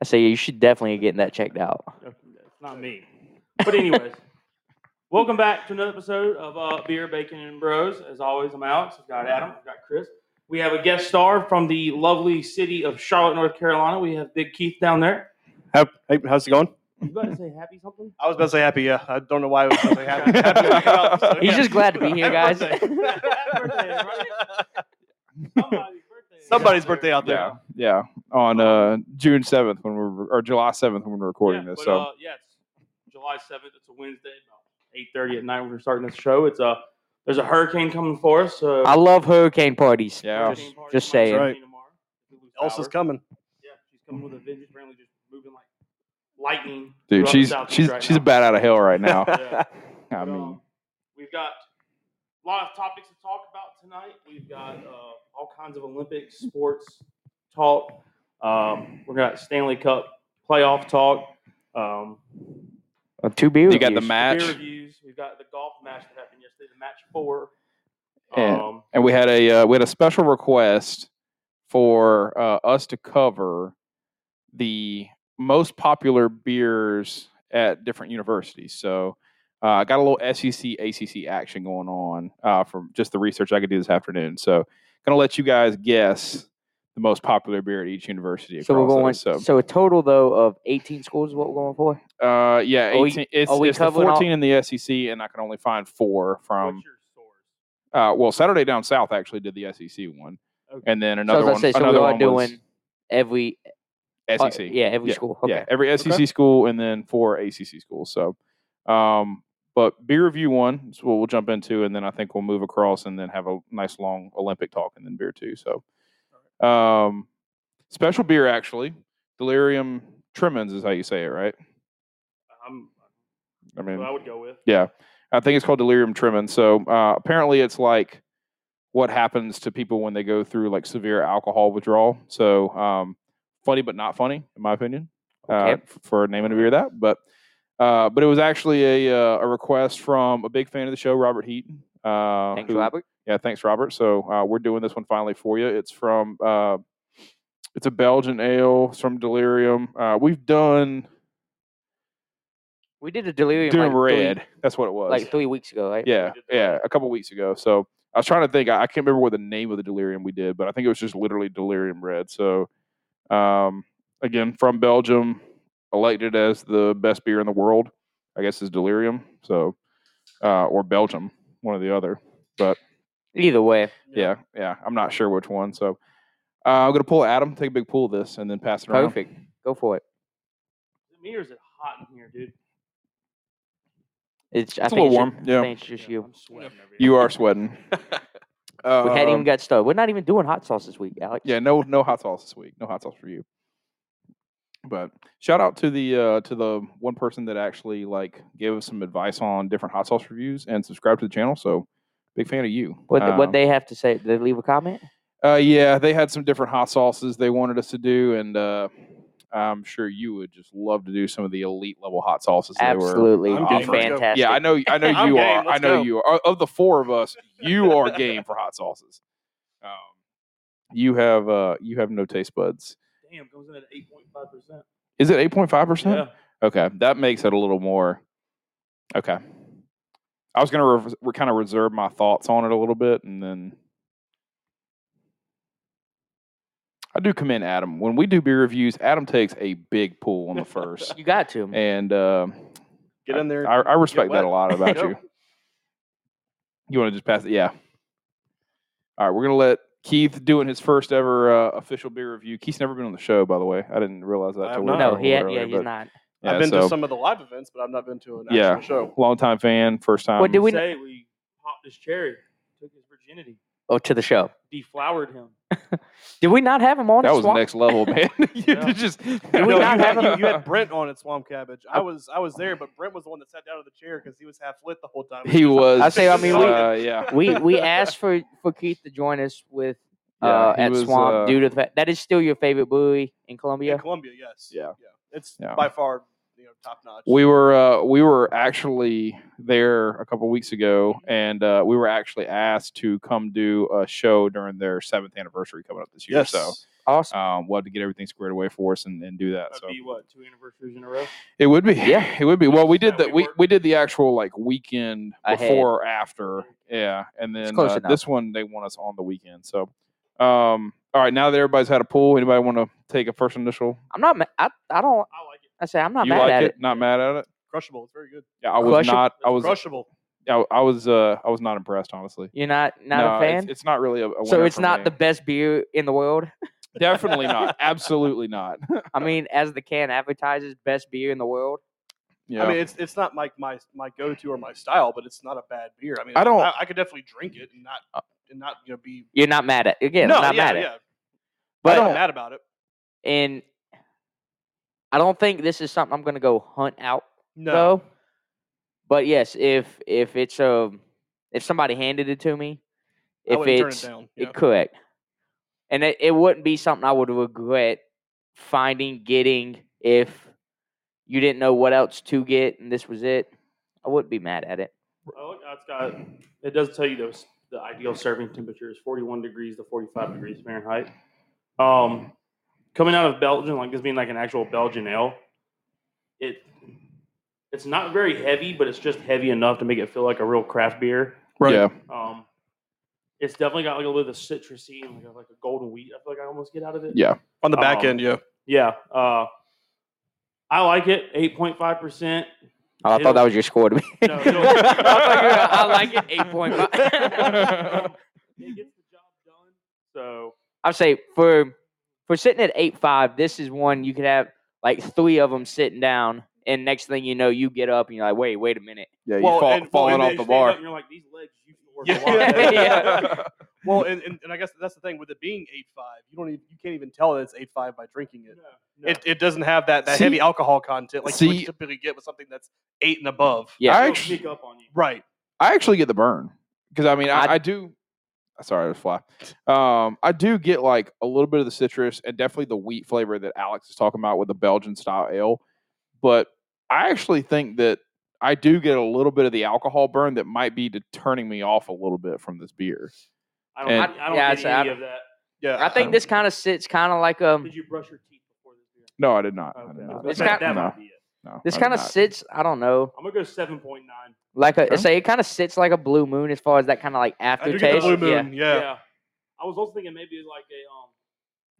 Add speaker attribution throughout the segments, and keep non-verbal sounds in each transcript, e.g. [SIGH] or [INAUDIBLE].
Speaker 1: I say you should definitely get that checked out.
Speaker 2: It's not me. But anyways, welcome back to another episode of uh, Beer, Bacon, and Bros. As always, I'm Alex. I've got Adam. I've got Chris. We have a guest star from the lovely city of Charlotte, North Carolina. We have Big Keith down there.
Speaker 3: How, hey, how's it going?
Speaker 2: You about to say happy something?
Speaker 3: I was about to say happy. Yeah, I don't know why I was about to
Speaker 4: [LAUGHS]
Speaker 3: say happy.
Speaker 2: Happy I
Speaker 1: got up, so He's yeah. just glad to be here, guys.
Speaker 2: [LAUGHS] Happy birthday, right? Somebody's birthday.
Speaker 3: Somebody's birthday out there.
Speaker 4: Yeah, yeah. On uh, June seventh when we're or July seventh when we're recording
Speaker 2: yeah,
Speaker 4: this.
Speaker 2: But,
Speaker 4: So
Speaker 2: uh, yeah, it's July seventh. It's a Wednesday, about eight thirty at night. When we're starting this show, it's a there's a hurricane coming for us. So
Speaker 1: [LAUGHS] I love hurricane parties.
Speaker 4: Yeah.
Speaker 1: Just,
Speaker 2: Hurricane party
Speaker 1: just
Speaker 2: tomorrow,
Speaker 1: saying.
Speaker 3: Right.
Speaker 2: hurricane tomorrow. We lose
Speaker 3: Elsa's
Speaker 2: power.
Speaker 3: coming.
Speaker 2: Yeah, she's coming with a
Speaker 1: Mm-hmm.
Speaker 2: vengeance. Apparently, just moving like lightning. throughout
Speaker 4: dude,
Speaker 2: the
Speaker 4: she's
Speaker 2: Southeast
Speaker 4: she's
Speaker 2: right
Speaker 4: she's
Speaker 2: now.
Speaker 4: bat out of hell
Speaker 2: [LAUGHS]
Speaker 4: right now.
Speaker 2: Yeah.
Speaker 4: [LAUGHS] I
Speaker 2: But,
Speaker 4: mean,
Speaker 2: um, we've got a lot of topics to talk about tonight. We've got uh, all kinds of Olympic sports talk. Um, we've got Stanley Cup playoff talk. Um,
Speaker 1: Uh, two beer.
Speaker 4: you got the
Speaker 1: reviews.
Speaker 4: match,
Speaker 2: beer reviews. We've got the golf match that happened yesterday, the match four.
Speaker 4: And-
Speaker 2: Um,
Speaker 4: and we had a uh, we had a special request for uh, us to cover the most popular beers at different universities. So uh, I got a little SEC ACC action going on uh, from just the research I could do this afternoon. So gonna let you guys guess the most popular beer at each university.
Speaker 1: So we're
Speaker 4: across
Speaker 1: going.
Speaker 4: those.
Speaker 1: So.
Speaker 4: So
Speaker 1: a total though of 18 schools is what we're going for.
Speaker 4: Uh, yeah,
Speaker 1: Are we-
Speaker 4: 18, it's,
Speaker 1: are we
Speaker 4: it's the
Speaker 1: covering all-
Speaker 4: 14 in the SEC, and I can only find four from.
Speaker 2: what's your source?
Speaker 4: Uh, well, Saturday Down South actually did the SEC one,
Speaker 2: Okay.
Speaker 4: and then another
Speaker 1: so I
Speaker 4: one.
Speaker 1: was gonna say, so we
Speaker 4: another
Speaker 1: are
Speaker 4: one was
Speaker 1: doing every uh,
Speaker 4: SEC.
Speaker 1: yeah, every school. Okay.
Speaker 4: yeah, every SEC school, and then four ACC schools. So, um, but beer review one is what we'll jump into, and then I think we'll move across and then have a nice long Olympic talk, and then beer two. So, um, special beer actually, Delirium Tremens is how you say it, right?
Speaker 2: I'm,
Speaker 4: I mean,
Speaker 2: what I would go with.
Speaker 4: Yeah, I think it's called delirium tremens. So uh, apparently, it's like what happens to people when they go through like severe alcohol withdrawal. So um, funny, but not funny, in my opinion,
Speaker 1: Okay.
Speaker 4: uh, f- for naming a beer that. But uh, but it was actually a uh, a request from a big fan of the show, Robert Heaton. Uh,
Speaker 1: Thanks,
Speaker 4: who-
Speaker 1: Robert.
Speaker 4: Yeah, thanks, Robert. So uh, we're doing this one finally for you. It's from uh, it's a Belgian ale. It's from Delirium. Uh, we've done
Speaker 1: We did a delirium
Speaker 4: Delirium
Speaker 1: like three-
Speaker 4: Red. That's what it was.
Speaker 1: like three weeks ago, right?
Speaker 4: Yeah,
Speaker 2: did that.
Speaker 4: yeah, a couple weeks ago. So I was trying to think. I, I can't remember what the name of the delirium we did, but I think it was just literally delirium red. So, um, again, from Belgium, elected as the best beer in the world. I guess is delirium. So, uh, or Belgium, one or the other.
Speaker 1: Either way,
Speaker 4: Yeah, yeah. I'm not sure which one. So uh, I'm gonna pull Adam, take a big pull of this, and then pass it around.
Speaker 1: perfect. Go for it.
Speaker 2: Is it me or is it hot in here, dude?
Speaker 1: It's, I
Speaker 4: It's a
Speaker 1: think
Speaker 4: little
Speaker 1: it's
Speaker 4: warm.
Speaker 1: ju- I
Speaker 4: Yeah,
Speaker 1: think it's just
Speaker 2: Yeah,
Speaker 1: you.
Speaker 2: I'm sweating over here.
Speaker 4: you are sweating.
Speaker 1: We hadn't
Speaker 4: Um,
Speaker 1: even got started. We're not even doing hot sauce this week, Alex.
Speaker 4: Yeah, no, no hot sauce this week. No hot sauce for you. But shout out to the uh, to the one person that actually like gave us some advice on different hot sauce reviews and subscribed to the channel. So big fan of you.
Speaker 1: What th-
Speaker 4: Um,
Speaker 1: what they have to say? They leave a comment.
Speaker 4: uh, yeah, they had some different hot sauces they wanted us to do, and uh, I'm sure you would just love to do some of the elite level hot sauces. They were.
Speaker 1: Absolutely,
Speaker 3: I'm
Speaker 1: It'd
Speaker 4: game.
Speaker 1: be
Speaker 4: Let's go.
Speaker 1: fantastic.
Speaker 4: Yeah, I know. I know
Speaker 3: I'm
Speaker 4: you
Speaker 3: game,
Speaker 4: are. I
Speaker 3: let's
Speaker 4: know
Speaker 3: go.
Speaker 4: you are. Of the four of us, you are game for hot sauces. Um, you have uh, you have no taste buds.
Speaker 2: Damn, comes in at 8.5%.
Speaker 4: Is it eight point five percent?
Speaker 2: Yeah.
Speaker 4: Okay, that makes it a little more. Okay, I was gonna re- re- kind of reserve my thoughts on it a little bit, and then I do commend Adam when we do beer reviews. Adam takes a big pull on the first,
Speaker 3: [LAUGHS]
Speaker 1: You got to.
Speaker 4: and uh,
Speaker 3: Get in there.
Speaker 4: I, I respect that
Speaker 3: wet.
Speaker 4: a lot
Speaker 3: [LAUGHS]
Speaker 4: about
Speaker 3: Go.
Speaker 4: you. You want to just pass it? Yeah. All right, we're gonna let Keith doing his first ever uh, official beer review. Keith's never been on the show, by the way. I didn't realize that.
Speaker 3: I
Speaker 4: till
Speaker 3: have
Speaker 4: we were
Speaker 3: not.
Speaker 1: No,
Speaker 4: talking
Speaker 1: he
Speaker 4: a
Speaker 1: had,
Speaker 4: little
Speaker 1: yeah,
Speaker 4: earlier,
Speaker 1: he's
Speaker 4: but-
Speaker 1: not.
Speaker 4: yeah,
Speaker 3: I've been
Speaker 4: so-
Speaker 3: to some of the live events, but I've not been to an actual
Speaker 4: Yeah.
Speaker 3: show.
Speaker 4: longtime fan, first time.
Speaker 1: What do we? kn-
Speaker 2: Say we popped his cherry, took his virginity,
Speaker 1: Oh, to the show.
Speaker 2: deflowered him.
Speaker 1: Did we not have him on?
Speaker 4: That
Speaker 1: the
Speaker 4: was
Speaker 1: swamp?
Speaker 4: next level, man. [LAUGHS] you
Speaker 2: Yeah.
Speaker 4: just
Speaker 1: we
Speaker 3: No, you,
Speaker 1: not
Speaker 3: had,
Speaker 1: have
Speaker 3: you, you [LAUGHS] had Brent on at Swamp Cabbage. I was I was there, but Brent was the one that sat down in the chair because he was half lit the whole time.
Speaker 4: he was.
Speaker 1: I say, I mean, we-
Speaker 4: uh, yeah,
Speaker 1: we
Speaker 4: [LAUGHS]
Speaker 1: we asked for for Keith to join us with uh,
Speaker 4: Yeah, he
Speaker 1: at
Speaker 4: was,
Speaker 1: Swamp
Speaker 4: uh,
Speaker 1: due to the fact that is still your favorite brewery in
Speaker 3: in
Speaker 1: Columbia.
Speaker 3: Columbia. Yes.
Speaker 4: Yeah.
Speaker 3: It's
Speaker 4: Yeah.
Speaker 3: by far the you know, top notch.
Speaker 4: We were uh, we were actually there a couple weeks ago, and uh, we were actually asked to come do a show during their seventh anniversary coming up this year.
Speaker 3: yes.
Speaker 4: So
Speaker 1: Awesome.
Speaker 4: um, we'll have to get everything squared away for us and, and do that.
Speaker 2: That'd
Speaker 4: So
Speaker 2: be what two anniversaries in a row.
Speaker 4: it would be,
Speaker 1: Yeah.
Speaker 4: [LAUGHS] it would be. Well, we did
Speaker 2: Yeah,
Speaker 4: that.
Speaker 2: we
Speaker 4: We,
Speaker 2: worked-
Speaker 4: we did the actual like weekend
Speaker 1: Ahead.
Speaker 4: before or after, yeah, and then
Speaker 1: close
Speaker 4: uh,
Speaker 1: enough.
Speaker 4: this one they want us on the weekend. So, um, all right, now that everybody's had a pool, anybody want to take a first initial?
Speaker 1: I'm not. Ma- I I don't.
Speaker 2: I like it.
Speaker 1: I say I'm not
Speaker 4: you
Speaker 1: mad
Speaker 4: like
Speaker 1: at
Speaker 4: it?
Speaker 1: it.
Speaker 4: Not mad at it.
Speaker 3: Crushable. It's very good.
Speaker 4: Yeah, I was
Speaker 1: Crush it.
Speaker 4: not. I was.
Speaker 3: Crushable.
Speaker 4: I, I was. Uh, I was not impressed, honestly.
Speaker 1: You're not not
Speaker 4: No,
Speaker 1: a
Speaker 4: it's-
Speaker 1: fan.
Speaker 4: It's, not really a. a
Speaker 1: so
Speaker 4: winner
Speaker 1: it's
Speaker 4: for
Speaker 1: not
Speaker 4: me.
Speaker 1: the best beer in the world.
Speaker 4: [LAUGHS] Definitely not. Absolutely not.
Speaker 1: I
Speaker 4: [LAUGHS]
Speaker 1: mean, as the can advertises, best beer in the world.
Speaker 4: Yeah.
Speaker 3: I mean, it's it's not my my my go to or my style, but it's not a bad beer. I mean,
Speaker 4: I don't- Uh,
Speaker 3: I, I could definitely drink it and not and not you know be
Speaker 1: You're not mad at again.
Speaker 3: no,
Speaker 1: not
Speaker 3: yeah,
Speaker 1: mad at.
Speaker 3: yeah.
Speaker 1: It.
Speaker 3: But I'm
Speaker 1: But
Speaker 3: not mad about it.
Speaker 1: and I don't think this is something I'm gonna go hunt out
Speaker 3: No,
Speaker 1: though. But yes, if if it's um if somebody handed it to me,
Speaker 3: I
Speaker 1: if
Speaker 3: wouldn't
Speaker 1: it's
Speaker 3: turn it down.
Speaker 1: it could, and it, it wouldn't be something I would regret finding getting if you didn't know what else to get and this was it. I wouldn't be mad at it.
Speaker 2: Oh, it's got. It does tell you those the ideal serving temperature is 41 degrees to 45 degrees Fahrenheit. Um, coming out of Belgium, like this being like an actual Belgian ale, it it's not very heavy, but it's just heavy enough to make it feel like a real craft beer.
Speaker 3: Right. [LAUGHS]
Speaker 4: Yeah.
Speaker 2: Um, it's definitely got like a little bit of citrusy and like a, like a golden wheat. I feel like I almost get out of it.
Speaker 4: Yeah.
Speaker 3: on the back
Speaker 1: Oh.
Speaker 2: Um,
Speaker 3: end, yeah.
Speaker 2: Yeah. Uh, I like it. 8.5 percent.
Speaker 1: Oh, I thought that was your score to me.
Speaker 2: No, no.
Speaker 1: [LAUGHS] I like it. Eight point
Speaker 3: [LAUGHS]
Speaker 1: five. [LAUGHS]
Speaker 2: It gets the job done. So
Speaker 1: I'd say for for sitting at eight five, this is one you could have like three of them sitting down, and next thing you know, you get up and you're like, wait, wait a minute.
Speaker 4: Yeah. You
Speaker 3: Well,
Speaker 4: fall,
Speaker 3: and- well,
Speaker 4: falling
Speaker 3: and
Speaker 4: off
Speaker 3: they
Speaker 4: the
Speaker 2: stand up
Speaker 4: bar.
Speaker 2: and you're like, these legs used to work a
Speaker 4: [LAUGHS]
Speaker 2: lot.
Speaker 3: Yeah.
Speaker 1: [LAUGHS] Yeah.
Speaker 3: [LAUGHS] Well, and, and, and I guess that's the thing with it being eight five. You don't even you can't even tell that it's eight five by drinking it.
Speaker 2: No, no.
Speaker 3: It, it doesn't have that, that
Speaker 4: See-
Speaker 3: heavy alcohol content like you would
Speaker 4: see-
Speaker 3: typically get with something that's eight and above.
Speaker 1: Yeah.
Speaker 4: I
Speaker 2: It'll
Speaker 4: actually,
Speaker 2: sneak up on you.
Speaker 3: Right.
Speaker 4: I actually get the burn because I mean I,
Speaker 1: I-
Speaker 4: I, do. Sorry, I was fly. Um, I do get like a little bit of the citrus and definitely the wheat flavor that Alex is talking about with the Belgian style ale. But I actually think that I do get a little bit of the alcohol burn that might be to turning me off a little bit from this beer.
Speaker 2: I don't,
Speaker 4: And-
Speaker 2: I, I don't
Speaker 1: Yeah,
Speaker 2: get
Speaker 1: so
Speaker 2: any
Speaker 1: I-
Speaker 2: of that.
Speaker 3: Yeah.
Speaker 1: I think this kind of sits kind of like um,
Speaker 2: Did you brush your teeth before this beer?
Speaker 4: No, I did not. I did
Speaker 2: Okay,
Speaker 4: not.
Speaker 2: that-
Speaker 1: It's
Speaker 2: that,
Speaker 1: got-
Speaker 2: that
Speaker 4: no,
Speaker 2: might be it.
Speaker 4: no,
Speaker 1: this
Speaker 4: I did
Speaker 1: kind of
Speaker 4: not.
Speaker 1: sits. I don't know,
Speaker 2: I'm gonna go seven point nine.
Speaker 1: like a
Speaker 4: Okay.
Speaker 1: say it kind of sits like a blue moon as far as that kind of like
Speaker 3: I do get the
Speaker 1: aftertaste,
Speaker 3: blue
Speaker 1: yeah,
Speaker 3: moon. Yeah.
Speaker 2: I was also thinking maybe like a um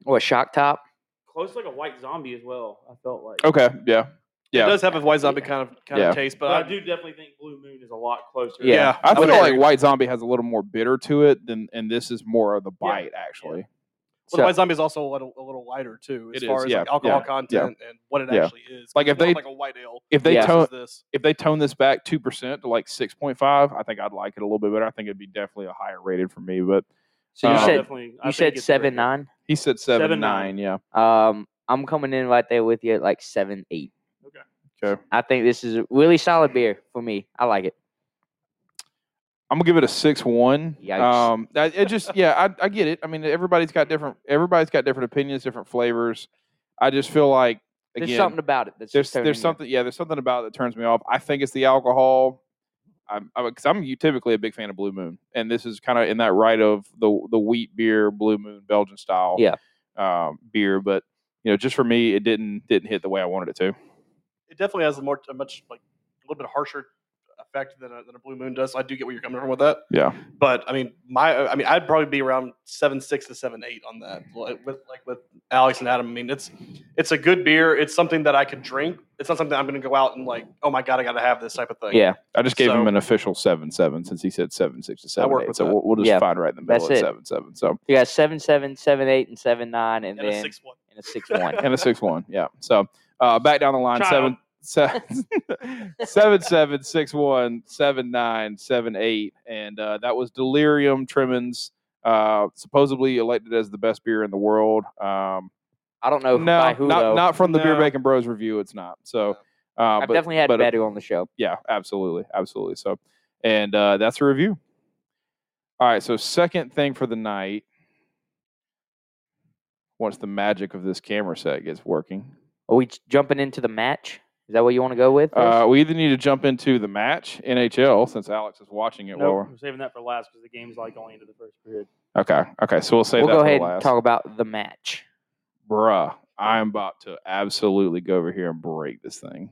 Speaker 1: or a shock top.
Speaker 2: close to like a white zombie as well. I felt like.
Speaker 4: Okay, yeah,
Speaker 3: It
Speaker 4: yeah.
Speaker 3: does have a white zombie kind of kind
Speaker 4: Yeah.
Speaker 3: of taste, but,
Speaker 2: But I
Speaker 3: I,
Speaker 2: do definitely think Blue Moon is a lot closer.
Speaker 1: Yeah.
Speaker 4: I feel
Speaker 3: would
Speaker 4: like
Speaker 3: agree.
Speaker 4: White Zombie has a little more bitter to it than, and this is more of the bite actually.
Speaker 3: Well, the
Speaker 1: So-
Speaker 3: White Zombie is also a little, a little lighter too, as
Speaker 4: It
Speaker 3: far
Speaker 4: is,
Speaker 3: as like
Speaker 4: yeah,
Speaker 3: alcohol
Speaker 4: yeah,
Speaker 3: content and what it
Speaker 4: yeah.
Speaker 3: actually is. 'cause
Speaker 4: Like,
Speaker 3: it's
Speaker 4: if
Speaker 3: more
Speaker 4: they-
Speaker 3: like a white ale,
Speaker 4: If they
Speaker 1: Yeah.
Speaker 4: tone,
Speaker 3: versus this.
Speaker 4: if they tone this back two percent to like six point five, I think I'd like it a little bit better. I think it'd be definitely a higher rated for me. But
Speaker 1: So
Speaker 2: Um,
Speaker 1: you
Speaker 4: Uh,
Speaker 1: said
Speaker 2: definitely, I
Speaker 1: you
Speaker 2: think
Speaker 1: said
Speaker 2: it's right
Speaker 1: seven
Speaker 2: there.
Speaker 1: nine.
Speaker 4: he said seven,
Speaker 2: Seven, nine.
Speaker 4: nine. Yeah.
Speaker 1: Um, I'm coming in right there with you at like seven eight.
Speaker 2: Okay.
Speaker 4: Okay.
Speaker 1: I think this is a really solid beer for me. I like it.
Speaker 4: I'm gonna give it a six one.
Speaker 1: Yikes.
Speaker 4: Um, I- it just [LAUGHS] yeah, I, I get it. I mean, everybody's got different everybody's got different opinions, different flavors. I just feel like
Speaker 1: There's
Speaker 4: again,
Speaker 1: something about it that's
Speaker 4: there's
Speaker 1: just turning
Speaker 4: there's
Speaker 1: you.
Speaker 4: something yeah, there's something about it that turns me off. I think it's the alcohol. I'm because I'm, u- typically a big fan of Blue Moon, and this is kind of in that right of the the wheat beer, Blue Moon, Belgian style,
Speaker 1: Yeah.
Speaker 4: um, beer. But you know, just for me, it didn't didn't hit the way I wanted it to.
Speaker 3: it definitely has a more a much like a little bit harsher effect than a, than a blue moon does. So I do get where you're coming from with that.
Speaker 4: Yeah.
Speaker 3: But I mean, my I mean, I'd probably be around seven six to seven eight on that. Like with like with Alex and Adam, I mean, it's it's a good beer. It's something that I could drink. It's not something I'm going to go out and like, oh my god, I got to have this type of thing.
Speaker 1: Yeah,
Speaker 4: I just gave him
Speaker 3: So-
Speaker 4: an official seven seven since he said seven six to
Speaker 3: I
Speaker 4: seven
Speaker 3: work
Speaker 4: eight.
Speaker 3: with
Speaker 4: So
Speaker 3: that.
Speaker 4: we'll, we'll just
Speaker 1: Yeah.
Speaker 4: find right in the middle
Speaker 1: That's
Speaker 4: at
Speaker 1: it.
Speaker 4: seven seven. So
Speaker 1: You got seven seven, seven eight, and seven nine, and,
Speaker 3: And
Speaker 1: then
Speaker 3: a six one. [LAUGHS]
Speaker 1: and a six one.
Speaker 4: and a six one. Yeah. So uh, back down the line
Speaker 2: Shut
Speaker 4: seven seven [LAUGHS] seven seven six one seven nine seven eight, and uh, that was Delirium Tremens, uh, supposedly elected as the best beer in the world. Um,
Speaker 1: I don't know
Speaker 4: no,
Speaker 1: who- by
Speaker 4: not
Speaker 1: who though.
Speaker 4: not from the Beer
Speaker 3: No.
Speaker 4: Bacon Bros review. It's not. So. Uh,
Speaker 1: I've
Speaker 4: but-
Speaker 1: definitely had
Speaker 4: but, uh,
Speaker 1: better on the show.
Speaker 4: yeah, absolutely, absolutely. So, and uh, that's a review. All right. So, second thing for the night, once the magic of this camera set gets working,
Speaker 1: Are we j- jumping into the match? Is that what you want to go with?
Speaker 4: Uh, we either need to jump into the match NHL since Alex is watching it.
Speaker 2: Nope,
Speaker 4: While
Speaker 2: we're saving that for last because the game's like going into the first period.
Speaker 4: we're... Okay, okay. So we'll
Speaker 1: Fizz?
Speaker 4: save
Speaker 1: we'll
Speaker 4: that
Speaker 1: go
Speaker 4: for
Speaker 1: ahead
Speaker 4: last.
Speaker 1: and talk about the match.
Speaker 4: Bruh, I'm about to absolutely go over here and break this thing.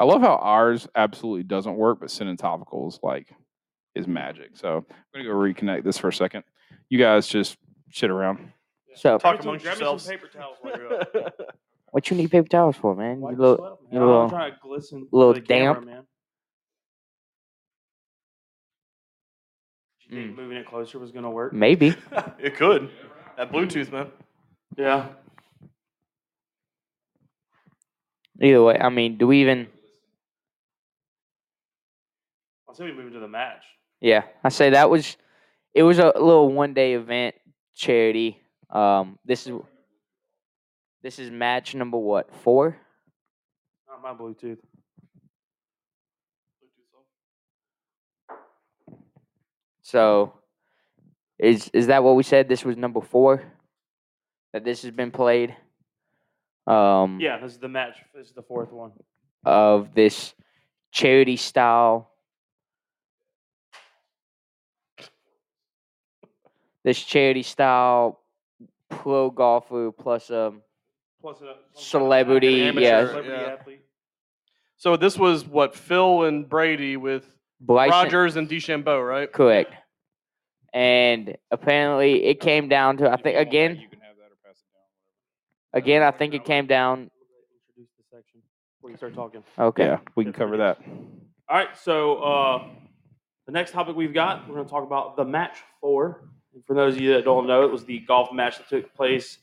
Speaker 4: I love how ours absolutely doesn't work, but sending topicals like is magic. So I'm gonna go reconnect this for a second. You guys just shit around.
Speaker 1: So,
Speaker 3: Talk
Speaker 2: Grab me some-
Speaker 3: amongst
Speaker 2: grab me some
Speaker 3: yourselves.
Speaker 2: paper towels while you're up. [LAUGHS]
Speaker 1: what you need paper towels for, man?
Speaker 2: Wipe
Speaker 1: You
Speaker 2: the
Speaker 1: look
Speaker 2: sweat off, man.
Speaker 1: you
Speaker 2: I'm
Speaker 1: little-
Speaker 2: trying to glisten. for
Speaker 1: little
Speaker 2: the camera,
Speaker 1: damp.
Speaker 2: man. Did you
Speaker 1: Mm.
Speaker 2: think moving it closer was gonna work?
Speaker 1: maybe.
Speaker 3: it could. That Bluetooth, man.
Speaker 2: Yeah.
Speaker 1: Either way, I mean, do we even?
Speaker 2: I'll say we move into the match.
Speaker 1: Yeah, I say that was it was a little one day event charity. Um, this is this is match number what four?
Speaker 2: Not my Bluetooth.
Speaker 1: So is is that what we said? This was number four that this has been played. Um,
Speaker 2: Yeah, this is the match. This is the fourth one.
Speaker 1: of this charity style. This charity style pro golfer plus um
Speaker 2: Plus, a, some kind of
Speaker 1: Celebrity,
Speaker 2: amateur-
Speaker 3: yeah.
Speaker 2: celebrity
Speaker 3: Yeah.
Speaker 2: athlete.
Speaker 3: So this was what Phil and Brady with
Speaker 1: Bryson,
Speaker 3: Rogers and DeChambeau, right?
Speaker 1: Correct. And apparently it came down to I think again again I think it came down
Speaker 2: Introduce the section before you start talking.
Speaker 1: okay.
Speaker 4: Yeah, we can cover that.
Speaker 2: All right, so uh, the next topic we've got, we're going to talk about the match four. And for those of you that don't know, it was the golf match that took place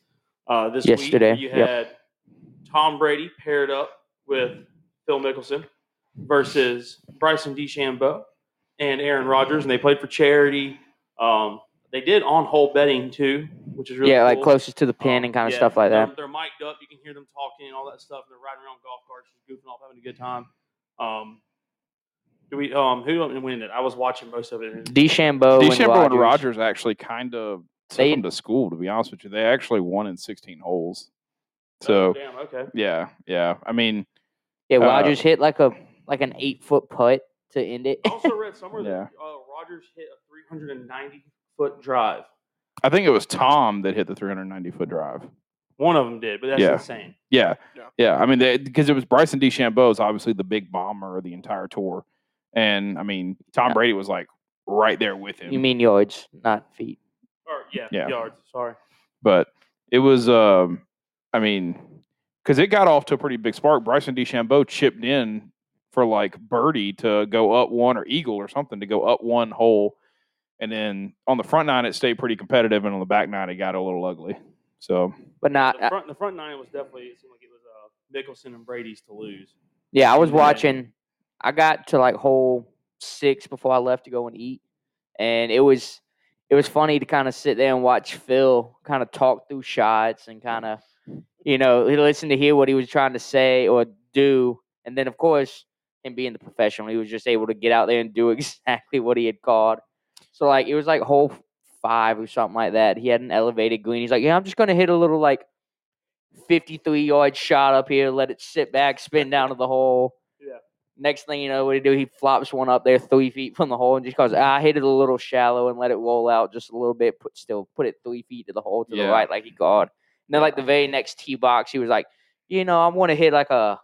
Speaker 2: uh, this
Speaker 1: Yesterday,
Speaker 2: week. You
Speaker 1: yep.
Speaker 2: had Tom Brady paired up with Phil Mickelson versus Bryson DeChambeau and Aaron Rodgers, and they played for charity. Um, they did on-hole betting too, which is really
Speaker 1: yeah, like
Speaker 2: cool.
Speaker 1: closest to the pin
Speaker 2: Um,
Speaker 1: and kind of
Speaker 2: yeah,
Speaker 1: stuff like
Speaker 2: they're-
Speaker 1: that.
Speaker 2: They're mic'd up. You can hear them talking and all that stuff. They're riding around golf carts, just goofing off, having a good time. Um, do we? Um, who didn't win it? I was watching most of it.
Speaker 1: DeChambeau, Oh, and
Speaker 4: DeChambeau
Speaker 1: Rogers.
Speaker 4: and Rogers actually kind of took
Speaker 1: They-
Speaker 4: them to school. To be honest with you, they actually won in 16 holes.
Speaker 2: Oh,
Speaker 4: So
Speaker 2: damn. Okay.
Speaker 4: yeah, yeah. I mean,
Speaker 1: Yeah,
Speaker 4: uh,
Speaker 1: Rogers hit like a like an eight foot putt to end it.
Speaker 2: I
Speaker 1: [LAUGHS]
Speaker 4: Oh,
Speaker 2: also read somewhere that uh, Rogers hit a 390 foot drive.
Speaker 4: I think it was Tom that hit the 390 foot drive.
Speaker 2: One of them did, but that's
Speaker 4: Yeah.
Speaker 2: insane.
Speaker 4: Yeah,
Speaker 3: Yeah.
Speaker 4: yeah. I mean, because it was Bryson DeChambeau is obviously the big bomber of the entire tour, and I mean, Tom
Speaker 1: Yeah.
Speaker 4: Brady was like right there with him.
Speaker 1: you mean yards, not feet.
Speaker 2: Or yeah,
Speaker 4: Yeah.
Speaker 2: yards. Sorry.
Speaker 4: but it was um I mean because it got off to a pretty big spark. Bryson DeChambeau chipped in for like birdie to go up one or eagle or something to go up one hole, and then on the front nine it stayed pretty competitive, and on the back nine it got a little ugly. So
Speaker 1: But not uh,
Speaker 2: The front, the front nine was definitely. It seemed like it was uh, Mickelson and Brady's to lose.
Speaker 4: [LAUGHS]
Speaker 1: Yeah, I was
Speaker 2: Yeah.
Speaker 1: watching. I got to like hole six before I left to go and eat, and it was it was funny to kind of sit there and watch Phil kind of talk through shots and kind of you know he listened to hear what he was trying to say or do, and then of course him being the professional, he was just able to get out there and do [LAUGHS] exactly what he had called. So like it was like hole five or something like that. He had an elevated green. He's like, yeah, I'm just gonna hit a little like. 53 yard shot up here, let it sit back, spin down to the hole.
Speaker 2: Yeah.
Speaker 1: Next thing you know, what he do? He flops one up there three feet from the hole and just goes, ah, I hit it a little shallow and let it roll out just a little bit, put still put it three feet to the hole to
Speaker 4: Yeah.
Speaker 1: the right like he got. And then like the very next tee box, he was like, you know, I'm gonna hit like a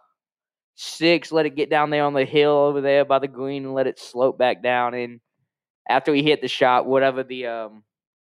Speaker 1: six, let it get down there on the hill over there by the green and let it slope back down. And after he hit the shot, whatever the um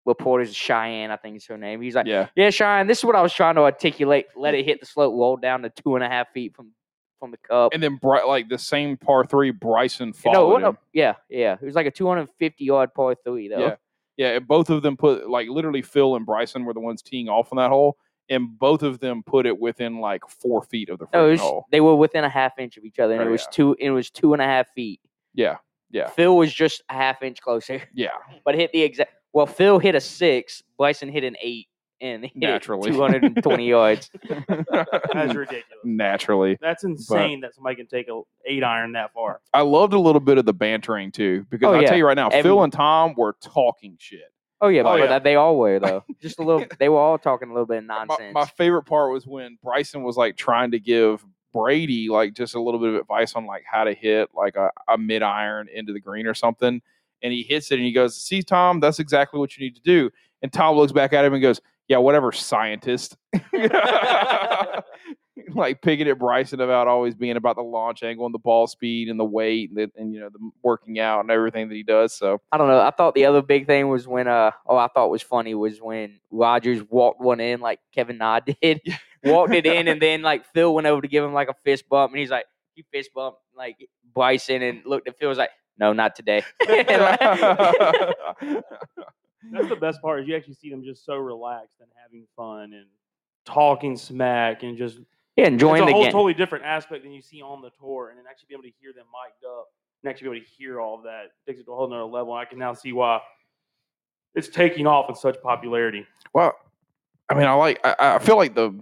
Speaker 1: reporter's Cheyenne, I think is her name, he's like,
Speaker 4: yeah,
Speaker 1: yeah, Shine, this is what I was trying to articulate. Let it hit the slope, roll down to two and a half feet from from the cup.
Speaker 4: and then Bry- like the same par three Bryson
Speaker 1: You know,
Speaker 4: followed
Speaker 1: what a-
Speaker 4: him.
Speaker 1: yeah, yeah. It was like a 250 yard par three, though.
Speaker 4: Yeah. Yeah, and both of them put like literally Phil and Bryson were the ones teeing off on that hole, and both of them put it within like four feet of the
Speaker 1: No, it
Speaker 4: freaking
Speaker 1: was-
Speaker 4: hole.
Speaker 1: they were within a half inch of each other, and
Speaker 4: Oh,
Speaker 1: it was
Speaker 4: yeah.
Speaker 1: two. It was two and a half feet.
Speaker 4: Yeah, yeah.
Speaker 1: Phil was just a half inch closer,
Speaker 4: yeah,
Speaker 1: but hit the exact. Well, Phil hit a six. Bryson hit an eight, and hit
Speaker 4: Naturally.
Speaker 1: 220 yards.
Speaker 2: That's ridiculous.
Speaker 4: naturally.
Speaker 2: That's insane that somebody can take a eight iron that far.
Speaker 4: I loved a little bit of the bantering too, because
Speaker 1: Oh,
Speaker 4: I
Speaker 1: yeah.
Speaker 4: tell you right now,
Speaker 1: Every-
Speaker 4: Phil and Tom were talking shit.
Speaker 1: Oh yeah,
Speaker 3: Oh,
Speaker 1: but
Speaker 3: yeah.
Speaker 1: they all were though. Just a little. They were all talking a little bit of
Speaker 4: my,
Speaker 1: nonsense.
Speaker 4: my favorite part was when Bryson was like trying to give Brady like just a little bit of advice on like how to hit like a, a mid iron into the green or something, and he hits it and he goes, "See, Tom, that's exactly what you need to do." And Tom looks back at him and goes, "Yeah, whatever, scientist." [LAUGHS] like picking at Bryson about always being about the launch angle and the ball speed and the weight and, the, and you know the working out and everything that he does. So
Speaker 1: I don't know. I thought the other big thing was when uh oh I thought was funny was when Rogers walked one in like Kevin Na [LAUGHS] did, walked it in, and then like Phil went over to give him like a fist bump, and he's like he fist bumped like Bryson and looked at Phil was like no not today. [LAUGHS]
Speaker 4: [LAUGHS]
Speaker 2: That's the best part is you actually see them just so relaxed and having fun and talking smack and just
Speaker 1: yeah, enjoying
Speaker 2: it's a
Speaker 1: the
Speaker 2: whole
Speaker 1: game.
Speaker 2: totally different aspect than you see on the tour, and then actually be able to hear them mic'd up and actually be able to hear all of that takes it to a whole nother level. And I can now see why it's taking off in such popularity.
Speaker 4: Well, I mean, I like. I, I feel like the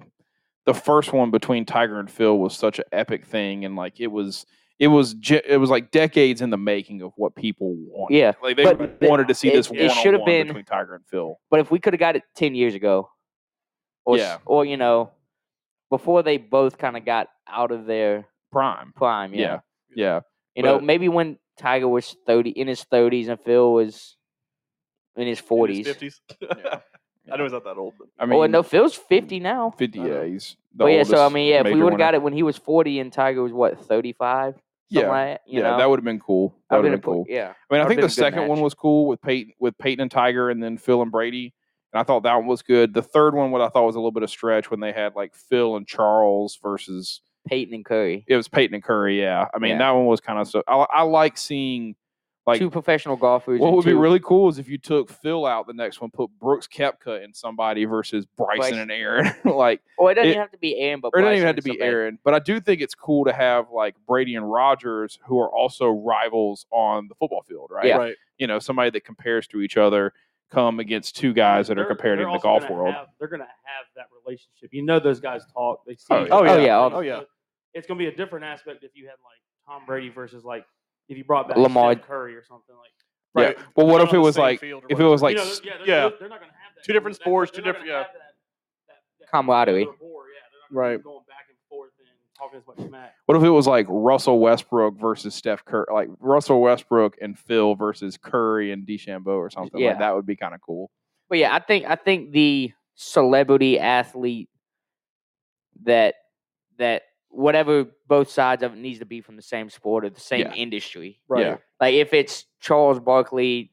Speaker 4: the first one between Tiger and Phil was such an epic thing, and like it was, it was, ge- it was like decades in the making of what people wanted.
Speaker 1: Yeah,
Speaker 4: like they
Speaker 1: but the-
Speaker 4: wanted to see
Speaker 1: it-
Speaker 4: this
Speaker 1: it
Speaker 4: one
Speaker 1: should have been-
Speaker 4: between Tiger and Phil.
Speaker 1: But if we could have got it ten years ago, or s-
Speaker 4: Yeah.
Speaker 1: or you know, before they both kind of got out of their
Speaker 4: Prime.
Speaker 1: prime, yeah,
Speaker 4: Yeah, yeah.
Speaker 1: you know,
Speaker 4: but-
Speaker 1: maybe when Tiger was thirty in his thirties and Phil was in his forties.
Speaker 3: fifties. [LAUGHS] I know he's not that old. But
Speaker 4: I mean,
Speaker 1: Oh no, Phil's fifty now.
Speaker 4: fifty.
Speaker 3: I know.
Speaker 4: Yeah, he's. The
Speaker 1: But yeah, so I
Speaker 4: oldest
Speaker 1: mean, yeah, if we
Speaker 4: major
Speaker 1: would have
Speaker 4: winner.
Speaker 1: got it when he was forty and Tiger was what thirty five, something
Speaker 4: yeah,
Speaker 1: like that. You
Speaker 4: yeah,
Speaker 1: know?
Speaker 4: that would have been cool. That
Speaker 1: I've
Speaker 4: would have
Speaker 1: been
Speaker 4: been cool.
Speaker 1: Yeah,
Speaker 4: I mean, I
Speaker 1: Would've
Speaker 4: think
Speaker 1: been a
Speaker 4: the
Speaker 1: good
Speaker 4: second one
Speaker 1: match.
Speaker 4: was cool with Peyton with Peyton and Tiger, and then Phil and Brady. And I thought that one was good. The third one, what I thought was a little bit of stretch when they had like Phil and Charles versus
Speaker 1: Peyton and Curry,
Speaker 4: it was Peyton and Curry. Yeah, I mean
Speaker 1: Yeah.
Speaker 4: that one was kind of so. I, I like seeing like
Speaker 1: two professional golfers.
Speaker 4: what
Speaker 1: and
Speaker 4: would be
Speaker 1: two-
Speaker 4: really cool is if you took Phil out the next one, put Brooks Kepka in somebody versus Bryson,
Speaker 1: Bryson.
Speaker 4: and Aaron. [LAUGHS] like
Speaker 1: Or it doesn't
Speaker 4: it-
Speaker 1: even have to be Aaron, but
Speaker 4: or it doesn't
Speaker 1: Bryson
Speaker 4: even have
Speaker 1: and
Speaker 4: to be
Speaker 1: somebody.
Speaker 4: Aaron, but I do think it's cool to have like Brady and Rogers who are also rivals on the football field, right?
Speaker 1: Yeah.
Speaker 3: Right.
Speaker 4: you know somebody that compares to each other come against two guys that are
Speaker 2: They're-
Speaker 4: compared
Speaker 2: they're
Speaker 4: in the
Speaker 2: also
Speaker 4: golf
Speaker 2: gonna
Speaker 4: world.
Speaker 2: have- they're going to have that relationship. You know, those guys talk. They see.
Speaker 4: Oh,
Speaker 2: each
Speaker 4: yeah.
Speaker 1: Oh,
Speaker 2: other,
Speaker 1: yeah,
Speaker 2: like,
Speaker 3: oh, yeah.
Speaker 2: It's going to be a different aspect if you had like Tom Brady versus like if you brought back
Speaker 1: Lamar-
Speaker 2: Steph Curry or something like.
Speaker 4: Yeah.
Speaker 3: Right.
Speaker 4: Well, what
Speaker 3: They're
Speaker 4: if it
Speaker 3: on the
Speaker 4: was
Speaker 3: same
Speaker 4: like
Speaker 3: field or
Speaker 4: if it
Speaker 3: whatever.
Speaker 4: was like
Speaker 2: you know,
Speaker 4: s-
Speaker 2: they're, yeah, they're,
Speaker 3: yeah.
Speaker 2: They're not going to have that.
Speaker 3: Two different
Speaker 2: that-
Speaker 3: sports,
Speaker 2: they're
Speaker 3: two
Speaker 2: not
Speaker 3: different-
Speaker 2: gonna
Speaker 3: yeah.
Speaker 2: have that- that- that
Speaker 1: Camaraderie.
Speaker 2: rapport, yeah. They're not gonna be
Speaker 3: Right.
Speaker 2: Going back and forth and talking as much smack.
Speaker 4: what if it was like Russell Westbrook versus Steph Curry, like Russell Westbrook and Phil versus Curry and DeChambeau or something?
Speaker 1: Yeah.
Speaker 4: Like that would be kind of cool.
Speaker 1: But yeah, I think I think the celebrity athlete that that whatever both sides of it needs to be from the same sport or the same
Speaker 4: Yeah.
Speaker 1: industry.
Speaker 3: Right.
Speaker 4: Yeah.
Speaker 1: Like if it's Charles Barkley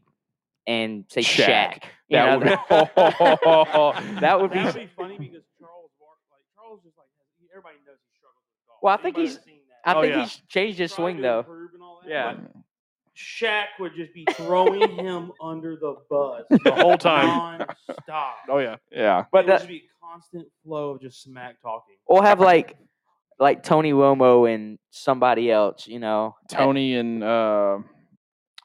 Speaker 1: and say
Speaker 4: Shaq.
Speaker 1: Shaq, you know,
Speaker 4: [LAUGHS] that would be.
Speaker 1: [LAUGHS] that would be
Speaker 2: That would be
Speaker 3: [LAUGHS]
Speaker 2: funny because Charles Bark, like Charles is like he- everybody knows he struggles with golf.
Speaker 1: Well, I think
Speaker 2: Anybody
Speaker 1: he's-
Speaker 2: that's seen that,
Speaker 1: I
Speaker 3: Oh,
Speaker 1: think
Speaker 3: yeah.
Speaker 1: he's changed his
Speaker 2: tried
Speaker 1: swing
Speaker 2: to [LAUGHS]
Speaker 1: though.
Speaker 2: improve and all that,
Speaker 3: Yeah.
Speaker 2: but
Speaker 1: [LAUGHS]
Speaker 2: Shaq would just be throwing him under the bus
Speaker 3: The whole time.
Speaker 2: non-stop.
Speaker 3: [LAUGHS] Oh yeah.
Speaker 4: yeah.
Speaker 1: But
Speaker 2: it would
Speaker 1: that,
Speaker 2: just be a constant flow of just smack talking.
Speaker 1: or have like like Tony Romo and somebody else, you know. at-
Speaker 4: Tony and uh,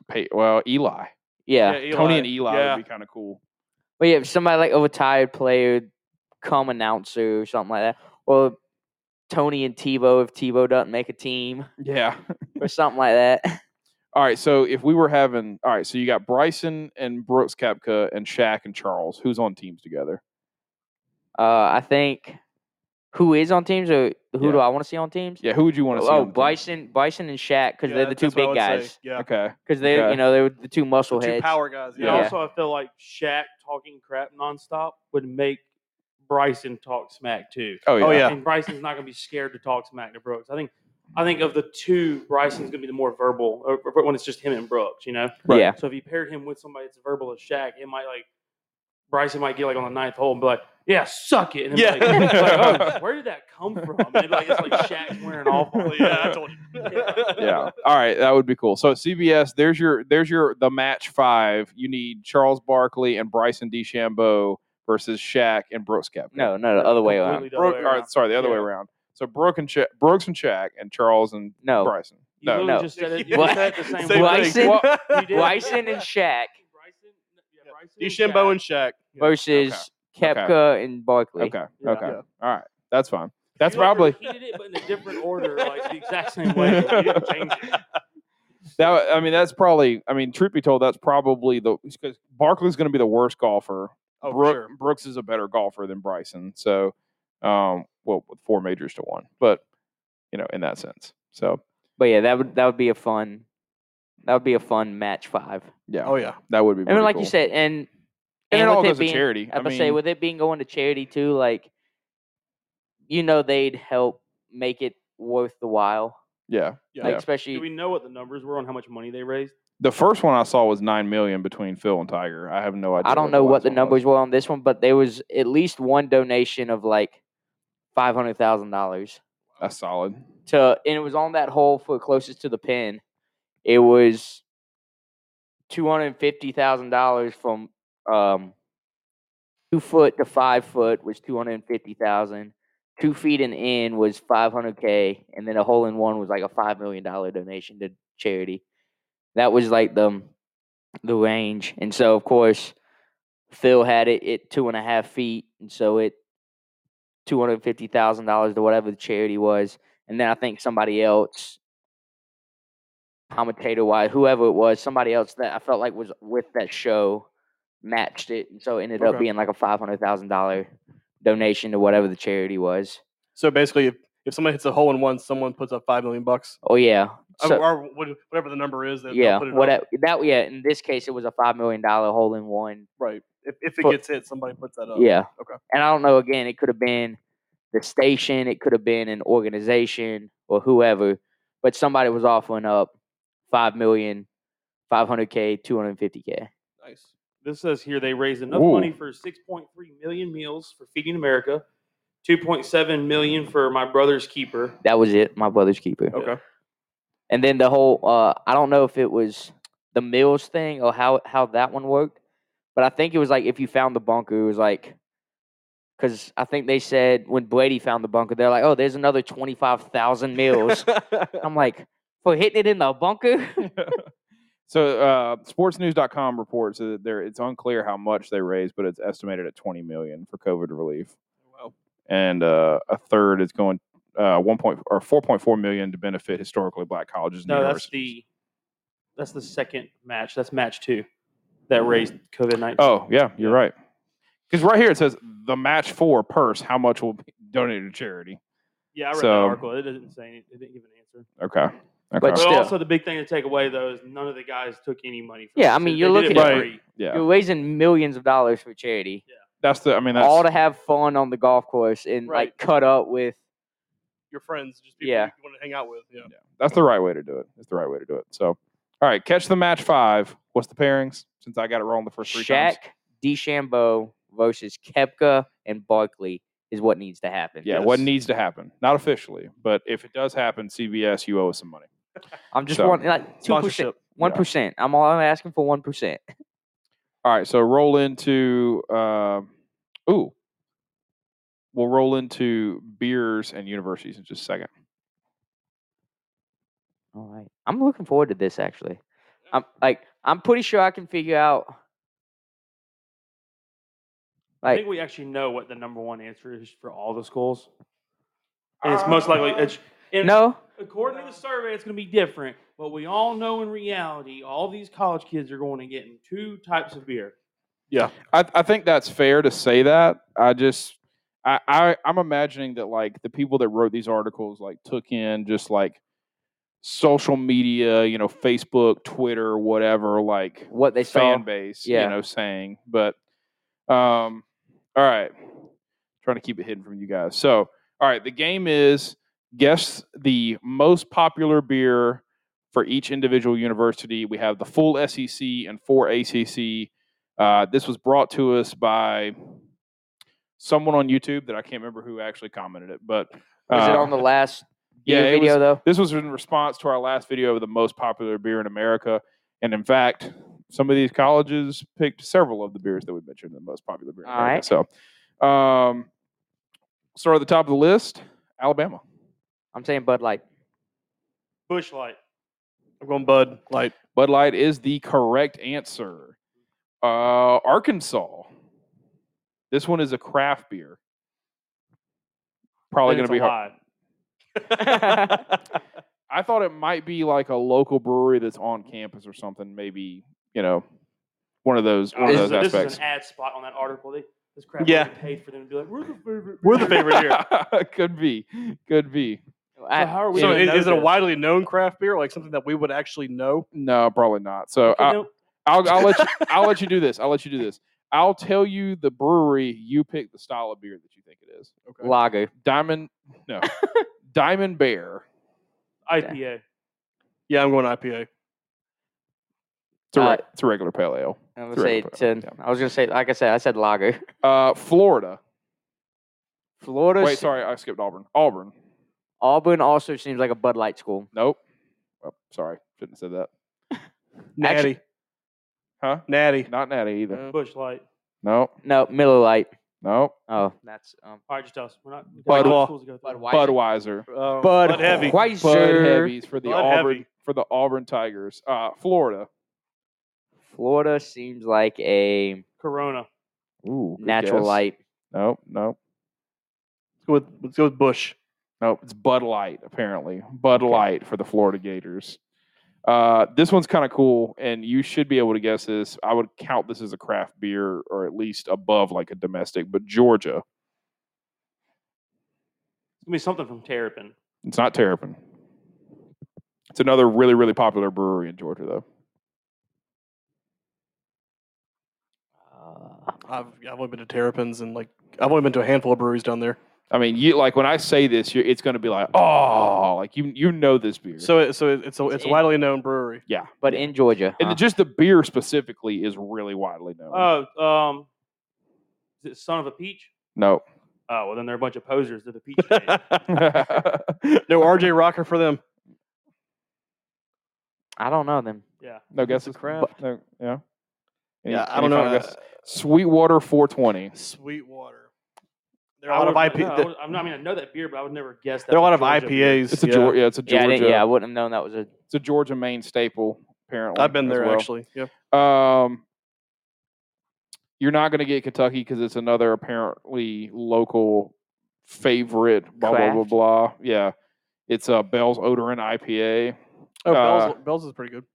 Speaker 4: Pey- well Eli.
Speaker 1: yeah.
Speaker 4: Tony and Eli
Speaker 3: Yeah.
Speaker 4: would be kind of cool.
Speaker 1: But yeah, if somebody like oh, a retired player, come announcer or something like that, or Tony and Tebow if Tebow doesn't make a team
Speaker 4: Yeah. [LAUGHS]
Speaker 1: or something like that.
Speaker 4: All right, so if we were having, all right, so you got Bryson and Brooks Kepka and Shaq and Charles. Who's on teams together?
Speaker 1: Uh, I think who is on teams or who
Speaker 4: Yeah.
Speaker 1: do I want to see on teams?
Speaker 4: Yeah, who would you want to see?
Speaker 1: Oh,
Speaker 4: on the team?
Speaker 1: Bryson, Bryson and Shaq because
Speaker 3: Yeah,
Speaker 1: they're the two
Speaker 3: that's what I
Speaker 1: big
Speaker 3: would say.
Speaker 1: guys.
Speaker 3: Yeah.
Speaker 4: Okay,
Speaker 1: Because they're
Speaker 4: Okay.
Speaker 1: you know they're the two muscle
Speaker 3: The two
Speaker 1: heads.
Speaker 3: power guys.
Speaker 2: And
Speaker 3: Yeah.
Speaker 4: Yeah.
Speaker 2: also, I feel like Shaq talking crap nonstop would make Bryson talk smack too.
Speaker 4: Oh yeah.
Speaker 3: Oh, yeah.
Speaker 2: And Bryson's not going to be scared to talk smack to Brooks. I think, I think of the two, Bryson's going to be the more verbal or, or when it's just him and Brooks. You know.
Speaker 4: Right.
Speaker 1: Yeah,
Speaker 2: So if you paired him with somebody that's verbal as Shaq, it might like Bryson might get like on the ninth hole and be like, "Yeah, suck it." And then be
Speaker 3: Yeah.
Speaker 2: like, it's
Speaker 1: [LAUGHS]
Speaker 2: like, "Oh, where did that come from? And it'd be like it's like Shaq's wearing off. on
Speaker 3: [LAUGHS] Well,
Speaker 2: it.
Speaker 3: yeah, I told you. [LAUGHS]
Speaker 4: Yeah. All right, that would be cool. So CBS, there's your there's your the match five. You need Charles Barkley and Bryson DeChambeau versus Shaq and Brooks Kepka.
Speaker 1: no, no, the other way around.
Speaker 2: Completely the other way
Speaker 4: Brooke, or,
Speaker 2: around.
Speaker 4: sorry, the other way
Speaker 2: Yeah.
Speaker 4: around. So Brooke and Sha- Brooks and Shaq and Charles and
Speaker 1: No,
Speaker 4: Bryson.
Speaker 2: You
Speaker 4: No,
Speaker 2: literally
Speaker 1: no.
Speaker 2: just said it. You just
Speaker 3: What?
Speaker 2: said it the same,
Speaker 1: Same
Speaker 2: way.
Speaker 1: thing. Bryson-
Speaker 4: Well,
Speaker 2: You did.
Speaker 1: Bryson and Shaq
Speaker 4: [LAUGHS]
Speaker 2: Bryson, yeah,
Speaker 3: Yeah.
Speaker 2: Bryson and
Speaker 3: DeChambeau
Speaker 2: Shaq.
Speaker 3: and Shaq.
Speaker 1: versus
Speaker 4: Okay.
Speaker 1: Kepka and Barkley.
Speaker 4: okay,
Speaker 2: Yeah.
Speaker 4: okay,
Speaker 3: Yeah.
Speaker 4: all right, that's fine. That's
Speaker 2: You like
Speaker 4: probably
Speaker 2: repeated it, but in a different order, like the exact same way. You didn't
Speaker 4: [LAUGHS]
Speaker 2: change it.
Speaker 4: That I mean, that's probably. I mean, truth be told, that's probably the because Barkley's going to be the worst golfer.
Speaker 3: Oh,
Speaker 4: Brook-
Speaker 3: sure.
Speaker 4: Brooks is a better golfer than Bryson. So, um, well, with four majors to one, but you know, in that sense. So,
Speaker 1: But yeah, that would that would be a fun that would be a fun match five.
Speaker 4: yeah,
Speaker 3: Oh yeah.
Speaker 4: that would be.
Speaker 1: I mean,
Speaker 4: pretty
Speaker 1: like
Speaker 4: cool.
Speaker 1: you said, and
Speaker 4: and, it
Speaker 1: with
Speaker 4: all goes
Speaker 1: being,
Speaker 4: to charity.
Speaker 1: I
Speaker 4: I
Speaker 1: would
Speaker 4: mean,
Speaker 1: say with it being going to charity too, like you know they'd help make it worth the while.
Speaker 4: yeah,
Speaker 3: Yeah.
Speaker 1: Like
Speaker 4: Yeah.
Speaker 1: especially
Speaker 2: Do we know what the numbers were on how much money they raised?
Speaker 4: the first one I saw was nine million between Phil and Tiger. I have no idea.
Speaker 1: I don't know what
Speaker 4: last
Speaker 1: the
Speaker 4: one was.
Speaker 1: numbers were on this one, but there was at least one donation of like five hundred thousand dollars
Speaker 4: That's solid.
Speaker 1: to, and it was on that hole for closest to the pin. It was two hundred fifty thousand dollars from um, two foot to five foot was two hundred fifty thousand. Two feet and in was five hundred k, and then a hole in one was like a five million dollar donation to charity. That was like the the range, and so of course Phil had it at two and a half feet, and so it two hundred fifty thousand dollars to whatever the charity was, and then I think somebody else, commentator wise, whoever it was, somebody else that I felt like was with that show matched it, and so it ended up
Speaker 3: Okay.
Speaker 1: being like a five hundred thousand dollar donation to whatever the charity was.
Speaker 3: So basically, if, if someone hits a hole in one, someone puts up five million bucks,
Speaker 1: Oh yeah,
Speaker 3: Uh,
Speaker 1: so,
Speaker 3: or what- whatever the number is. That they'll
Speaker 1: yeah,
Speaker 3: put it up.
Speaker 4: e
Speaker 1: whatever that yeah. In this case, it was a five million dollar hole in one.
Speaker 3: Right. If, if it
Speaker 1: But-
Speaker 3: gets hit, somebody puts that up.
Speaker 1: Yeah.
Speaker 3: Okay.
Speaker 1: And I don't know. Again, it could have been the station, it could have been an organization or whoever, but somebody was offering up five million, five hundred k, two hundred fifty k.
Speaker 3: Nice.
Speaker 2: This says here they raised enough
Speaker 4: Ooh.
Speaker 2: money for 6.3 million meals for Feeding America, 2.7 million for My Brother's
Speaker 4: [LAUGHS]
Speaker 2: Keeper.
Speaker 1: That was it. My brother's keeper.
Speaker 3: Okay.
Speaker 1: And then the whole. Uh, I don't know if it was the Mills thing or how how that one worked, but I think it was like if you found the bunker, it was like. Because I think they said when Brady found the bunker, they're like, "Oh, there's another twenty five thousand meals." I'm like, "For hitting it in the bunker." [LAUGHS]
Speaker 4: So, uh, sportsnews.com reports that there it's unclear how much they raised, but it's estimated at 20 million for COVID relief,
Speaker 3: Wow.
Speaker 4: and uh, a third is going uh, one point or 4.4 million to benefit historically black colleges. And
Speaker 2: No, that's
Speaker 4: universities.
Speaker 2: the that's the second match. That's match two that raised COVID nineteen.
Speaker 4: Oh, yeah, you're right. Because right here it says the match for purse. How much will be donated to charity?
Speaker 2: yeah, I read that
Speaker 4: so-
Speaker 2: article. It didn't say any, it didn't give an answer.
Speaker 4: Okay. okay.
Speaker 1: But
Speaker 2: But
Speaker 1: still.
Speaker 2: also, the big thing to take away though is none of the guys took any money. From
Speaker 1: Yeah, I
Speaker 2: this.
Speaker 1: mean,
Speaker 2: They
Speaker 1: you're
Speaker 2: did it
Speaker 1: looking
Speaker 2: for
Speaker 4: at-
Speaker 2: free.
Speaker 4: yeah,
Speaker 1: You're raising millions of dollars for charity,
Speaker 4: that's the. I mean, that's
Speaker 1: all to have fun on the golf course and
Speaker 3: Right.
Speaker 1: like cut up with.
Speaker 3: Your friends, just people
Speaker 1: Yeah.
Speaker 3: you want to hang out with. Yeah.
Speaker 4: Yeah, that's the right way to do it. It's the right way to do it. So, all right, catch the match five. What's the pairings? Since I got it wrong the first three
Speaker 1: Shaq,
Speaker 4: times.
Speaker 1: DeChambeau versus Kepka and Barkley is what needs to happen.
Speaker 4: Yeah, what
Speaker 3: Yes.
Speaker 4: needs to happen? Not officially, but if it does happen, CBS, you owe us some money.
Speaker 1: I'm just
Speaker 4: So-
Speaker 1: wanting like two percent,
Speaker 3: Sponsorship.
Speaker 1: one percent. I'm all I'm asking for one percent.
Speaker 4: All right, so roll into. Uh, ooh, we'll roll into beers and universities in just a second.
Speaker 1: All right, I'm looking forward to this actually. I'm like, I'm pretty sure I can figure out.
Speaker 2: I
Speaker 1: Like,
Speaker 2: think we actually know what the number one answer is for all the schools. And it's most likely it's and
Speaker 1: no,
Speaker 2: According to the survey, it's going to be different, but we all know in reality, all these college kids are going to get in two types of beer.
Speaker 4: I, I think that's fair to say that. I just I, I I'm imagining that like the people that wrote these articles like took in just like social media, you know, Facebook, Twitter, whatever, like
Speaker 1: what they saw.
Speaker 4: fan base,
Speaker 1: Yeah.
Speaker 4: you know, saying. But um all right. Trying to keep it hidden from you guys. So, all right, the game is guess the most popular beer for each individual university. We have the full SEC and four ACC. Uh, this was brought to us by someone on YouTube that I can't remember who actually commented it, but
Speaker 1: Was it
Speaker 4: uh,
Speaker 1: on the last
Speaker 4: yeah,
Speaker 1: beer
Speaker 4: it was-
Speaker 1: video though?
Speaker 4: this was in response to our last video of the most popular beer in America. And in fact, some of these colleges picked several of the beers that we mentioned the most popular beer. in
Speaker 1: All
Speaker 4: America. So, um, start at the top of the list Alabama.
Speaker 1: I'm saying Bud Light.
Speaker 2: Bush Light.
Speaker 3: I'm going Bud Light.
Speaker 4: Bud Light is the correct answer. Uh, Arkansas. This one is a craft beer. Probably
Speaker 2: Then
Speaker 4: going
Speaker 2: it's
Speaker 4: to be
Speaker 2: a
Speaker 4: hard.
Speaker 2: lie.
Speaker 1: [LAUGHS]
Speaker 4: I thought it might be like a local brewery that's on campus or something. Maybe you know, one of those one of
Speaker 1: This
Speaker 4: those
Speaker 1: is-
Speaker 2: this
Speaker 4: aspects.
Speaker 2: is an ad spot on that article. They, this crap
Speaker 3: Yeah.
Speaker 2: really paid for them to be like, we're the favorite.
Speaker 4: [LAUGHS]
Speaker 3: We're the favorite here.
Speaker 4: could be, could be.
Speaker 1: I-
Speaker 2: how are we
Speaker 3: So
Speaker 2: didn't
Speaker 3: is,
Speaker 2: know
Speaker 3: is it a
Speaker 2: this.
Speaker 3: widely known craft beer, like something that we would actually know?
Speaker 4: No, probably not. So
Speaker 2: Okay,
Speaker 4: I,
Speaker 1: Uh,
Speaker 2: no,
Speaker 4: I'll, I'll
Speaker 3: [LAUGHS]
Speaker 4: let you. I'll let you do this. I'll let you do this. I'll tell you the brewery. You pick the style of beer that you think it is.
Speaker 3: Okay.
Speaker 1: Lager.
Speaker 4: Diamond,
Speaker 3: [LAUGHS]
Speaker 4: no, Diamond Bear.
Speaker 2: IPA.
Speaker 3: Yeah, I'm going IPA.
Speaker 4: It's a,
Speaker 1: Uh,
Speaker 4: reg- it's a regular pale ale.
Speaker 1: I was
Speaker 4: Three,
Speaker 1: say
Speaker 4: but,
Speaker 1: ten.
Speaker 4: yeah.
Speaker 1: I was gonna say, like I said, I said lager.
Speaker 4: Uh, Florida.
Speaker 1: [LAUGHS] Florida.
Speaker 4: Wait, sorry, I skipped Auburn. Auburn.
Speaker 1: Auburn also seems like a Bud Light school.
Speaker 4: Nope. Oh, sorry, shouldn't have said that.
Speaker 3: Natty.
Speaker 4: Huh?
Speaker 3: Natty.
Speaker 4: Not Natty
Speaker 3: Uh,
Speaker 4: either.
Speaker 2: Bush Light.
Speaker 4: Nope.
Speaker 1: No, Miller Light.
Speaker 4: Nope.
Speaker 1: Oh, that's um,
Speaker 2: All right, just tell us. We're not. we
Speaker 4: Bud-
Speaker 2: got a lot of schools to go through.
Speaker 1: Budweiser.
Speaker 4: Budweiser.
Speaker 3: Uh,
Speaker 1: Bud,
Speaker 3: Bud heavy.
Speaker 1: Weiser.
Speaker 4: Bud heavies for the
Speaker 3: Bud
Speaker 4: Auburn
Speaker 3: heavy.
Speaker 4: for the Auburn Tigers. Uh, Florida.
Speaker 1: Florida seems like a
Speaker 2: Corona.
Speaker 4: Ooh, good
Speaker 1: natural
Speaker 4: guess.
Speaker 1: light.
Speaker 4: Nope. Nope.
Speaker 3: Let's go with let's go with Bush.
Speaker 4: Nope, it's Bud Light apparently. Bud
Speaker 1: Okay.
Speaker 4: Light for the Florida Gators. Uh, this one's kind of cool, and you should be able to guess this. I would count this as a craft beer, or at least above like a domestic. But Georgia,
Speaker 2: It's gonna be something from Terrapin.
Speaker 4: it's not Terrapin. It's another really really popular brewery in Georgia, though.
Speaker 1: Uh,
Speaker 3: I've I've only been to Terrapins and like I've only been to a handful of breweries down there.
Speaker 4: I mean, you like when I say this, you're, it's going to be like, oh, like you you know this beer.
Speaker 3: So it, so it, it's a
Speaker 1: It's
Speaker 3: it's a
Speaker 1: in-
Speaker 3: widely known brewery.
Speaker 4: yeah,
Speaker 1: but
Speaker 4: yeah.
Speaker 1: in Georgia,
Speaker 4: and
Speaker 1: huh?
Speaker 4: just the beer specifically is really widely known.
Speaker 2: Oh, um, is it Son of a Peach?
Speaker 4: no, [LAUGHS]
Speaker 2: Oh, well, then they're a bunch of posers to the
Speaker 3: [LAUGHS]
Speaker 2: Peach. Jam.
Speaker 3: No RJ Rocker for them.
Speaker 1: I don't know them.
Speaker 2: yeah.
Speaker 4: no guesses.
Speaker 3: Crap.
Speaker 4: No, yeah. Any-
Speaker 3: Yeah, I
Speaker 4: any
Speaker 3: don't know.
Speaker 4: final
Speaker 3: Uh,
Speaker 4: guess? Sweetwater 420.
Speaker 3: Sweetwater. There
Speaker 2: I
Speaker 3: are a lot of
Speaker 2: would've-
Speaker 3: IP.
Speaker 2: no, I
Speaker 3: there-
Speaker 2: would- I'm not. I mean, I know that beer, but I would never guess that.
Speaker 3: there are a lot of
Speaker 2: from Georgia beer.
Speaker 3: IPAs.
Speaker 4: It's a
Speaker 3: yeah.
Speaker 4: Georgia. Yeah, it's a
Speaker 1: Yeah, I,
Speaker 4: Georgia.
Speaker 1: didn't, yeah, I wouldn't have known that was a.
Speaker 4: It's a Georgia main staple. Apparently,
Speaker 3: I've been
Speaker 4: as
Speaker 3: there
Speaker 4: well.
Speaker 3: actually. Yeah.
Speaker 4: Um, you're not going to get Kentucky because it's another apparently local favorite. Blah blah blah
Speaker 1: Craft?
Speaker 4: blah. Yeah, it's a uh, Bell's Odorant IPA.
Speaker 3: Oh,
Speaker 4: Uh,
Speaker 3: Bell's, Bell's is pretty good.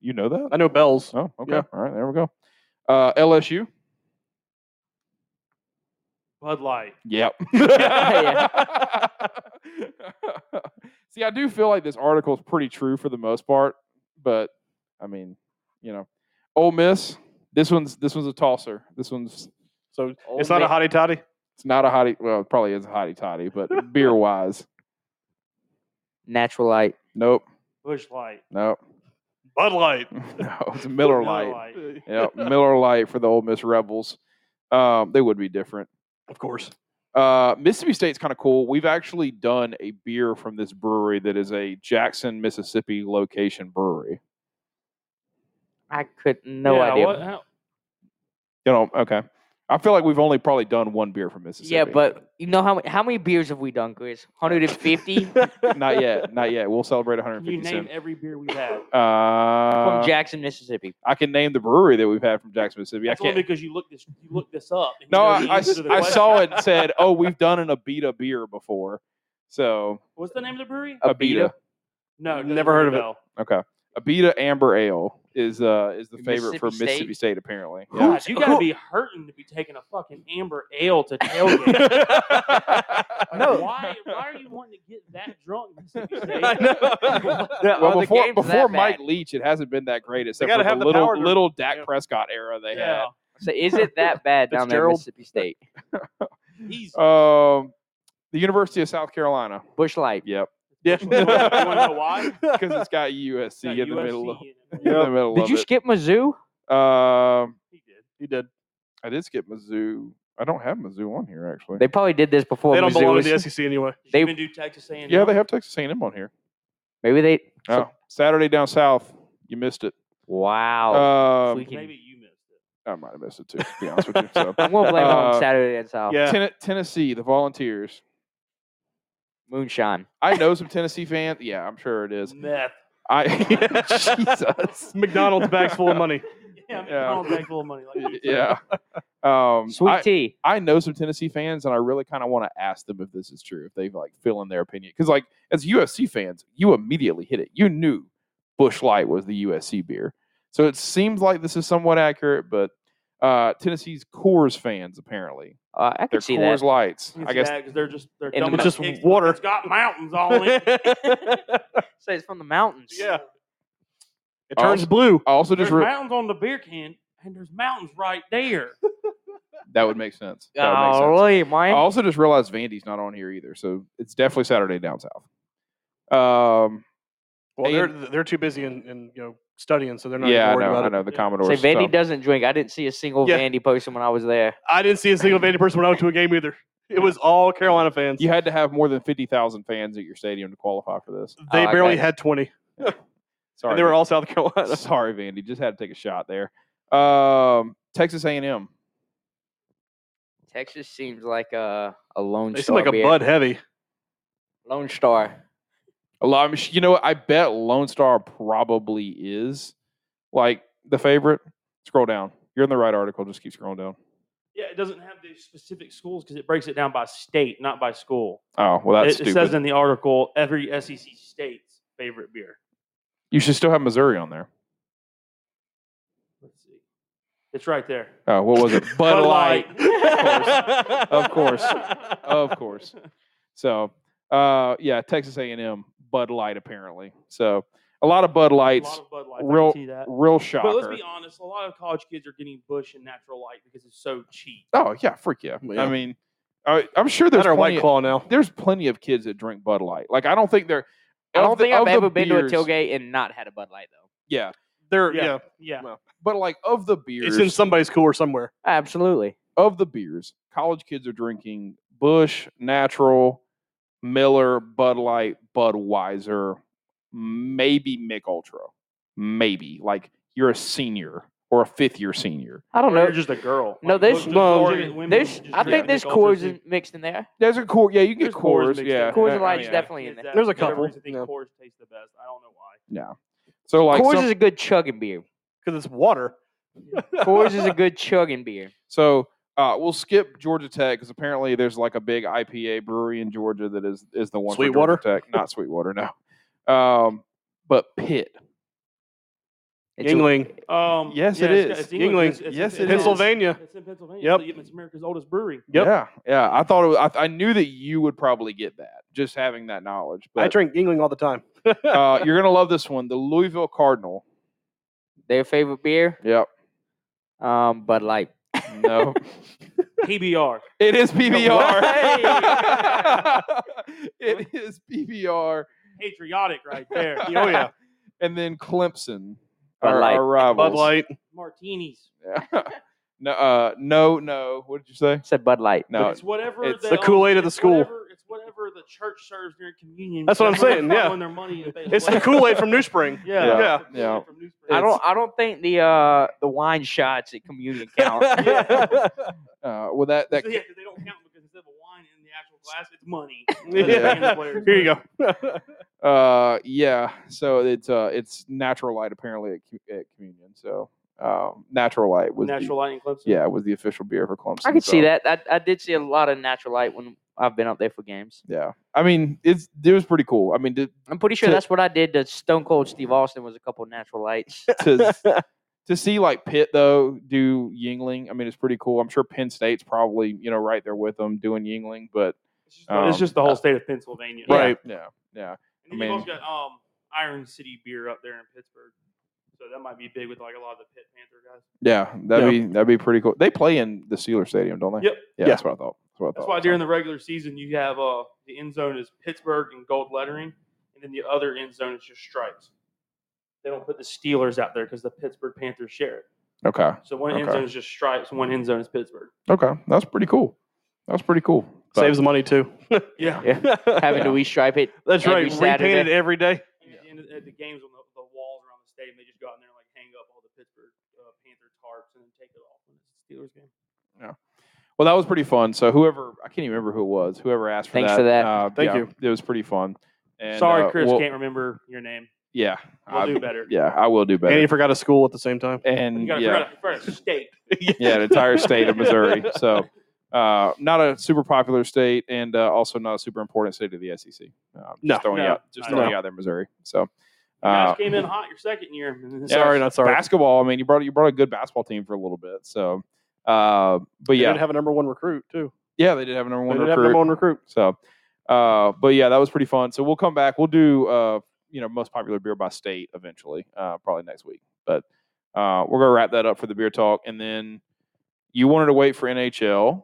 Speaker 4: You know that?
Speaker 3: I know Bell's.
Speaker 4: Oh, okay.
Speaker 3: Yeah.
Speaker 4: All right, there we go. Uh, LSU.
Speaker 2: Bud Light.
Speaker 4: [LAUGHS] Yep.
Speaker 1: Yeah.
Speaker 4: [LAUGHS] See, I do feel like this article is pretty true for the most part, but I mean, you know, Ole Miss. This one's this one's a tosser. This one's
Speaker 3: So
Speaker 1: Ole
Speaker 3: it's not a
Speaker 1: Mi-
Speaker 3: hottie toddy.
Speaker 4: it's not a hottie. Well, it probably is a hottie toddy, [LAUGHS] but beer wise,
Speaker 1: natural light.
Speaker 4: nope,
Speaker 2: Bush Light.
Speaker 4: nope, [LAUGHS]
Speaker 3: Bud Light.
Speaker 4: no. It's a Miller
Speaker 2: Miller
Speaker 4: Lite. Yeah, [LAUGHS] Miller Lite for the Ole Miss Rebels. Um, they would be different.
Speaker 3: Of course.
Speaker 4: Uh, Mississippi State's kind of cool. We've actually done a beer from this brewery that is a Jackson, Mississippi location brewery.
Speaker 1: I could no
Speaker 2: Yeah,
Speaker 1: idea.
Speaker 2: what- how-
Speaker 4: You know, okay. I feel like we've only probably done one beer from Mississippi.
Speaker 1: Yeah, but you know how many, how many beers have we done, Chris? 150
Speaker 4: [LAUGHS] not yet, not yet. We'll celebrate
Speaker 2: Can you
Speaker 4: 150
Speaker 2: name
Speaker 4: soon.
Speaker 2: every beer we've
Speaker 1: [LAUGHS]
Speaker 2: had?
Speaker 4: Uh,
Speaker 1: from Jackson, Mississippi.
Speaker 4: I can name the brewery that we've had from Jackson, Mississippi.
Speaker 2: That's
Speaker 4: I can't.
Speaker 2: only because you looked this. You looked this up. and you
Speaker 4: No,
Speaker 2: know
Speaker 4: I,
Speaker 2: the
Speaker 4: I
Speaker 2: answer
Speaker 4: s-
Speaker 2: to the
Speaker 4: I
Speaker 2: question.
Speaker 4: saw it and said, "Oh, we've done an Abita beer before." So
Speaker 2: What's the name of the brewery?
Speaker 4: Abita,
Speaker 2: No, doesn't
Speaker 3: Never
Speaker 2: ring
Speaker 3: heard
Speaker 2: a
Speaker 3: of it.
Speaker 2: bell.
Speaker 4: okay. Abita Amber Ale is uh is the favorite for
Speaker 1: Mississippi State?
Speaker 4: Mississippi State apparently. [LAUGHS] Yeah.
Speaker 2: God, you gotta
Speaker 3: who-
Speaker 2: be hurting to be taking a fucking amber ale to
Speaker 3: [LAUGHS]
Speaker 2: tailgate.
Speaker 4: [LAUGHS]
Speaker 2: Like,
Speaker 1: No.
Speaker 2: why? Why are you wanting to get that drunk? Mississippi State?
Speaker 3: [LAUGHS] I know.
Speaker 1: Yeah,
Speaker 4: well,
Speaker 1: are the
Speaker 4: before
Speaker 1: games that
Speaker 4: before Mike
Speaker 1: bad?
Speaker 4: Leach, it hasn't been that great except
Speaker 3: gotta
Speaker 4: for
Speaker 3: have
Speaker 4: the
Speaker 3: the
Speaker 4: little
Speaker 3: power to-
Speaker 4: little Dak
Speaker 3: yeah.
Speaker 4: Prescott era they
Speaker 2: Yeah,
Speaker 1: So is it that bad down there, in
Speaker 3: Fitzgerald?
Speaker 1: Mississippi State?
Speaker 2: he's.
Speaker 4: had. Um, the University of South Carolina.
Speaker 1: Bush Light.
Speaker 4: Yep,
Speaker 3: Yeah.
Speaker 2: You wanna- you
Speaker 4: [LAUGHS]
Speaker 2: wanna know why?
Speaker 4: because it's got USC
Speaker 2: got
Speaker 4: in the middle. Of,
Speaker 2: UFC
Speaker 4: [LAUGHS]
Speaker 2: in it.
Speaker 4: in the middle
Speaker 1: Did
Speaker 4: of
Speaker 1: you
Speaker 4: it.
Speaker 1: skip Mizzou?
Speaker 4: um,
Speaker 2: He did.
Speaker 3: He did.
Speaker 4: I did skip Mizzou. I don't have Mizzou on here actually.
Speaker 1: They probably did this before.
Speaker 3: They don't
Speaker 1: Mizzou
Speaker 3: belong in
Speaker 1: was-
Speaker 3: the SEC anyway.
Speaker 2: Did
Speaker 1: They-
Speaker 2: you even do Texas A&M?
Speaker 4: yeah, they have Texas A&M on here.
Speaker 1: Maybe they. so-
Speaker 4: Oh, Saturday down south. You missed it.
Speaker 1: wow.
Speaker 4: Um,
Speaker 1: Freaking-
Speaker 2: Maybe you missed it.
Speaker 4: I might have missed it too. To be honest with you. So.
Speaker 1: I'm gonna blame it
Speaker 4: uh,
Speaker 1: on Saturday and South.
Speaker 3: Yeah.
Speaker 4: Ten- Tennessee, the Volunteers.
Speaker 1: Moonshine.
Speaker 4: I know some Tennessee fans. Yeah, I'm sure it is.
Speaker 2: Meth. [LAUGHS]
Speaker 4: I [LAUGHS] Jesus.
Speaker 3: McDonald's bags full of money.
Speaker 2: Yeah,
Speaker 4: Yeah.
Speaker 2: yeah. McDonald's back full of money. [LAUGHS] Like,
Speaker 4: yeah. Um,
Speaker 1: Sweet
Speaker 4: I,
Speaker 1: tea.
Speaker 4: I know some Tennessee fans, and I really kind of want to ask them if this is true, if they like fill in their opinion. Because like as USC fans, you immediately hit it. You knew Bush Light was the USC beer, So it seems like this is somewhat accurate, but uh, Tennessee's Coors fans apparently
Speaker 1: Uh, I
Speaker 4: their
Speaker 1: can see
Speaker 4: Coors
Speaker 1: that.
Speaker 4: Lights.
Speaker 2: You
Speaker 4: I
Speaker 2: see
Speaker 4: guess
Speaker 2: that, 'cause they're just they're
Speaker 1: In the
Speaker 2: dumb
Speaker 1: mi-
Speaker 2: enough
Speaker 3: Just
Speaker 2: kicks,
Speaker 3: water.
Speaker 2: It's got mountains on
Speaker 4: [LAUGHS]
Speaker 2: it.
Speaker 1: Say it's from the mountains. Uh,
Speaker 3: yeah. It
Speaker 4: Oh.
Speaker 3: turns blue.
Speaker 4: I also
Speaker 2: There's
Speaker 4: just
Speaker 3: [LAUGHS]
Speaker 4: re-
Speaker 2: mountains on the beer can, and there's mountains right
Speaker 4: [LAUGHS]
Speaker 2: there.
Speaker 4: that would make sense. That would make sense.
Speaker 1: Golly,
Speaker 4: I
Speaker 1: man.
Speaker 4: also just realized Vandy's not on here either, so it's definitely Saturday down south. Um,
Speaker 3: Well,
Speaker 4: Hey,
Speaker 3: they're
Speaker 4: and-
Speaker 3: they're too busy in, in you know studying, so they're not
Speaker 4: yeah,
Speaker 3: even
Speaker 4: I
Speaker 3: worried
Speaker 4: know,
Speaker 3: about
Speaker 4: I
Speaker 3: it.
Speaker 4: know the
Speaker 2: Yeah.
Speaker 4: Commodores.
Speaker 1: Say Vandy
Speaker 4: so-
Speaker 1: doesn't drink. I didn't see a single
Speaker 3: Yeah.
Speaker 1: Vandy person when I was there.
Speaker 3: I didn't see a single Vandy person when I went to a game either. It was all Carolina fans.
Speaker 4: you had to have more than fifty thousand fans at your stadium to qualify for this.
Speaker 3: They
Speaker 1: Oh, I
Speaker 3: barely
Speaker 1: got-
Speaker 3: had twenty,
Speaker 4: Ah, Sorry,
Speaker 3: and they were all South Carolina.
Speaker 4: sorry, Vandy. Just had to take a shot there. Um, Texas A and M.
Speaker 1: Texas seems like a, a Lone
Speaker 3: [LAUGHS] They seem
Speaker 1: Star.
Speaker 3: like a
Speaker 1: beer.
Speaker 3: Bud heavy.
Speaker 1: Lone Star.
Speaker 4: A lot. Of, you know, what? I bet Lone Star probably is like the favorite. Scroll down. You're in the right article. Just keep scrolling down.
Speaker 2: Yeah, it doesn't have the specific schools because it breaks it down by state, not by school.
Speaker 4: Oh well,
Speaker 2: it,
Speaker 4: that's stupid.
Speaker 2: it says in the article every SEC state's favorite beer.
Speaker 4: you should still have Missouri on there.
Speaker 2: Let's see, it's right there.
Speaker 4: Oh,
Speaker 2: [LAUGHS]
Speaker 4: what was it? Bud Light. Of course.
Speaker 2: [LAUGHS]
Speaker 4: Of course. So, uh, yeah, Texas A and M Bud Light apparently. So a lot of Bud
Speaker 2: A
Speaker 4: Lights.
Speaker 2: lot of Bud Lights. I
Speaker 4: real-
Speaker 2: can see that.
Speaker 4: Real shocker.
Speaker 2: But let's be honest, a lot of college kids are getting Bush and Natural Light because it's so cheap.
Speaker 4: oh yeah, freak yeah. I
Speaker 3: Yeah.
Speaker 4: mean, I, I'm sure there's
Speaker 3: That are
Speaker 4: plenty
Speaker 3: White
Speaker 4: of-
Speaker 3: Claw now.
Speaker 4: there's plenty of kids that drink Bud Light. Like I don't think they're.
Speaker 1: I
Speaker 4: of
Speaker 1: don't
Speaker 4: the-
Speaker 1: think
Speaker 4: of
Speaker 1: I've
Speaker 4: the
Speaker 1: ever been to a
Speaker 4: beers-
Speaker 1: tailgate and not had a Bud Light though.
Speaker 4: Yeah,
Speaker 3: They're
Speaker 2: Yeah.
Speaker 3: yeah.
Speaker 2: Yeah,
Speaker 4: but like of the beers,
Speaker 3: It's in somebody's cooler somewhere.
Speaker 1: Absolutely.
Speaker 4: of the beers, college kids are drinking Bush, Natural, Miller, Bud Light, Budweiser, maybe Mick Ultra, maybe like you're a senior or a fifth year senior.
Speaker 1: I don't
Speaker 2: Or
Speaker 1: know.
Speaker 2: you're just a girl.
Speaker 1: No,
Speaker 2: Like,
Speaker 1: there's-
Speaker 2: those
Speaker 4: well,
Speaker 2: Florida women
Speaker 1: There's,
Speaker 2: just
Speaker 1: I
Speaker 2: drink
Speaker 1: think there's
Speaker 2: Mick Ultra
Speaker 1: Coors
Speaker 2: too.
Speaker 1: in- mixed in there.
Speaker 4: There's a core, yeah, you can get
Speaker 2: There's Coors
Speaker 4: cores,
Speaker 2: mixed in
Speaker 4: yeah.
Speaker 2: there.
Speaker 1: Coors
Speaker 4: I- I
Speaker 1: Light's
Speaker 4: mean,
Speaker 1: definitely in
Speaker 2: Kids
Speaker 1: there.
Speaker 2: that-
Speaker 3: There's a
Speaker 2: for whatever
Speaker 3: couple,
Speaker 2: reason, think
Speaker 3: yeah.
Speaker 2: Coors tastes the best. I don't know why.
Speaker 4: So like
Speaker 1: Coors
Speaker 4: some-
Speaker 1: is a good chugging beer.
Speaker 3: because it's water.
Speaker 1: Coors is a good chugging beer.
Speaker 4: So uh, we'll skip Georgia Tech because apparently there's like a big IPA brewery in Georgia that is is the one. for Georgia
Speaker 3: Sweetwater?
Speaker 4: Tech,
Speaker 3: [LAUGHS]
Speaker 4: not Sweetwater, no. Um, but Pitt,
Speaker 1: It's a-
Speaker 3: Yingling,
Speaker 2: Um,
Speaker 4: Yes, it
Speaker 2: it's-
Speaker 4: is.
Speaker 2: It's England.
Speaker 3: Yingling.
Speaker 2: It's, it's
Speaker 4: Yes,
Speaker 2: in
Speaker 4: it is.
Speaker 3: Pennsylvania.
Speaker 2: [LAUGHS] It's in Pennsylvania.
Speaker 3: Yep.
Speaker 2: It's, the- it's America's oldest brewery.
Speaker 3: Yep.
Speaker 4: yeah, yeah. I thought it was, I, I knew that you would probably get that just having that knowledge.
Speaker 3: I
Speaker 4: But
Speaker 3: drink Yingling all the time.
Speaker 4: uh, you're gonna
Speaker 3: [LAUGHS]
Speaker 4: love this one, the Louisville Cardinal.
Speaker 1: Their favorite beer,
Speaker 4: Yep.
Speaker 1: um, Bud Light.
Speaker 3: [LAUGHS]
Speaker 4: No,
Speaker 2: PBR.
Speaker 4: it is PBR.
Speaker 1: Right.
Speaker 4: [LAUGHS] it is PBR.
Speaker 2: Patriotic right
Speaker 4: [LAUGHS]
Speaker 2: there.
Speaker 3: Yeah. Oh,
Speaker 4: And then Clemson,
Speaker 1: Bud
Speaker 4: our,
Speaker 1: Light.
Speaker 4: our rivals.
Speaker 3: [LAUGHS] Bud Light.
Speaker 2: Martinis.
Speaker 4: Yeah. [LAUGHS] no, uh, no, no. What did you say?
Speaker 1: Said Bud Light.
Speaker 4: No,
Speaker 2: It's whatever
Speaker 4: it's-
Speaker 2: they
Speaker 3: Uh, The
Speaker 2: own.
Speaker 3: Kool-Aid of the
Speaker 2: It's
Speaker 3: school.
Speaker 2: Whatever, it's whatever the church serves during communion.
Speaker 3: That's what I'm
Speaker 2: They're
Speaker 3: saying, yeah.
Speaker 2: following their money if they
Speaker 3: It's the
Speaker 2: elect.
Speaker 3: Kool Aid from New [LAUGHS] Spring.
Speaker 2: Yeah.
Speaker 4: Yeah.
Speaker 2: it's the Kool-Aid
Speaker 4: Yeah.
Speaker 2: from New Spring.
Speaker 1: I don't. I don't think the uh, the wine shots at
Speaker 4: [LAUGHS]
Speaker 1: communion count.
Speaker 3: yeah.
Speaker 4: uh, well, that that
Speaker 2: So, yeah, 'cause they don't count because instead of wine in the actual glass, it's money.
Speaker 3: [LAUGHS] Here you go.
Speaker 4: uh, yeah. So it's uh, it's natural light apparently at, Cu- at communion. So um, natural light was
Speaker 2: Natural lighting clips.
Speaker 4: The, yeah, was the official beer for Clemson.
Speaker 1: I could see
Speaker 4: so,
Speaker 1: that. I, I did see a lot of natural light when I've been up there for games.
Speaker 4: Yeah, I mean it's it was pretty cool. I mean to
Speaker 1: I'm pretty sure
Speaker 4: To-
Speaker 1: that's what I did to Stone Cold Steve Austin was a couple of natural lights.
Speaker 4: [LAUGHS] to, to see like Pitt though do Yingling. I mean it's pretty cool. I'm sure Penn State's probably you know right there with them doing Yingling, but
Speaker 2: It's just, the- it's
Speaker 4: Um,
Speaker 2: just the whole state of Pennsylvania.
Speaker 4: yeah,
Speaker 3: Right.
Speaker 4: Yeah, yeah.
Speaker 2: And then
Speaker 4: I
Speaker 2: you've
Speaker 4: mean-
Speaker 2: also got um, Iron City beer up there in Pittsburgh. So that might be big with like a lot of the Pitt Panther guys.
Speaker 4: Yeah, that'd
Speaker 3: Yeah.
Speaker 4: be that'd be pretty cool. They play in the Steeler Stadium, don't they?
Speaker 2: Yep.
Speaker 4: Yeah,
Speaker 3: Yeah.
Speaker 4: that's what I thought. That's what I
Speaker 2: That's
Speaker 4: thought.
Speaker 2: why during the regular season you have uh the end zone is Pittsburgh and gold lettering, and then the other end zone is just stripes. They don't put the Steelers out there because the Pittsburgh Panthers share it.
Speaker 4: okay,
Speaker 2: So one end
Speaker 4: Okay.
Speaker 2: zone is just stripes, one end zone is Pittsburgh.
Speaker 4: okay, that's pretty cool. That's pretty cool. But-
Speaker 3: Saves money too.
Speaker 2: Yeah.
Speaker 1: Yeah. Having to restripe it.
Speaker 3: That's
Speaker 1: Every
Speaker 3: right.
Speaker 1: Saturday.
Speaker 3: Repainted every day.
Speaker 2: And at the
Speaker 4: [LAUGHS]
Speaker 2: end of at the games on the, the walls around the stadium, they just go out in there and like hang up all the Pittsburgh uh, Panther tarps and then take it off when it's a Steelers game.
Speaker 4: well, that was pretty fun. So whoever I can't even remember who it was. Whoever asked for
Speaker 1: Thanks
Speaker 4: that.
Speaker 1: for that.
Speaker 4: Uh,
Speaker 3: Thank
Speaker 4: yeah,
Speaker 3: you.
Speaker 4: It was pretty fun. And,
Speaker 2: Sorry,
Speaker 4: uh,
Speaker 2: Chris,
Speaker 4: we'll-
Speaker 2: can't remember your name.
Speaker 4: Yeah,
Speaker 2: We'll
Speaker 4: I-
Speaker 2: do better.
Speaker 4: yeah, I will do better.
Speaker 3: And he forgot a school at the same time.
Speaker 4: and
Speaker 2: You got
Speaker 4: yeah,
Speaker 2: to forgot a steak.
Speaker 4: [LAUGHS] yeah, the entire state of
Speaker 3: [LAUGHS]
Speaker 4: Missouri. So, uh, not a super popular state, and uh, also not a super important state of the SEC. Uh,
Speaker 3: No,
Speaker 4: just throwing
Speaker 2: no,
Speaker 4: you out, just
Speaker 2: not
Speaker 4: throwing
Speaker 3: at
Speaker 4: you out there, Missouri. So,
Speaker 2: You guys
Speaker 4: Uh,
Speaker 2: came in hot your second year. [LAUGHS]
Speaker 3: Sorry, not sorry.
Speaker 4: basketball. I mean, you brought you brought a good basketball team for a little bit. So, uh, but
Speaker 3: They
Speaker 4: yeah,
Speaker 3: didn't have a number one recruit too.
Speaker 4: yeah, they did have a number
Speaker 3: They
Speaker 4: one
Speaker 3: didn't have a
Speaker 4: recruit.
Speaker 3: number one recruit.
Speaker 4: So, uh, but yeah, that was pretty fun. So we'll come back. We'll do uh, you know most popular beer by state eventually, uh, probably next week. But uh, we're gonna wrap that up for the beer talk, and then you wanted to wait for NHL.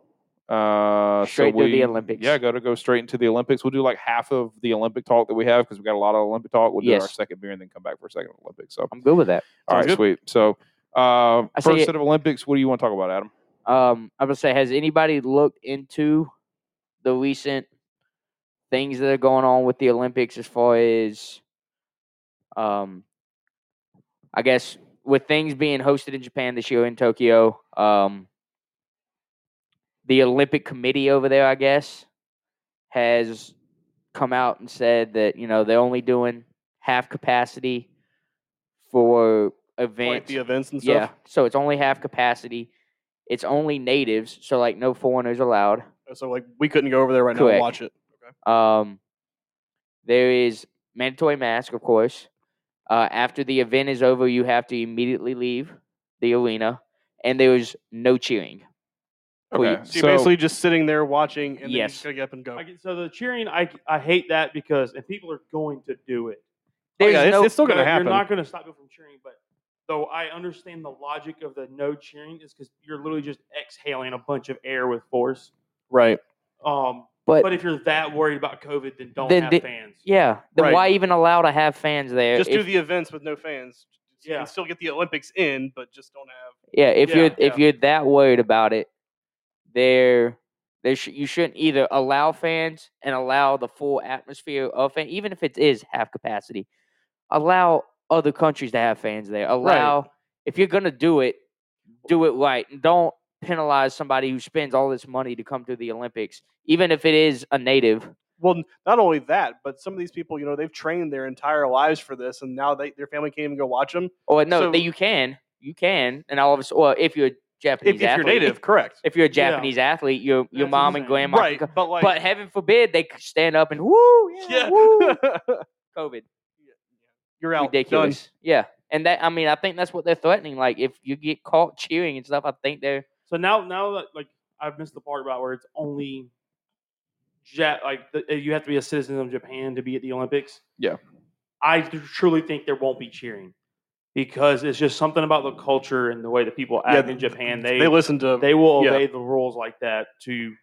Speaker 4: Uh,
Speaker 1: Straight
Speaker 4: so
Speaker 1: through
Speaker 4: we,
Speaker 1: the Olympics.
Speaker 4: Yeah, go to go straight into the Olympics. We'll do like half of the Olympic talk that we have because we got a lot of Olympic talk. We'll do our
Speaker 1: Yes.
Speaker 4: second beer and then come back for a second Olympics. So
Speaker 1: I'm good with that.
Speaker 4: all right,
Speaker 3: Sounds good.
Speaker 4: sweet. So uh,
Speaker 1: I see
Speaker 4: first
Speaker 1: it.
Speaker 4: set of Olympics. What do you want to talk about, Adam?
Speaker 1: Um, I'm gonna say, has anybody looked into the recent things that are going on with the Olympics as far as, um, I guess with things being hosted in Japan this year in Tokyo, um, the Olympic Committee over there, I guess, has come out and said that you know they're only doing half capacity for
Speaker 3: Like
Speaker 1: events
Speaker 3: the events and
Speaker 1: yeah.
Speaker 3: stuff.
Speaker 1: So it's only half capacity. It's only natives, so like no foreigners allowed.
Speaker 3: So like we couldn't go over there right now
Speaker 1: Correct.
Speaker 3: and watch it.
Speaker 1: Um, there is mandatory mask, of course. Uh, after the event is over, you have to immediately leave the arena, and there is no cheering. Well, you-
Speaker 4: Okay,
Speaker 3: So, you're basically just sitting there watching and then you
Speaker 1: Yes.
Speaker 3: just gotta get up and go. Oh,
Speaker 2: I get, so the cheering, I, I hate that because and people are going to do it.
Speaker 3: Oh,
Speaker 1: There's
Speaker 3: yeah, it's,
Speaker 1: no.
Speaker 3: it's still gonna
Speaker 2: You're-
Speaker 3: happen.
Speaker 2: You're not going to stop people from cheering, but though I understand the logic of the no cheering is because you're literally just exhaling a bunch of air with force.
Speaker 3: right.
Speaker 2: Um,
Speaker 1: but,
Speaker 2: but, if you're that worried about COVID, then don't
Speaker 1: Then
Speaker 2: have
Speaker 1: the-
Speaker 2: fans.
Speaker 1: yeah, then
Speaker 3: Right.
Speaker 1: why even allow to have fans there?
Speaker 3: Just
Speaker 1: if,
Speaker 3: do the events with no fans. You
Speaker 2: Yeah.
Speaker 3: can still get the Olympics in, but just don't have
Speaker 1: Yeah, if
Speaker 2: Yeah,
Speaker 1: you're
Speaker 2: yeah.
Speaker 1: if you're that worried about it, there, there sh- you shouldn't either allow fans and allow the full atmosphere of fan, even if it is half capacity. Allow other countries to have fans there. Allow if you're gonna do it, do it right. And Don't penalize somebody who spends all this money to come to the Olympics, even if it is a native.
Speaker 3: Well, n- not only that, but some of these people, you know, they've trained their entire lives for this, and now they, their family can't even go watch them.
Speaker 1: Or no,
Speaker 3: So-
Speaker 1: that you can, you can, and all of us. Or if you're a Japanese,
Speaker 3: If, if you're
Speaker 1: athlete-
Speaker 4: [LAUGHS]
Speaker 3: native, correct?
Speaker 1: If you're a
Speaker 2: Yeah.
Speaker 1: Japanese athlete, your your
Speaker 2: That's
Speaker 1: mom and
Speaker 2: insane.
Speaker 1: grandma can
Speaker 3: Right,
Speaker 1: co-
Speaker 3: but like,
Speaker 1: but heaven forbid they c- stand up and woo, yeah,
Speaker 2: [LAUGHS]
Speaker 3: yeah,
Speaker 1: woo,
Speaker 4: [LAUGHS]
Speaker 1: COVID,
Speaker 3: [LAUGHS] you're out. Done.
Speaker 1: ridiculous, yeah. And that, I mean, I think that's what they're threatening. Like, if you get caught cheering and stuff, I think they're
Speaker 2: So now, now that like I've missed the part about where it's only, ja- like the, eh, you have to be a citizen of Japan to be at the Olympics.
Speaker 4: Yeah.
Speaker 2: I truly think there won't be cheering because it's just something about the culture and the way that people
Speaker 3: Yeah,
Speaker 2: act in Japan. They
Speaker 3: They listen to.
Speaker 2: they will
Speaker 3: yeah.
Speaker 2: obey the rules like that to,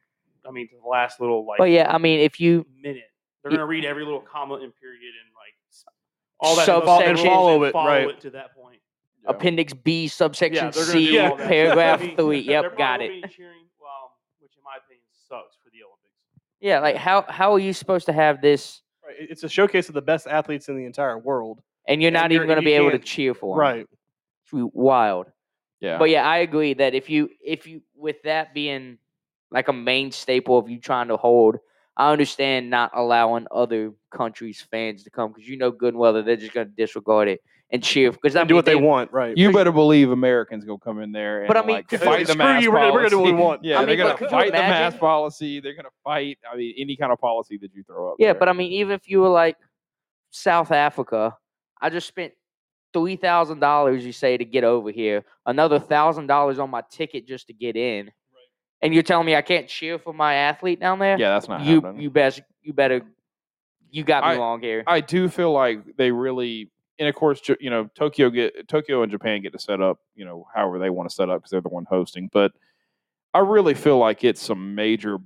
Speaker 2: I mean, to the last little like
Speaker 1: But yeah, I mean, if you
Speaker 2: minute. They're
Speaker 1: Ye-
Speaker 2: gonna read every little comma and period and like s- all that
Speaker 1: Subsections.
Speaker 2: stuff, and
Speaker 3: Follow it,
Speaker 2: follow
Speaker 3: right.
Speaker 2: it to that point.
Speaker 4: Yeah.
Speaker 1: appendix B subsection
Speaker 2: Yeah, they're gonna
Speaker 1: C
Speaker 2: do all that. [LAUGHS]
Speaker 1: paragraph
Speaker 2: I mean,
Speaker 1: three,
Speaker 2: there
Speaker 1: yep,
Speaker 2: probably
Speaker 1: got
Speaker 2: will
Speaker 1: it.
Speaker 2: be Cheering, well, which in my opinion sucks for the Olympics.
Speaker 1: Yeah, like how how are you supposed to have this,
Speaker 3: Right, it- It's a showcase of the best athletes in the entire world.
Speaker 1: and you're
Speaker 3: And
Speaker 1: not
Speaker 3: you're-
Speaker 1: even going to
Speaker 3: you
Speaker 1: be able to
Speaker 3: can't-
Speaker 1: cheer for 'em?
Speaker 3: Right.
Speaker 1: It's wild.
Speaker 4: Yeah.
Speaker 1: But yeah, I agree that if you if you with that being like a main staple of you trying to hold, I understand not allowing other countries' fans to come because you know good and well that they're just going to disregard it and cheer because I
Speaker 3: They
Speaker 1: mean,
Speaker 3: do what they, want. Right.
Speaker 4: You better believe Americans gonna come in there and
Speaker 1: But I mean,
Speaker 4: like,
Speaker 1: could-
Speaker 4: fight the
Speaker 3: Screw
Speaker 4: mask
Speaker 3: you, we're
Speaker 4: policy.
Speaker 3: gonna- we're gonna do what we want.
Speaker 4: Yeah,
Speaker 1: I
Speaker 4: they're
Speaker 1: mean,
Speaker 4: gonna
Speaker 1: but could you
Speaker 4: fight the mask
Speaker 1: imagine-
Speaker 4: policy. They're gonna fight. I mean, any kind of policy that you throw up.
Speaker 1: Yeah,
Speaker 4: there.
Speaker 1: but I mean, even if you were like South Africa, I just spent three thousand dollars, you say, to get over here. Another thousand dollars on my ticket just to get in, and you're telling me I can't cheer for my athlete down there?
Speaker 4: yeah, that's not
Speaker 1: you
Speaker 4: happening.
Speaker 1: you best you better you got me
Speaker 4: I-
Speaker 1: wrong here.
Speaker 4: I do feel like they really, and of course, Ju- you know, Tokyo get Tokyo and Japan get to set up, you know, however they want to set up because they're the one hosting. But I really feel like it's some major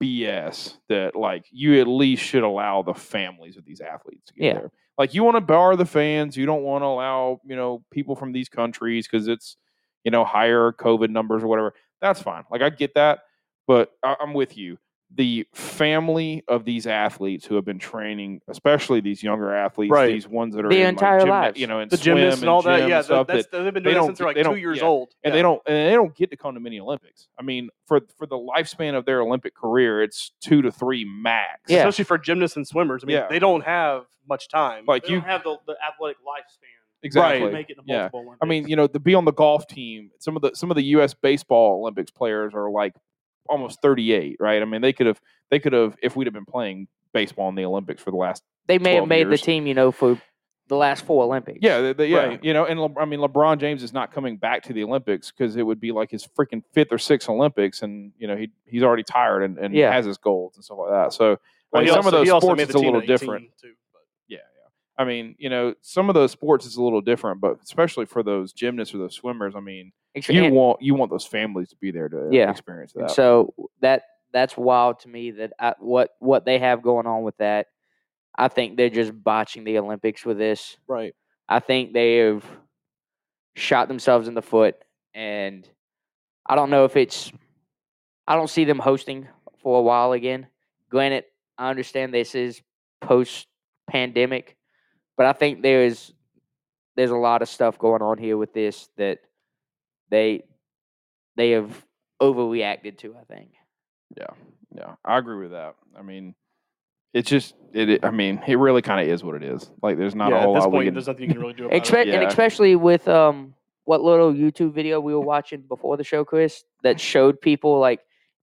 Speaker 4: BS that like you at least should allow the families of these athletes to get
Speaker 1: Yeah.
Speaker 4: there. Like you want to bar the fans, you don't want to allow you know people from these countries because it's you know higher COVID numbers or whatever. That's fine. Like I get that, but I- I'm with you the family of these athletes who have been training, especially these younger athletes,
Speaker 3: Right.
Speaker 4: these ones that are
Speaker 1: Their
Speaker 4: in, like,
Speaker 1: entire
Speaker 4: gymna-
Speaker 1: lives.
Speaker 4: you know, and
Speaker 3: the gymnasts and all that. Yeah.
Speaker 4: stuff
Speaker 3: that's,
Speaker 4: that,
Speaker 3: they've been
Speaker 4: they
Speaker 3: doing that
Speaker 4: don't
Speaker 3: since
Speaker 4: get-
Speaker 3: they're
Speaker 4: they
Speaker 3: like
Speaker 4: don't-
Speaker 3: two years
Speaker 4: yeah.
Speaker 3: old.
Speaker 4: and
Speaker 3: Yeah.
Speaker 4: they don't and they don't get to come to many Olympics. I mean, for for the lifespan of their Olympic career, it's two to three max.
Speaker 1: Yeah.
Speaker 3: Especially for gymnasts and swimmers. I mean,
Speaker 4: Yeah.
Speaker 3: they don't have much time.
Speaker 4: like
Speaker 2: They
Speaker 4: you
Speaker 2: don't have the, the athletic lifespan
Speaker 4: exactly.
Speaker 2: to make it to
Speaker 4: Yeah.
Speaker 2: multiple Olympics.
Speaker 4: I mean, you know, to be on the golf team, some of the some of the U.S. baseball Olympics players are like almost 38, right? I mean, they could have they could have if we'd have been playing baseball in the Olympics for the last
Speaker 1: They may have
Speaker 4: 12
Speaker 1: made
Speaker 4: years.
Speaker 1: the team, you know, for the last four Olympics.
Speaker 4: Yeah, the, the- yeah,
Speaker 2: Right.
Speaker 4: you know, and Le- I mean, LeBron James is not coming back to the Olympics because it would be like his freaking fifth or sixth Olympics, and you know he he's already tired and, and
Speaker 1: Yeah.
Speaker 4: has his goals and stuff like that. So I
Speaker 3: Well,
Speaker 4: mean,
Speaker 3: he
Speaker 4: some
Speaker 3: also-
Speaker 4: of those
Speaker 3: he also
Speaker 4: sports
Speaker 3: made
Speaker 4: it's
Speaker 3: the
Speaker 4: a
Speaker 3: team
Speaker 4: little
Speaker 3: at 18
Speaker 4: different.
Speaker 3: too, but-
Speaker 4: Yeah, yeah. I mean, you know, some of those sports is a little different, but especially for those gymnasts or those swimmers, I mean,
Speaker 1: Ex-
Speaker 4: you
Speaker 1: and-
Speaker 4: want you want those families to be there to
Speaker 1: Yeah.
Speaker 4: experience
Speaker 1: and
Speaker 4: that.
Speaker 1: so that that's wild to me that I, what what they have going on with that. I think they're just botching the Olympics with this.
Speaker 4: right.
Speaker 1: I think they have shot themselves in the foot, and I don't know if it's. I don't see them hosting for a while again. Granted, I understand this is post pandemic, but I think there is there's a lot of stuff going on here with this that they they have overreacted to. I think.
Speaker 4: Yeah. Yeah. I agree with that. I mean, it's just it. I mean, it really kind of is what it is. Like, there's not
Speaker 3: yeah,
Speaker 4: a whole
Speaker 3: at this
Speaker 4: lot
Speaker 3: point,
Speaker 4: we can.
Speaker 3: there's nothing you can really do about
Speaker 1: Expect and
Speaker 4: yeah.
Speaker 1: especially with um what little YouTube video we were watching before the show, Chris, that showed people like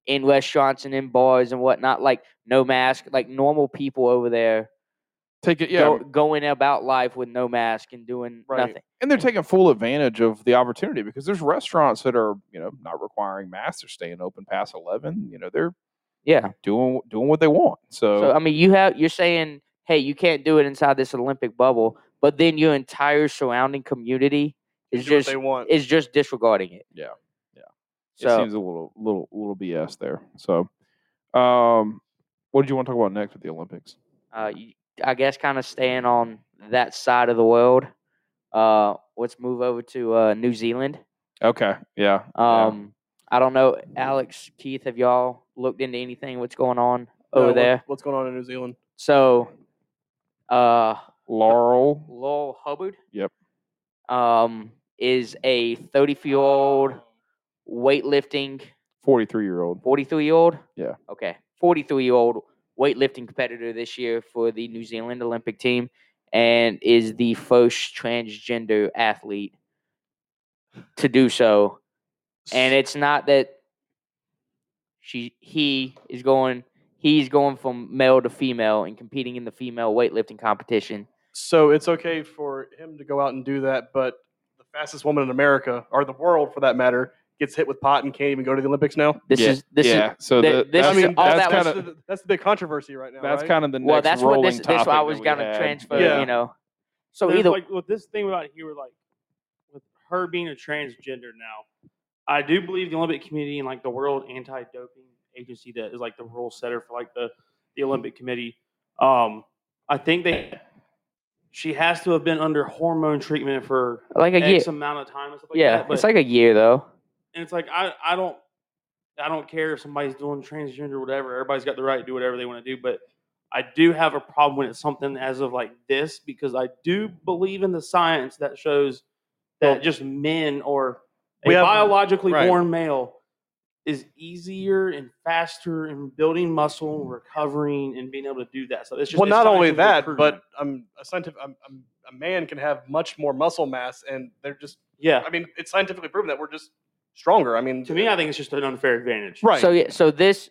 Speaker 1: in restaurants and in bars and whatnot, like no mask, like normal people over there
Speaker 4: Take it. Yeah.
Speaker 1: go, going about life with no mask and doing
Speaker 3: Right.
Speaker 1: nothing.
Speaker 4: and they're taking full advantage of the opportunity because there's restaurants that are you know not requiring masks they're staying open past 11 you know they're
Speaker 1: Yeah.
Speaker 4: doing doing what they want so,
Speaker 1: So um, I mean, you have you're saying, hey, you can't do it inside this Olympic bubble, but then your entire surrounding community
Speaker 3: it.
Speaker 1: is
Speaker 3: Do what
Speaker 1: just
Speaker 3: they want.
Speaker 1: is just disregarding it.
Speaker 4: Yeah, yeah.
Speaker 1: So
Speaker 4: it seems a little little little bs there so um what did you want to talk about next with the olympics
Speaker 1: uh, y- I guess kind of staying on that side of the world. Uh, let's move over to uh, New Zealand.
Speaker 4: okay yeah yeah.
Speaker 1: Um, I don't know, Alex, Keith, have y'all looked into anything? What's going on
Speaker 3: No,
Speaker 1: over
Speaker 3: what-
Speaker 1: there?
Speaker 3: what's going on in New Zealand?
Speaker 1: So, uh,
Speaker 4: laurel
Speaker 1: Lowell Hubbard.
Speaker 4: Yep.
Speaker 1: Um, is a 34 year old
Speaker 2: Um,
Speaker 1: weightlifting
Speaker 4: 43 year old
Speaker 1: 43 year old?
Speaker 4: Yeah.
Speaker 1: Okay. 43 year old weightlifting competitor this year for the New Zealand Olympic team and is the first transgender athlete to do so. And it's not that she he is going he's going from male to female and competing in the female weightlifting competition.
Speaker 3: So it's okay for him to go out and do that, but the fastest woman in America, or the world for that matter, gets hit with pot and can't even go to the Olympics now.
Speaker 1: This
Speaker 4: yeah.
Speaker 1: is this is
Speaker 4: yeah so
Speaker 1: th-
Speaker 4: the-
Speaker 1: this
Speaker 4: that's,
Speaker 1: is all that
Speaker 4: that's
Speaker 1: was-
Speaker 4: kind
Speaker 3: that's,
Speaker 4: of
Speaker 3: the, that's the big controversy right now.
Speaker 4: that's
Speaker 3: right?
Speaker 4: kind of the next
Speaker 1: well that's what
Speaker 4: rolling
Speaker 1: this that's what I
Speaker 4: topic
Speaker 1: was
Speaker 4: that we
Speaker 1: gonna
Speaker 4: had.
Speaker 1: transfer,
Speaker 3: Yeah.
Speaker 1: you know. So
Speaker 2: There's,
Speaker 1: either
Speaker 2: like with this thing about here, we're like with her being a transgender now. I do believe the Olympic Committee and like the World Anti-Doping Agency that is like the rule setter for like the the Olympic Committee. Um, I think they she has to have been under hormone treatment for
Speaker 1: like a year.
Speaker 2: X amount of time and stuff like
Speaker 1: yeah,
Speaker 2: that. But
Speaker 1: it's like a year though.
Speaker 2: and it's like I, I don't I don't care if somebody's doing transgender or whatever. Everybody's got the right to do whatever they want to do, but I do have a problem when it's something as of like this because I do believe in the science that shows that
Speaker 3: Well,
Speaker 2: just men or a
Speaker 3: we have-
Speaker 2: biologically
Speaker 3: right.
Speaker 2: born male is easier and faster in building muscle, recovering, and being able to do that. So it's just
Speaker 3: well,
Speaker 2: it's
Speaker 3: not only
Speaker 2: scientifically
Speaker 3: that,
Speaker 2: proven.
Speaker 3: but I'm a scientific. I'm, I'm, a man can have much more muscle mass, and they're just.
Speaker 2: yeah,
Speaker 3: I mean, it's scientifically proven that we're just stronger. I mean,
Speaker 2: to me, I think it's just an unfair advantage.
Speaker 3: right?
Speaker 1: So yeah, so this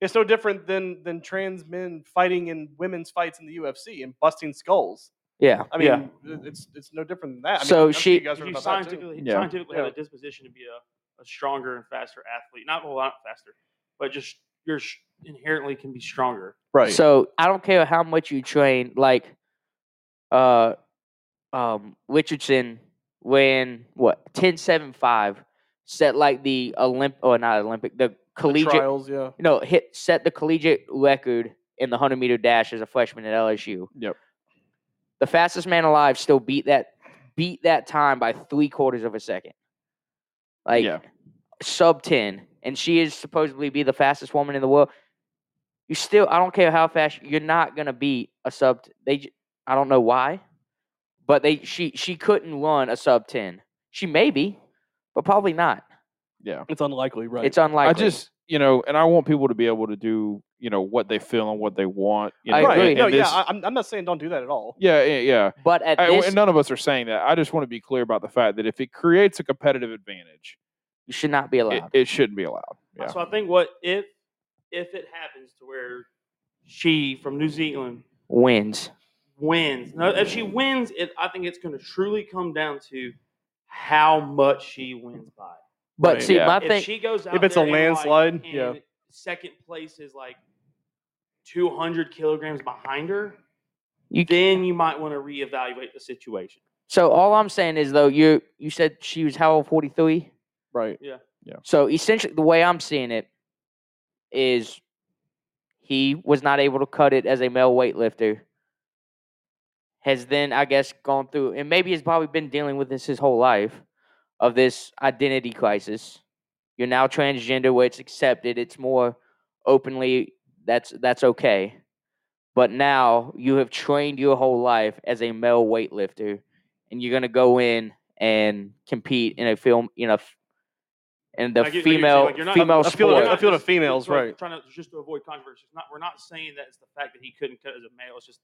Speaker 3: it's no different than than trans men fighting in women's fights in the UFC and busting skulls.
Speaker 1: yeah.
Speaker 3: I mean,
Speaker 2: Yeah.
Speaker 3: it- it's it's no different than that. I mean,
Speaker 1: So
Speaker 3: I'm sure
Speaker 1: she-
Speaker 3: you
Speaker 2: If
Speaker 3: guys heard
Speaker 2: you
Speaker 3: about that too.
Speaker 2: scientifically,
Speaker 4: Yeah.
Speaker 2: scientifically
Speaker 3: Yeah.
Speaker 2: have a disposition to be a, a stronger and faster athlete, not a whole lot faster, but just you're sh- inherently can be stronger.
Speaker 3: right?
Speaker 1: So I don't care how much you train, like uh um Richardson ran what, ten seven five, set like the Olymp or not Olympic, the
Speaker 3: The
Speaker 1: collegiate
Speaker 3: trials, yeah.
Speaker 1: no, hit set the collegiate record in the hundred meter dash as a freshman at LSU.
Speaker 4: Yep.
Speaker 1: The fastest man alive still beat that beat that time by three quarters of a second. Like
Speaker 4: yeah
Speaker 1: sub 10 and she is supposedly be the fastest woman in the world you still i don't care how fast you're not going to beat a sub t- they j- i don't know why but they she she couldn't run a sub 10 she maybe but probably not
Speaker 4: yeah
Speaker 3: It's unlikely, right?
Speaker 1: it's unlikely
Speaker 4: I just, you know, and I want people to be able to do, you know, what they feel and what they want. You know,
Speaker 1: I
Speaker 3: right.
Speaker 1: agree.
Speaker 4: and
Speaker 3: No,
Speaker 4: this-
Speaker 3: yeah, I- I'm, I'm not saying don't do that at all.
Speaker 4: yeah, yeah, yeah.
Speaker 1: but at
Speaker 4: I-
Speaker 1: this
Speaker 4: and none of us are saying that. I just want to be clear about the fact that if it creates a competitive advantage,
Speaker 1: you should not be
Speaker 4: it,
Speaker 1: allowed
Speaker 4: it shouldn't be allowed. Yeah.
Speaker 2: So I think what if if it happens to where she from New Zealand
Speaker 1: wins
Speaker 2: wins. Now, if she wins, it I think it's going to truly come down to how much she wins by.
Speaker 1: But
Speaker 4: Right,
Speaker 1: see,
Speaker 4: yeah.
Speaker 1: my
Speaker 2: if
Speaker 1: thing,
Speaker 2: she goes out
Speaker 3: If it's a
Speaker 2: there and, like,
Speaker 3: landslide,
Speaker 2: and
Speaker 3: yeah.
Speaker 2: Second place is like 200 kilograms behind her.
Speaker 1: You-
Speaker 2: then you might want to reevaluate the situation.
Speaker 1: so all I'm saying is though, you you said she was how old? Forty three.
Speaker 4: Right.
Speaker 1: So essentially, the way I'm seeing it is he was not able to cut it as a male weightlifter. Has then, I guess, gone through, and maybe has probably been dealing with this his whole life of this identity crisis. You're now transgender, where it's accepted, it's more openly that's that's okay. But now you have trained your whole life as a male weightlifter, and you're gonna go in and compete in a film, you know, f- in the
Speaker 2: I get what you're saying,
Speaker 1: female
Speaker 2: like, you're not-
Speaker 1: female
Speaker 3: I feel
Speaker 1: sport.
Speaker 3: like- I feel the females,
Speaker 2: we're
Speaker 3: right.
Speaker 2: Trying to just to avoid controversy. It's not, we're not saying that it's the fact that he couldn't cut as a male. It's just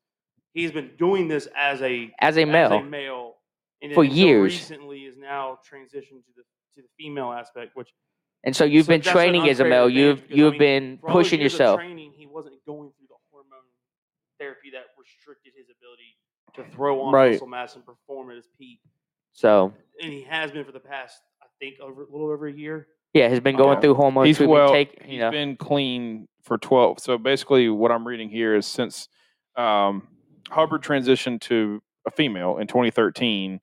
Speaker 2: he's been doing this as a
Speaker 1: as a male.
Speaker 2: as a male and
Speaker 1: For
Speaker 2: then until
Speaker 1: years.
Speaker 2: Recently, is now transitioned to the to the female aspect, which
Speaker 1: And so you've
Speaker 2: So
Speaker 1: been
Speaker 2: that's an
Speaker 1: training as a
Speaker 2: unfair
Speaker 1: male.
Speaker 2: advantage
Speaker 1: You've
Speaker 2: because, I
Speaker 1: you've
Speaker 2: mean,
Speaker 1: been
Speaker 2: for all those
Speaker 1: pushing
Speaker 2: years of
Speaker 1: yourself.
Speaker 2: Training, he wasn't going through the hormone therapy that restricted his ability to throw on
Speaker 3: Right.
Speaker 2: muscle mass and perform at his peak.
Speaker 1: So
Speaker 2: and he has been for the past, I think, over a little over a year.
Speaker 1: yeah, has been going
Speaker 4: Okay.
Speaker 1: through hormones.
Speaker 4: He's
Speaker 1: we've been
Speaker 4: well.
Speaker 1: take- you
Speaker 4: he's
Speaker 1: know,
Speaker 4: been clean for twelve. So basically, what I'm reading here is since um, Hubbard transitioned to a female in 2013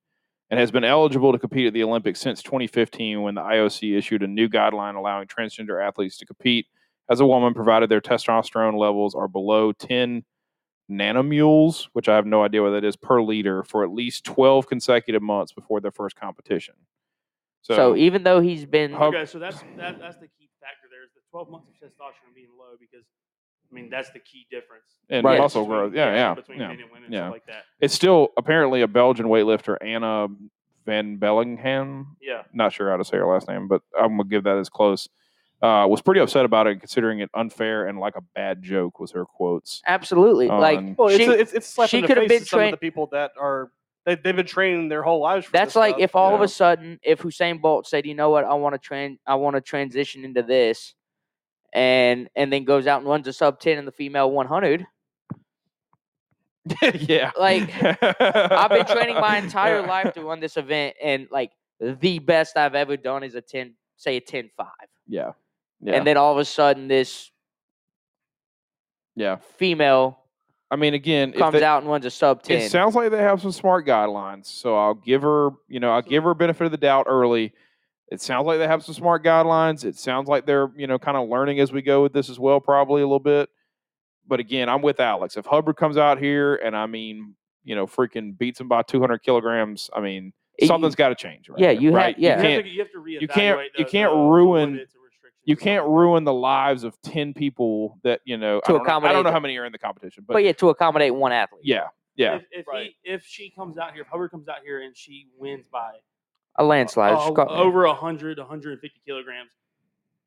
Speaker 4: and has been eligible to compete at the Olympics since 2015, when the IOC issued a new guideline allowing transgender athletes to compete as a woman, provided their testosterone levels are below 10 nanomules, which I have no idea what that is, per liter for at least 12 consecutive months before their first competition.
Speaker 1: so, e even though he's been
Speaker 4: Hub-
Speaker 2: okay, so that's that, that's the key factor there is the 12 months of testosterone being low because, I mean, that's the key difference.
Speaker 4: and
Speaker 3: Right.
Speaker 4: muscle
Speaker 2: between-
Speaker 4: growth. Yeah, yeah,
Speaker 2: Between
Speaker 4: yeah.
Speaker 2: men and women,
Speaker 4: yeah.
Speaker 2: stuff like that.
Speaker 4: It's still apparently a Belgian weightlifter, Anna Van Bellingham.
Speaker 2: Yeah.
Speaker 4: Not sure how to say her last name, but I'm gonna give that as close. Uh, was pretty upset about it, considering it unfair and like a bad joke was her
Speaker 1: [LAUGHS]
Speaker 4: quotes.
Speaker 1: absolutely like
Speaker 4: on-
Speaker 3: Well, it's
Speaker 1: she-
Speaker 3: a, it's, it's
Speaker 1: she
Speaker 3: slapping the
Speaker 1: could've
Speaker 3: face
Speaker 1: been
Speaker 3: to some
Speaker 1: trained-
Speaker 3: of the people that are they, they've been training their whole lives. For
Speaker 1: that's
Speaker 3: this
Speaker 1: like
Speaker 3: stuff,
Speaker 1: if all of
Speaker 4: yeah.
Speaker 1: a sudden if Usain Bolt said, you know what, I want to train, I want to transition into this, and and then goes out and runs a sub ten in the female one hundred.
Speaker 4: yeah,
Speaker 1: Like, I've
Speaker 4: I've
Speaker 1: been training
Speaker 4: [LAUGHS]
Speaker 1: my entire life to run this event, and like the best I've ever done is a ten, say a ten five,
Speaker 4: Yeah, yeah,
Speaker 1: and then all of a sudden this
Speaker 4: yeah.
Speaker 1: female
Speaker 4: I mean, again, if
Speaker 1: comes
Speaker 4: they-
Speaker 1: out and runs a sub ten.
Speaker 4: It sounds like they have some smart guidelines, so I'll give her, you know, I'll give her benefit of the doubt early. It sounds like they have some smart guidelines. It sounds like they're, you know, kind of learning as we go with this as well, probably a little bit. But again, I'm with Alex. If Hubbard comes out here and I mean, you know, freaking beats him by 200 kilograms, I mean,
Speaker 1: It-
Speaker 4: something's got to change. Right
Speaker 1: Eh, Yeah,
Speaker 4: there,
Speaker 1: you ha-
Speaker 4: right?
Speaker 1: yeah.
Speaker 4: You
Speaker 2: You have
Speaker 4: can't,
Speaker 2: to, you have to reevaluate
Speaker 4: you can't- you
Speaker 2: the-
Speaker 4: can't
Speaker 2: the
Speaker 4: ruin-
Speaker 2: limits and restrictions
Speaker 4: you
Speaker 2: and stuff
Speaker 4: can't
Speaker 2: like that.
Speaker 4: ruin the lives of 10 people that you know.
Speaker 1: To
Speaker 4: I don't know, I
Speaker 1: accommodate
Speaker 4: don't know
Speaker 1: the-
Speaker 4: how many are in the competition, but,
Speaker 1: but yeah, to accommodate one athlete.
Speaker 4: yeah, yeah,
Speaker 2: If, if,
Speaker 3: Right.
Speaker 2: he, if she comes out here, if Hubbard comes out here and she wins by
Speaker 1: A landslide.
Speaker 2: uh,
Speaker 1: Chicago.
Speaker 2: over 100, 150 kilograms.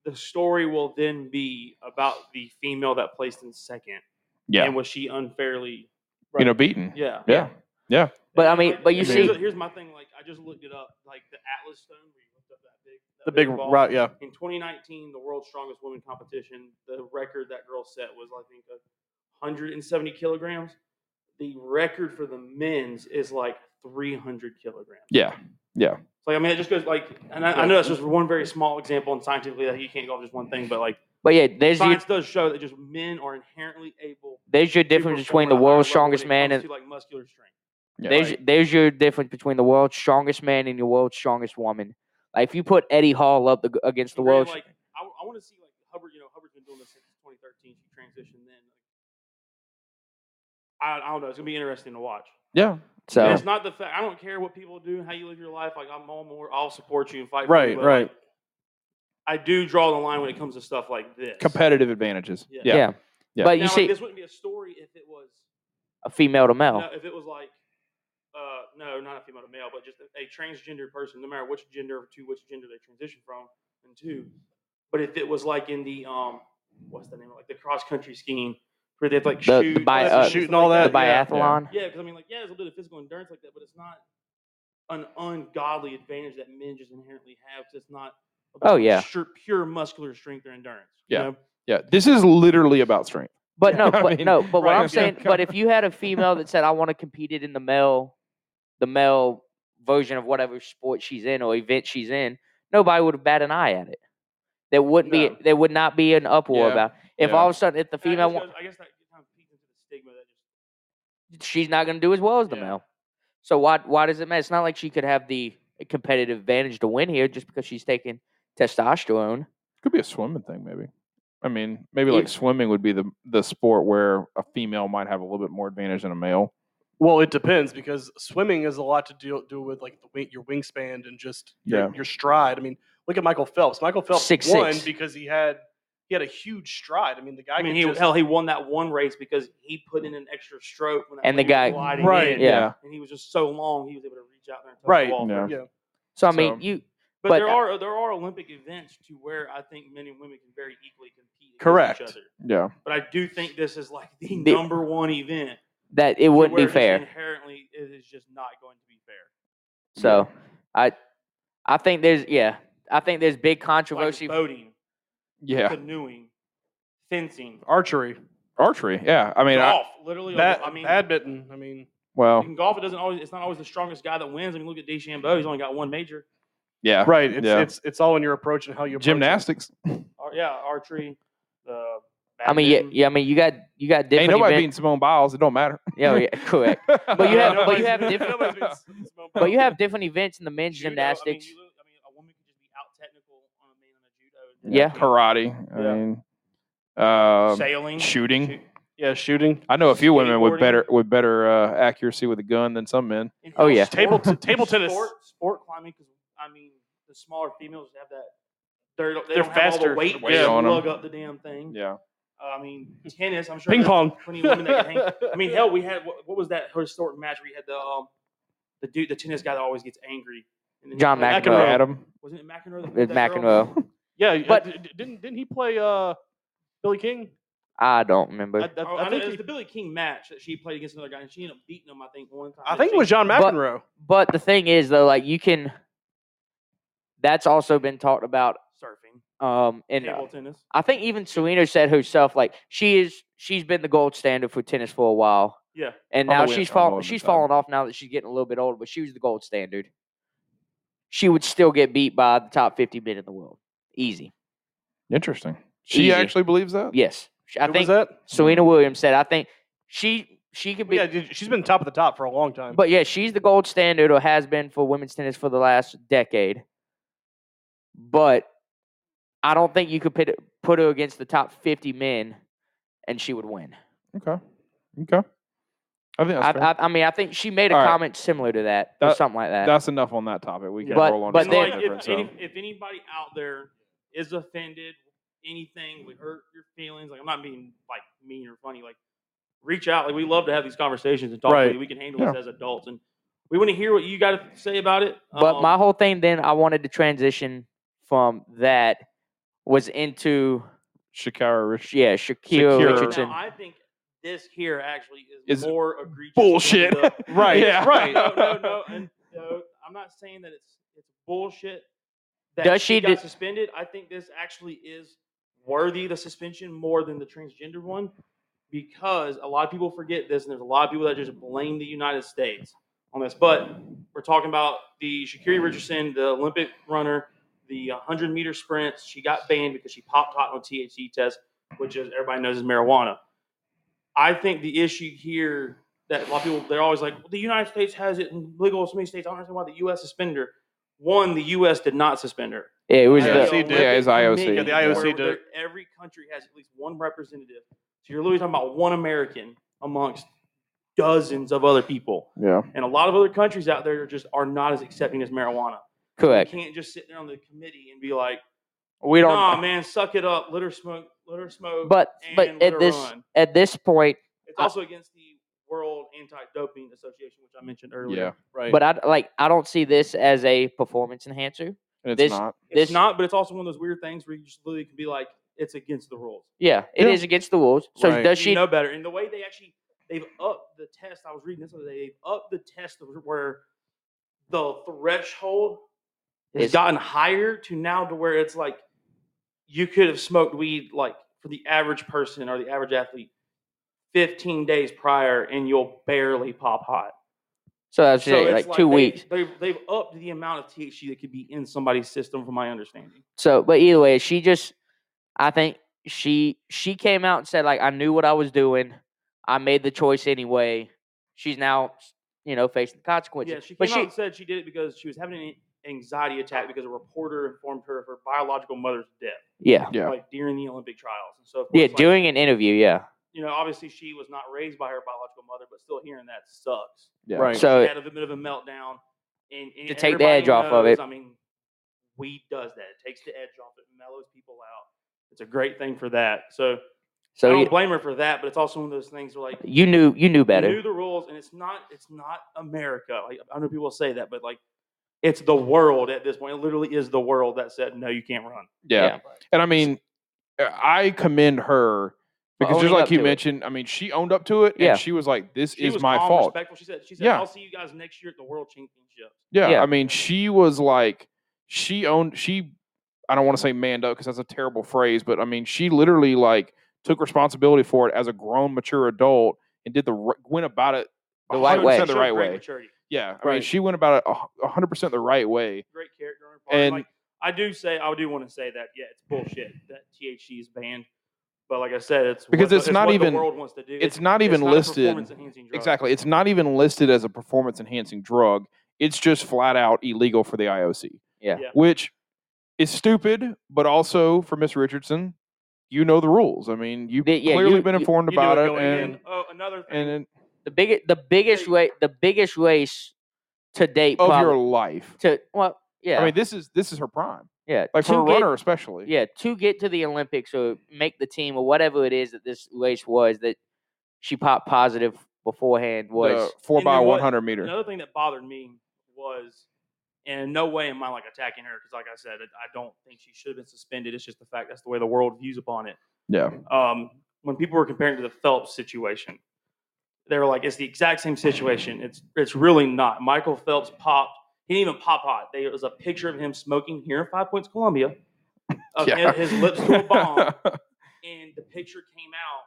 Speaker 2: The story will then be about the female that placed in second.
Speaker 4: yeah.
Speaker 2: And was she unfairly?
Speaker 4: You know, beaten.
Speaker 2: Yeah.
Speaker 4: Yeah. Yeah.
Speaker 1: But, I
Speaker 2: And,
Speaker 1: mean,
Speaker 2: like,
Speaker 1: but you
Speaker 2: here's,
Speaker 4: see-
Speaker 2: here's my thing. Like, I just looked it up. Like the Atlas Stone, where you lift up that big, that
Speaker 3: the big
Speaker 2: ball.
Speaker 3: right, yeah.
Speaker 2: In 2019, the world's strongest woman competition, the record that girl set was, I think, 170 kilograms. The record for the men's is like 300 kilograms.
Speaker 4: Yeah.
Speaker 2: So, like, I mean, it just goes like, and I, I know that's just one very small example, and scientifically, like, you can't go off just one thing, but like,
Speaker 1: but yeah, there's your,
Speaker 2: science does show that just men are inherently able.
Speaker 1: there's your
Speaker 2: to
Speaker 1: difference
Speaker 2: perform
Speaker 1: between the
Speaker 2: at a higher
Speaker 1: world's
Speaker 2: level when
Speaker 1: strongest
Speaker 2: it
Speaker 1: man
Speaker 2: comes
Speaker 1: and
Speaker 2: to, like muscular strength.
Speaker 4: yeah.
Speaker 1: there's there's your difference between the world's strongest man and your world's strongest woman. Like if you put Eddie Hall up ag- against the
Speaker 2: Granted,
Speaker 1: world's
Speaker 2: like, I, want to see like Hubbard. You know, Hubbard's been doing this since 2013. She transitioned then. I, I don't know. It's gonna be interesting to watch.
Speaker 4: yeah.
Speaker 1: so
Speaker 2: And it's not the fact. I don't care what people do, how you live your life. Like I'm all more. I'll support you and fight. for you,
Speaker 3: Right,
Speaker 2: but,
Speaker 3: right.
Speaker 2: like, I do draw the line when it comes to stuff like this.
Speaker 4: competitive advantages.
Speaker 2: Yeah.
Speaker 1: yeah.
Speaker 4: Yeah. Yeah.
Speaker 1: But
Speaker 2: Now,
Speaker 1: you
Speaker 2: like,
Speaker 1: see
Speaker 2: this wouldn't be a story if it was
Speaker 1: a female to male.
Speaker 2: No, if it was like, uh, no, not a female to male, but just a, a transgender person, no matter which gender to which gender they transition from and to. But if it was like in the um, what's the name of it? like the cross country skiing where they have like
Speaker 1: The- the
Speaker 2: shoot,
Speaker 1: bi-
Speaker 2: and
Speaker 1: uh,
Speaker 2: stuff
Speaker 3: Shooting
Speaker 2: like
Speaker 3: all
Speaker 1: the
Speaker 3: that, yeah.
Speaker 1: biathlon.
Speaker 2: Yeah, because I mean, like, yeah, there's a bit of physical endurance like that, but it's not an ungodly advantage that men just inherently have. 'cause it's not.
Speaker 1: Oh, yeah.
Speaker 2: sure, pure muscular strength or endurance. you
Speaker 4: Yeah.
Speaker 2: know?
Speaker 4: Yeah. This is literally about strength.
Speaker 1: But no,
Speaker 4: I
Speaker 1: but
Speaker 4: mean,
Speaker 1: no, but what
Speaker 4: right,
Speaker 1: I'm
Speaker 4: yeah,
Speaker 1: saying,
Speaker 4: come
Speaker 1: but if you had a female that said, "I want to compete it in the male, the male version of whatever sport she's in or event she's in," nobody would have bat an eye at it. There wouldn't
Speaker 2: No.
Speaker 1: be, there would not be an uproar
Speaker 4: Yeah,
Speaker 1: about. If
Speaker 4: yeah.
Speaker 1: all of a sudden, if the
Speaker 2: Yeah, I
Speaker 1: female,
Speaker 2: guess
Speaker 1: wa-
Speaker 2: goes- I guess that kind of feeds into the stigma that just
Speaker 1: she's not going to do as well as the
Speaker 2: Yeah.
Speaker 1: male. So why, why does it matter? It's not like she could have the competitive advantage to win here just because she's taking testosterone.
Speaker 4: Could be a swimming thing, maybe. I mean, maybe
Speaker 1: Yeah.
Speaker 4: like swimming would be the the sport where a female might have a little bit more advantage than a male.
Speaker 3: Well, it depends because swimming is a lot to do do with like the wing, your wingspan and just your,
Speaker 4: Yeah.
Speaker 3: your stride. I mean, look at Michael Phelps. Michael Phelps
Speaker 1: Six,
Speaker 3: won
Speaker 1: six.
Speaker 3: because he had he had a huge stride. I mean, the guy.
Speaker 2: I mean,
Speaker 3: could
Speaker 2: he
Speaker 3: just,
Speaker 2: hell, he won that one race because he put in an extra stroke when that
Speaker 1: And the
Speaker 2: lane was
Speaker 1: guy-
Speaker 2: gliding
Speaker 3: Right,
Speaker 2: in,
Speaker 1: yeah.
Speaker 2: and he was just so long, he was able to reach out there and touch
Speaker 3: Right,
Speaker 2: the wall.
Speaker 4: yeah.
Speaker 2: first.
Speaker 3: yeah.
Speaker 1: So I mean,
Speaker 4: So-
Speaker 1: you
Speaker 2: But,
Speaker 1: But,
Speaker 2: there
Speaker 1: uh,
Speaker 2: are there are Olympic events to where I think men and women can very equally compete against
Speaker 3: Correct.
Speaker 2: each other.
Speaker 4: Yeah,
Speaker 2: But I do think this is like the,
Speaker 1: The-
Speaker 2: number one event.
Speaker 1: that it
Speaker 2: to
Speaker 1: wouldn't
Speaker 2: where
Speaker 1: be
Speaker 2: just
Speaker 1: fair.
Speaker 2: Inherently, it is just not going to be fair.
Speaker 1: So I I think there's yeah. I think there's big controversy.
Speaker 2: Like boating,
Speaker 4: yeah.
Speaker 2: canoeing, fencing,
Speaker 3: Archery,
Speaker 4: Archery, yeah. I mean, I,
Speaker 2: golf. literally,
Speaker 3: Ba-
Speaker 2: I mean,
Speaker 3: badminton. I mean,
Speaker 4: well,
Speaker 2: in golf, it doesn't always. It's not always the strongest guy that wins. I mean, look at DeChambeau; he's only got one major.
Speaker 4: yeah.
Speaker 3: right. It's
Speaker 4: yeah.
Speaker 3: it's it's all in your approach and how you approach it.
Speaker 4: Gymnastics.
Speaker 2: Ar- yeah, archery. The
Speaker 1: I mean, yeah,
Speaker 2: badminton.
Speaker 1: yeah, I mean, you got you got
Speaker 4: Ain't
Speaker 1: different.
Speaker 4: nobody
Speaker 1: event-
Speaker 4: beating Simone Biles. It don't matter.
Speaker 1: yeah,
Speaker 4: [LAUGHS]
Speaker 1: yeah, correct. But you have, but
Speaker 2: Yeah, nobody's
Speaker 1: you
Speaker 2: [LAUGHS]
Speaker 1: have
Speaker 2: been-
Speaker 1: different,
Speaker 2: nobody's been s- smoking
Speaker 1: but you
Speaker 2: out.
Speaker 1: have different events in the men's
Speaker 2: Judo, I mean,
Speaker 1: gymnastics.
Speaker 2: you look- I mean, a woman could just be out technical on a man in a judo.
Speaker 1: [LAUGHS] Yeah.
Speaker 2: and judo.
Speaker 4: karate. I
Speaker 2: Yeah.
Speaker 4: mean, um,
Speaker 2: sailing,
Speaker 4: shooting.
Speaker 2: shoot-
Speaker 3: Yeah,
Speaker 2: [LAUGHS]
Speaker 3: shooting.
Speaker 4: I know a few women with
Speaker 2: skateboarding.
Speaker 4: better with better uh, accuracy with a gun than some men.
Speaker 2: and
Speaker 1: Oh,
Speaker 2: how
Speaker 1: yeah.
Speaker 3: Table t-
Speaker 2: sport-
Speaker 3: table tennis.
Speaker 2: sport, sport climbing. Because I mean, the smaller females have that. They're, they
Speaker 3: They're
Speaker 2: don't have all the
Speaker 3: faster.
Speaker 2: weight,
Speaker 4: Weight
Speaker 2: to
Speaker 4: on 'em.
Speaker 2: lug up the damn thing.
Speaker 4: Yeah,
Speaker 2: Uh, I mean, tennis. I'm sure
Speaker 3: Ping
Speaker 2: there's
Speaker 3: pong.
Speaker 2: Plenty of women that
Speaker 3: [LAUGHS]
Speaker 2: can hang. I mean, hell, we had what, what was that historic match where you had the um, the dude, the tennis guy that always gets angry. And then he
Speaker 1: John
Speaker 2: played-
Speaker 1: McEnroe. McEnroe.
Speaker 4: Adam.
Speaker 2: Wasn't it McEnroe? that
Speaker 1: With
Speaker 2: beat that um, girl?
Speaker 1: McEnroe,
Speaker 3: Yeah, yeah,
Speaker 1: But-
Speaker 3: uh, d- d- didn't didn't he play uh, Billy King?
Speaker 1: I don't remember.
Speaker 3: I, I-
Speaker 2: Oh,
Speaker 3: I
Speaker 2: I know,
Speaker 3: think
Speaker 2: it was
Speaker 3: he-
Speaker 2: the Billy King match that she played against another guy, and she ended up beating him. I think one time.
Speaker 3: I
Speaker 2: and
Speaker 3: think it
Speaker 2: she-
Speaker 3: was John
Speaker 1: But-
Speaker 3: McEnroe.
Speaker 1: But the thing is, though, like you can. That's also been talked about,
Speaker 2: surfing,
Speaker 1: um, in uh,
Speaker 2: table tennis.
Speaker 1: I think even Serena said herself, like she is, she's been the gold standard for tennis for a while.
Speaker 2: Yeah.
Speaker 1: and
Speaker 4: Although
Speaker 1: now
Speaker 4: we have
Speaker 1: she's
Speaker 4: John Wall
Speaker 1: fall,
Speaker 4: in the
Speaker 1: she's
Speaker 4: time.
Speaker 1: falling off now that she's getting a little bit older, but she was the gold standard. She would still get beat by the top fifty men in the world, easy.
Speaker 4: Interesting. She
Speaker 1: Easy.
Speaker 4: actually believes that.
Speaker 1: Yes, Sh- I
Speaker 3: Who was
Speaker 1: think
Speaker 3: that?
Speaker 1: Serena Williams said. I think she she could be,
Speaker 3: yeah, dude, she's been top of the top for a long time.
Speaker 1: but yeah, she's the gold standard or has been for women's tennis for the last decade. But I don't think you could pit, put her against the top fifty men, and she would win.
Speaker 4: Okay. Okay. I think that's,
Speaker 1: I,
Speaker 4: fair.
Speaker 1: I, I mean, I think she made a
Speaker 4: All right.
Speaker 1: comment similar to that, or
Speaker 4: That-
Speaker 1: something like that.
Speaker 4: that's enough on that topic. We can
Speaker 1: But-
Speaker 4: roll on
Speaker 1: but
Speaker 4: to
Speaker 2: And,
Speaker 1: then-
Speaker 4: something
Speaker 2: like,
Speaker 4: different.
Speaker 2: if,
Speaker 4: So.
Speaker 2: any- if anybody out there is offended, anything would hurt your feelings. Like I'm not being like mean or funny. Like reach out. Like we love to have these conversations and talk.
Speaker 3: Right.
Speaker 2: With you. We can handle this as adults, and we want to hear what you got to say about it.
Speaker 1: But
Speaker 2: Um,
Speaker 1: my whole thing then, I wanted to transition from that was into
Speaker 4: Shakira Rich.
Speaker 1: yeah, Shaquille
Speaker 4: Shakira.
Speaker 1: Richardson.
Speaker 2: Now, I think this here actually is,
Speaker 4: Is
Speaker 2: more egregious. than
Speaker 4: Bullshit.
Speaker 2: the-
Speaker 4: [LAUGHS]
Speaker 3: right,
Speaker 4: Yeah.
Speaker 3: right.
Speaker 2: no, no, no, and, no. I'm not saying that it's it's bullshit that
Speaker 1: Does
Speaker 2: she,
Speaker 1: she
Speaker 2: got
Speaker 1: di-
Speaker 2: suspended. I think this actually is worthy the suspension more than the transgender one because a lot of people forget this, and there's a lot of people that just blame the United States on this. But we're talking about the Shakiri Richardson, the Olympic runner, the 100 meter sprints. She got banned because she popped hot on a THC test, which is everybody knows is marijuana. I think the issue here that a lot of people they're always like the United States has it in legal in so many states. I don't understand why the U.S. suspended her. One, the U.S. did not suspend her.
Speaker 1: yeah, it was
Speaker 3: Yeah,
Speaker 1: the
Speaker 3: so-
Speaker 2: Olympic
Speaker 3: Yeah,
Speaker 4: it's IOC.
Speaker 2: Committee
Speaker 4: Yeah, the
Speaker 3: IOC
Speaker 2: where
Speaker 3: did it.
Speaker 2: there- Every country has at least one representative. So you're literally talking about one American amongst dozens of other people,
Speaker 4: Yeah.
Speaker 2: and a lot of other countries out there just are not as accepting as marijuana.
Speaker 1: correct.
Speaker 2: You can't just sit there on the committee and be like,
Speaker 1: We don't.
Speaker 2: "Nah, man, suck it up, let her smoke, let her smoke."
Speaker 1: but
Speaker 2: and
Speaker 1: but
Speaker 2: let her
Speaker 1: at this
Speaker 2: run."
Speaker 1: at this point,
Speaker 2: it's
Speaker 1: I-
Speaker 2: also against the World Anti-Doping Association, which I mentioned earlier.
Speaker 4: Yeah.
Speaker 3: Right.
Speaker 1: but I d- like I don't see this as a performance enhancer.
Speaker 4: And it's
Speaker 1: This-
Speaker 4: not.
Speaker 2: It's
Speaker 1: This-
Speaker 2: not, but it's also one of those weird things where you just literally can be like, it's against the rules.
Speaker 1: Yeah, it is
Speaker 3: Yeah.
Speaker 1: against the rules. So
Speaker 3: Right.
Speaker 1: does
Speaker 2: you
Speaker 1: she?
Speaker 2: know better? And the way they actually they've upped the test. I was reading this the other day. They've upped the test to where the threshold has
Speaker 1: Is-
Speaker 2: gotten higher to now to where it's like you could have smoked weed like for the average person or the average athlete. 15 days prior and you'll barely pop hot.
Speaker 1: So that's
Speaker 2: So
Speaker 1: it,
Speaker 2: it's
Speaker 1: like, two
Speaker 2: they-
Speaker 1: weeks.
Speaker 2: They've, they've upped the amount of THC that could be in somebody's system, from my understanding.
Speaker 1: So, but either way, she just, I think she she came out and said like I knew what I was doing. I made the choice anyway. She's now, you know, facing the consequences.
Speaker 2: Yeah, she
Speaker 1: but
Speaker 2: came out and said she did it because she was having an anxiety attack because a reporter informed her of her biological mother's death,
Speaker 1: yeah,
Speaker 4: Yeah.
Speaker 2: like during the Olympic trials. And so, of
Speaker 1: yeah,
Speaker 2: course, like,
Speaker 1: doing an interview, yeah.
Speaker 2: you know, obviously she was not raised by her biological mother, but still hearing that sucks.
Speaker 4: Yeah.
Speaker 3: Right.
Speaker 1: So
Speaker 2: She had a bit of a meltdown. And, and
Speaker 1: To take the
Speaker 2: everybody
Speaker 1: edge off of
Speaker 2: knows,
Speaker 1: it.
Speaker 2: I mean, weed does that. It takes the edge off. It mellows people out. It's a great thing for that. So, I
Speaker 1: so
Speaker 2: don't
Speaker 1: you,
Speaker 2: blame her for that, but it's also one of those things where like
Speaker 1: you knew you knew
Speaker 2: you
Speaker 1: better.
Speaker 2: knew the rules, and it's not it's not America. Like I know people say that, but like it's the world at this point. It literally is the world that said no, you can't run.
Speaker 4: yeah.
Speaker 1: Yeah.
Speaker 4: And I mean, uh, I commend her because
Speaker 1: owning
Speaker 4: just
Speaker 1: up
Speaker 4: like you
Speaker 1: to it.
Speaker 4: mentioned, I mean, she owned up to it
Speaker 1: Yeah.
Speaker 4: and she was like, this
Speaker 2: She
Speaker 4: is
Speaker 2: was
Speaker 4: my
Speaker 2: calm,
Speaker 4: fault.
Speaker 2: Respectful. She said she said
Speaker 4: Yeah.
Speaker 2: I'll see you guys next year at the World Championships.
Speaker 4: Yeah,
Speaker 1: Yeah.
Speaker 4: I mean, she was like, she owned, she, I don't want to say manned up because that's a terrible phrase, but I mean, she literally like took responsibility for it as a grown, mature adult and did the, ri- went about it
Speaker 1: The right
Speaker 2: Showed-
Speaker 1: way.
Speaker 4: 100% The
Speaker 2: showed
Speaker 4: right
Speaker 2: great
Speaker 4: way.
Speaker 2: Maturity,
Speaker 4: Yeah. I mean,
Speaker 3: Right.
Speaker 4: she went about it a hu- 100% the right way.
Speaker 2: great character on her part.
Speaker 4: And-
Speaker 2: like, I do say I do want to say that yeah, it's bullshit that THC is banned. But like I said, it's what
Speaker 4: Because
Speaker 2: the-
Speaker 4: it's not
Speaker 2: what
Speaker 4: even-
Speaker 2: the world wants to do.
Speaker 4: It's not even
Speaker 2: a
Speaker 4: listed.
Speaker 2: performance-enhancing drug.
Speaker 4: Exactly. It's not even listed as a performance enhancing drug. It's just flat out illegal for the IOC.
Speaker 1: Yeah.
Speaker 2: Yeah.
Speaker 4: Which is stupid, but also for Miss Richardson, you know the rules. I mean, you've
Speaker 1: The- yeah,
Speaker 4: clearly
Speaker 1: you-
Speaker 4: been
Speaker 1: you-
Speaker 4: informed
Speaker 3: you knew
Speaker 4: about
Speaker 3: it
Speaker 4: it.
Speaker 3: going
Speaker 4: And,
Speaker 2: And oh, another thing.
Speaker 4: and it-
Speaker 1: The biggest the biggest
Speaker 2: you-
Speaker 1: way the biggest race to date
Speaker 4: of your
Speaker 1: probably,
Speaker 4: life.
Speaker 1: to well yeah
Speaker 4: I mean, this is this is her prime,
Speaker 1: yeah
Speaker 4: like for
Speaker 1: to
Speaker 4: a
Speaker 1: get-
Speaker 4: runner especially.
Speaker 1: yeah to get to the Olympics or make the team or whatever it is that this race was that she popped positive beforehand was
Speaker 4: the four
Speaker 2: And
Speaker 4: by
Speaker 2: then what-
Speaker 4: one hundred meter.
Speaker 2: Another thing that bothered me was, and in no way am I like attacking her because, like I said, I don't think she should have been suspended. It's just the fact that's the way the world views upon it.
Speaker 4: Yeah,
Speaker 2: Um, when people were comparing to the Phelps situation, they were like, "It's the exact same situation. It's it's really not." Michael Phelps popped. He didn't even pop hot. There was a picture of him smoking here in Five Points, Columbia, of
Speaker 4: Yeah.
Speaker 2: his, his lips to a bomb, and the picture came out.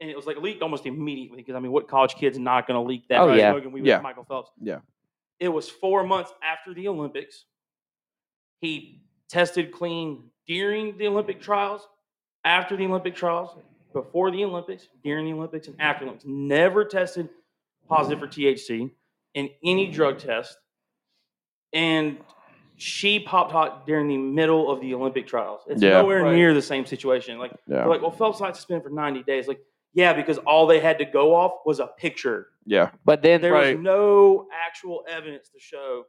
Speaker 2: And it was like leaked almost immediately because I mean, what college kid's not going to leak that?
Speaker 1: Oh,
Speaker 2: by
Speaker 1: yeah.
Speaker 2: smoking weed with
Speaker 4: Yeah.
Speaker 2: Michael Phelps.
Speaker 4: Yeah.
Speaker 2: It was four months after the Olympics. He tested clean during the Olympic trials, after the Olympic trials, before the Olympics, during the Olympics, and after the Olympics. Never tested positive for THC in any drug test. And she popped hot during the middle of the Olympic trials. It's
Speaker 4: Yeah.
Speaker 2: nowhere
Speaker 3: Right.
Speaker 2: near the same situation. Like
Speaker 4: [LAUGHS] yeah,
Speaker 2: they're like, well, Phelps had to spend for 90 days. Like, yeah, because all they had to go off was a picture.
Speaker 4: yeah.
Speaker 1: but then
Speaker 2: There
Speaker 3: Right.
Speaker 2: was no actual evidence to show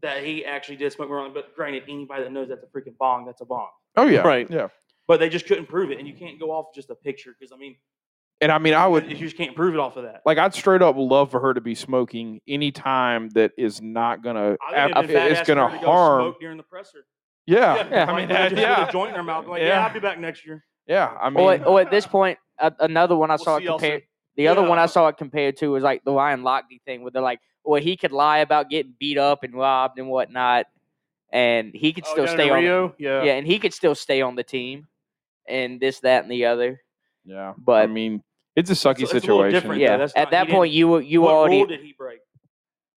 Speaker 2: that he actually did smoke marijuana. But granted, anybody that knows that's a freaking bong, that's a bong.
Speaker 4: Oh yeah,
Speaker 3: Right.
Speaker 4: Yeah,
Speaker 2: But they just couldn't prove it, and you can't go off just a picture because I mean,
Speaker 4: and I mean, I would
Speaker 2: you just can't prove it off of that.
Speaker 4: like I'd straight up love for her to be smoking any time that is not
Speaker 2: I
Speaker 4: gonna
Speaker 2: think
Speaker 4: ab-
Speaker 2: it'd been badass
Speaker 4: it's
Speaker 2: for
Speaker 4: gonna
Speaker 2: her to go
Speaker 4: harm.
Speaker 2: smoke during the presser.
Speaker 4: Yeah,
Speaker 1: Yeah.
Speaker 4: I
Speaker 2: like, literally
Speaker 4: mean, [LAUGHS] that-
Speaker 2: just put a
Speaker 4: yeah,
Speaker 2: joint in her mouth. Like, yeah.
Speaker 4: Yeah.
Speaker 2: I'll be back next year.
Speaker 4: yeah. I mean,
Speaker 1: [LAUGHS] or, or
Speaker 2: [LAUGHS]
Speaker 1: at this point a, another one I
Speaker 3: We'll
Speaker 1: saw it
Speaker 3: see y'all soon.
Speaker 1: compared the other one I
Speaker 2: Yeah.
Speaker 1: saw it compared to was like the Ryan Lochte thing where they're like well he could lie about getting beat up and robbed and whatnot and he could
Speaker 3: Oh,
Speaker 1: still
Speaker 3: down in
Speaker 1: stay on
Speaker 3: Rio. Yeah.
Speaker 1: yeah and he could still stay on the team and this that and the other
Speaker 4: yeah. I
Speaker 1: but
Speaker 4: mean, it's a sucky
Speaker 2: It's a- it's a little
Speaker 4: situation.
Speaker 2: different.
Speaker 4: yeah,
Speaker 1: yeah
Speaker 2: that's
Speaker 1: at
Speaker 2: not-
Speaker 1: that
Speaker 2: he
Speaker 1: point you were- you
Speaker 2: what
Speaker 1: already
Speaker 2: rule did he break?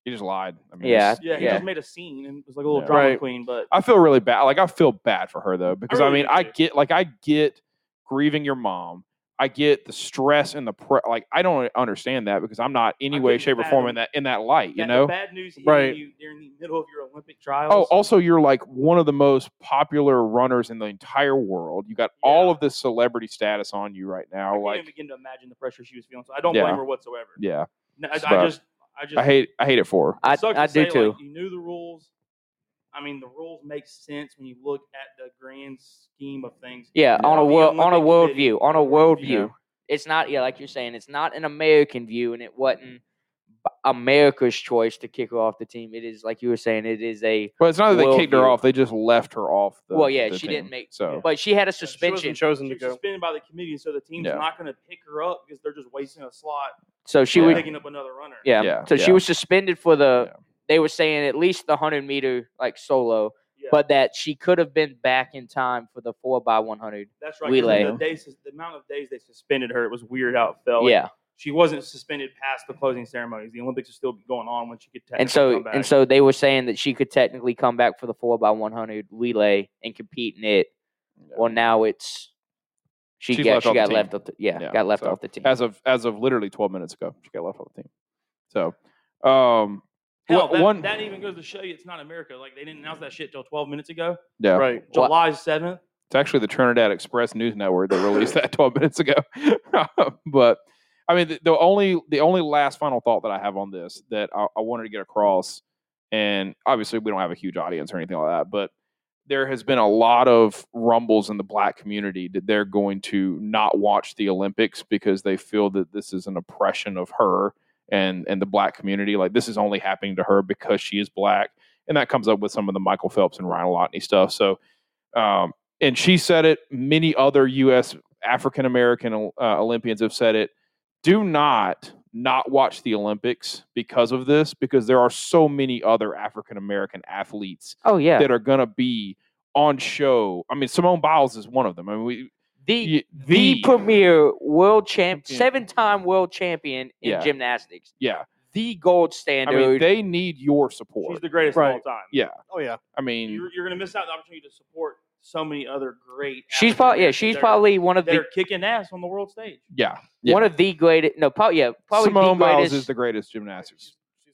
Speaker 4: he just lied. I mean,
Speaker 1: Yeah.
Speaker 4: it's-
Speaker 2: Yeah, he
Speaker 1: Yeah.
Speaker 2: just made a scene and was like a little
Speaker 4: Yeah.
Speaker 2: drama
Speaker 3: Right.
Speaker 2: queen. But
Speaker 4: I feel really bad. Like I feel bad for her though, because I,
Speaker 2: really
Speaker 4: mean,
Speaker 2: do,
Speaker 4: I
Speaker 2: too.
Speaker 4: get like I get grieving your mom. I get the stress and the pre- like. I don't understand that because I'm not any way,
Speaker 2: couldn't
Speaker 4: shape, or form in
Speaker 2: fathom
Speaker 4: that in that light.
Speaker 2: Yeah, the
Speaker 4: You know.
Speaker 2: bad news hitting
Speaker 3: Right.
Speaker 2: you during the middle of your Olympic trials.
Speaker 4: Oh, also you're like one of the most popular runners in the entire world. You got all
Speaker 2: Yeah.
Speaker 4: of this celebrity status on you right
Speaker 2: I
Speaker 4: now.
Speaker 2: can't even
Speaker 4: Like,
Speaker 2: begin to imagine the pressure she was feeling. So I don't
Speaker 4: Yeah.
Speaker 2: blame her whatsoever.
Speaker 4: yeah,
Speaker 2: No, I, I
Speaker 4: But
Speaker 2: just, I just,
Speaker 4: I hate I hate it for her.
Speaker 2: it
Speaker 1: I,
Speaker 2: sucks
Speaker 1: I
Speaker 2: to
Speaker 1: do
Speaker 2: say,
Speaker 1: too
Speaker 2: Like, you knew the rules. I mean, the rules make sense when you look at the grand scheme of things.
Speaker 1: Yeah,
Speaker 4: Yeah.
Speaker 1: on a
Speaker 2: Of the
Speaker 1: world on a
Speaker 2: Olympic
Speaker 1: world
Speaker 2: Committee,
Speaker 1: view, on a
Speaker 2: of the
Speaker 1: world
Speaker 2: Olympic-
Speaker 1: view. It's not yeah, like you're saying, it's not an American view, and it wasn't b- America's choice to kick her off the team. It is like you were saying, it is a.
Speaker 4: Well, it's not that they
Speaker 1: Well,
Speaker 4: kicked her
Speaker 1: you-
Speaker 4: off; they just left her off. The,
Speaker 1: Well, yeah,
Speaker 4: the
Speaker 1: she didn't
Speaker 4: team.
Speaker 1: make-
Speaker 4: so.
Speaker 1: But she had a
Speaker 3: She wasn't
Speaker 1: suspension,
Speaker 3: chosen to
Speaker 2: She's
Speaker 3: go.
Speaker 2: suspended by the committee, so the team's
Speaker 4: Yeah.
Speaker 2: not going to pick her up because they're just wasting a slot
Speaker 1: so she
Speaker 2: by
Speaker 4: Yeah.
Speaker 1: was
Speaker 2: picking up another runner.
Speaker 1: yeah.
Speaker 4: Yeah,
Speaker 1: So she
Speaker 4: yeah.
Speaker 1: was suspended for the.
Speaker 4: Yeah.
Speaker 1: They were saying at least the hundred meter like solo,
Speaker 2: Yeah.
Speaker 1: but that she could have been back in time for the four by one hundred.
Speaker 2: That's right.
Speaker 1: We
Speaker 2: 'cause
Speaker 1: lay
Speaker 2: The,
Speaker 1: 'em.
Speaker 2: days, the amount of days they suspended her, it was weird how Oh, it felt.
Speaker 1: Yeah,
Speaker 2: She wasn't suspended past the closing ceremonies. The Olympics are still going on when she could technically
Speaker 1: and so
Speaker 2: come back.
Speaker 1: and so they were saying that she could technically come back for the four by one hundred relay and compete in it. Well, now it's she
Speaker 4: She's
Speaker 1: got
Speaker 4: left
Speaker 1: she
Speaker 4: off the
Speaker 1: got
Speaker 4: team.
Speaker 1: left off the, yeah,
Speaker 4: Yeah,
Speaker 1: got left
Speaker 4: so
Speaker 1: off the team.
Speaker 4: as of as of literally 12 minutes ago. She got left off the team. So, um,
Speaker 2: Hell,
Speaker 4: wh-
Speaker 2: that,
Speaker 4: one-
Speaker 2: that even goes to show you it's not America. Like they didn't announce that shit till 12 minutes ago,
Speaker 4: yeah,
Speaker 3: Right.
Speaker 1: Well,
Speaker 2: July 7th.
Speaker 4: it's actually the Trinidad Express News Network that released that [LAUGHS] 12 minutes ago. but I mean, the, the only the only last final thought that I have on this that I, I wanted to get across, and obviously we don't have a huge audience or anything like that, but there has been a lot of rumbles in the black community that they're going to not watch the Olympics because they feel that this is an oppression of her and and the black community. Like this is only happening to her because she is black, and that comes up with some of the Michael Phelps and Ryan Lotney stuff. So. Um, and she said it. Many other U.S. African American uh, Olympians have said it. Do not not watch the Olympics because of this, because there are so many other African American athletes
Speaker 1: oh yeah,
Speaker 4: that are going to be on show. I mean, Simone Biles is one of them. I mean, we,
Speaker 1: the
Speaker 4: y-
Speaker 1: the premier world champ,
Speaker 3: Champion.
Speaker 1: seven time world champion in
Speaker 4: Yeah.
Speaker 1: gymnastics,
Speaker 4: yeah.
Speaker 1: the gold
Speaker 4: I
Speaker 1: standard.
Speaker 4: mean, they need your
Speaker 2: She's
Speaker 4: support.
Speaker 2: the greatest of all
Speaker 3: Right.
Speaker 2: time.
Speaker 3: Oh [LAUGHS] yeah.
Speaker 4: I mean,
Speaker 2: You're, you're going to miss out on the opportunity to support so many other great.
Speaker 1: she's probably yeah,
Speaker 2: African-Americans
Speaker 1: she's
Speaker 2: that are-
Speaker 1: probably one of
Speaker 2: that
Speaker 1: the
Speaker 2: are kicking ass on the world stage.
Speaker 4: yeah. yeah.
Speaker 1: one of the greatest. No, probably yeah, probably
Speaker 4: Simone
Speaker 1: the
Speaker 4: Biles
Speaker 1: greatest.
Speaker 4: is the greatest gymnastics.
Speaker 3: She's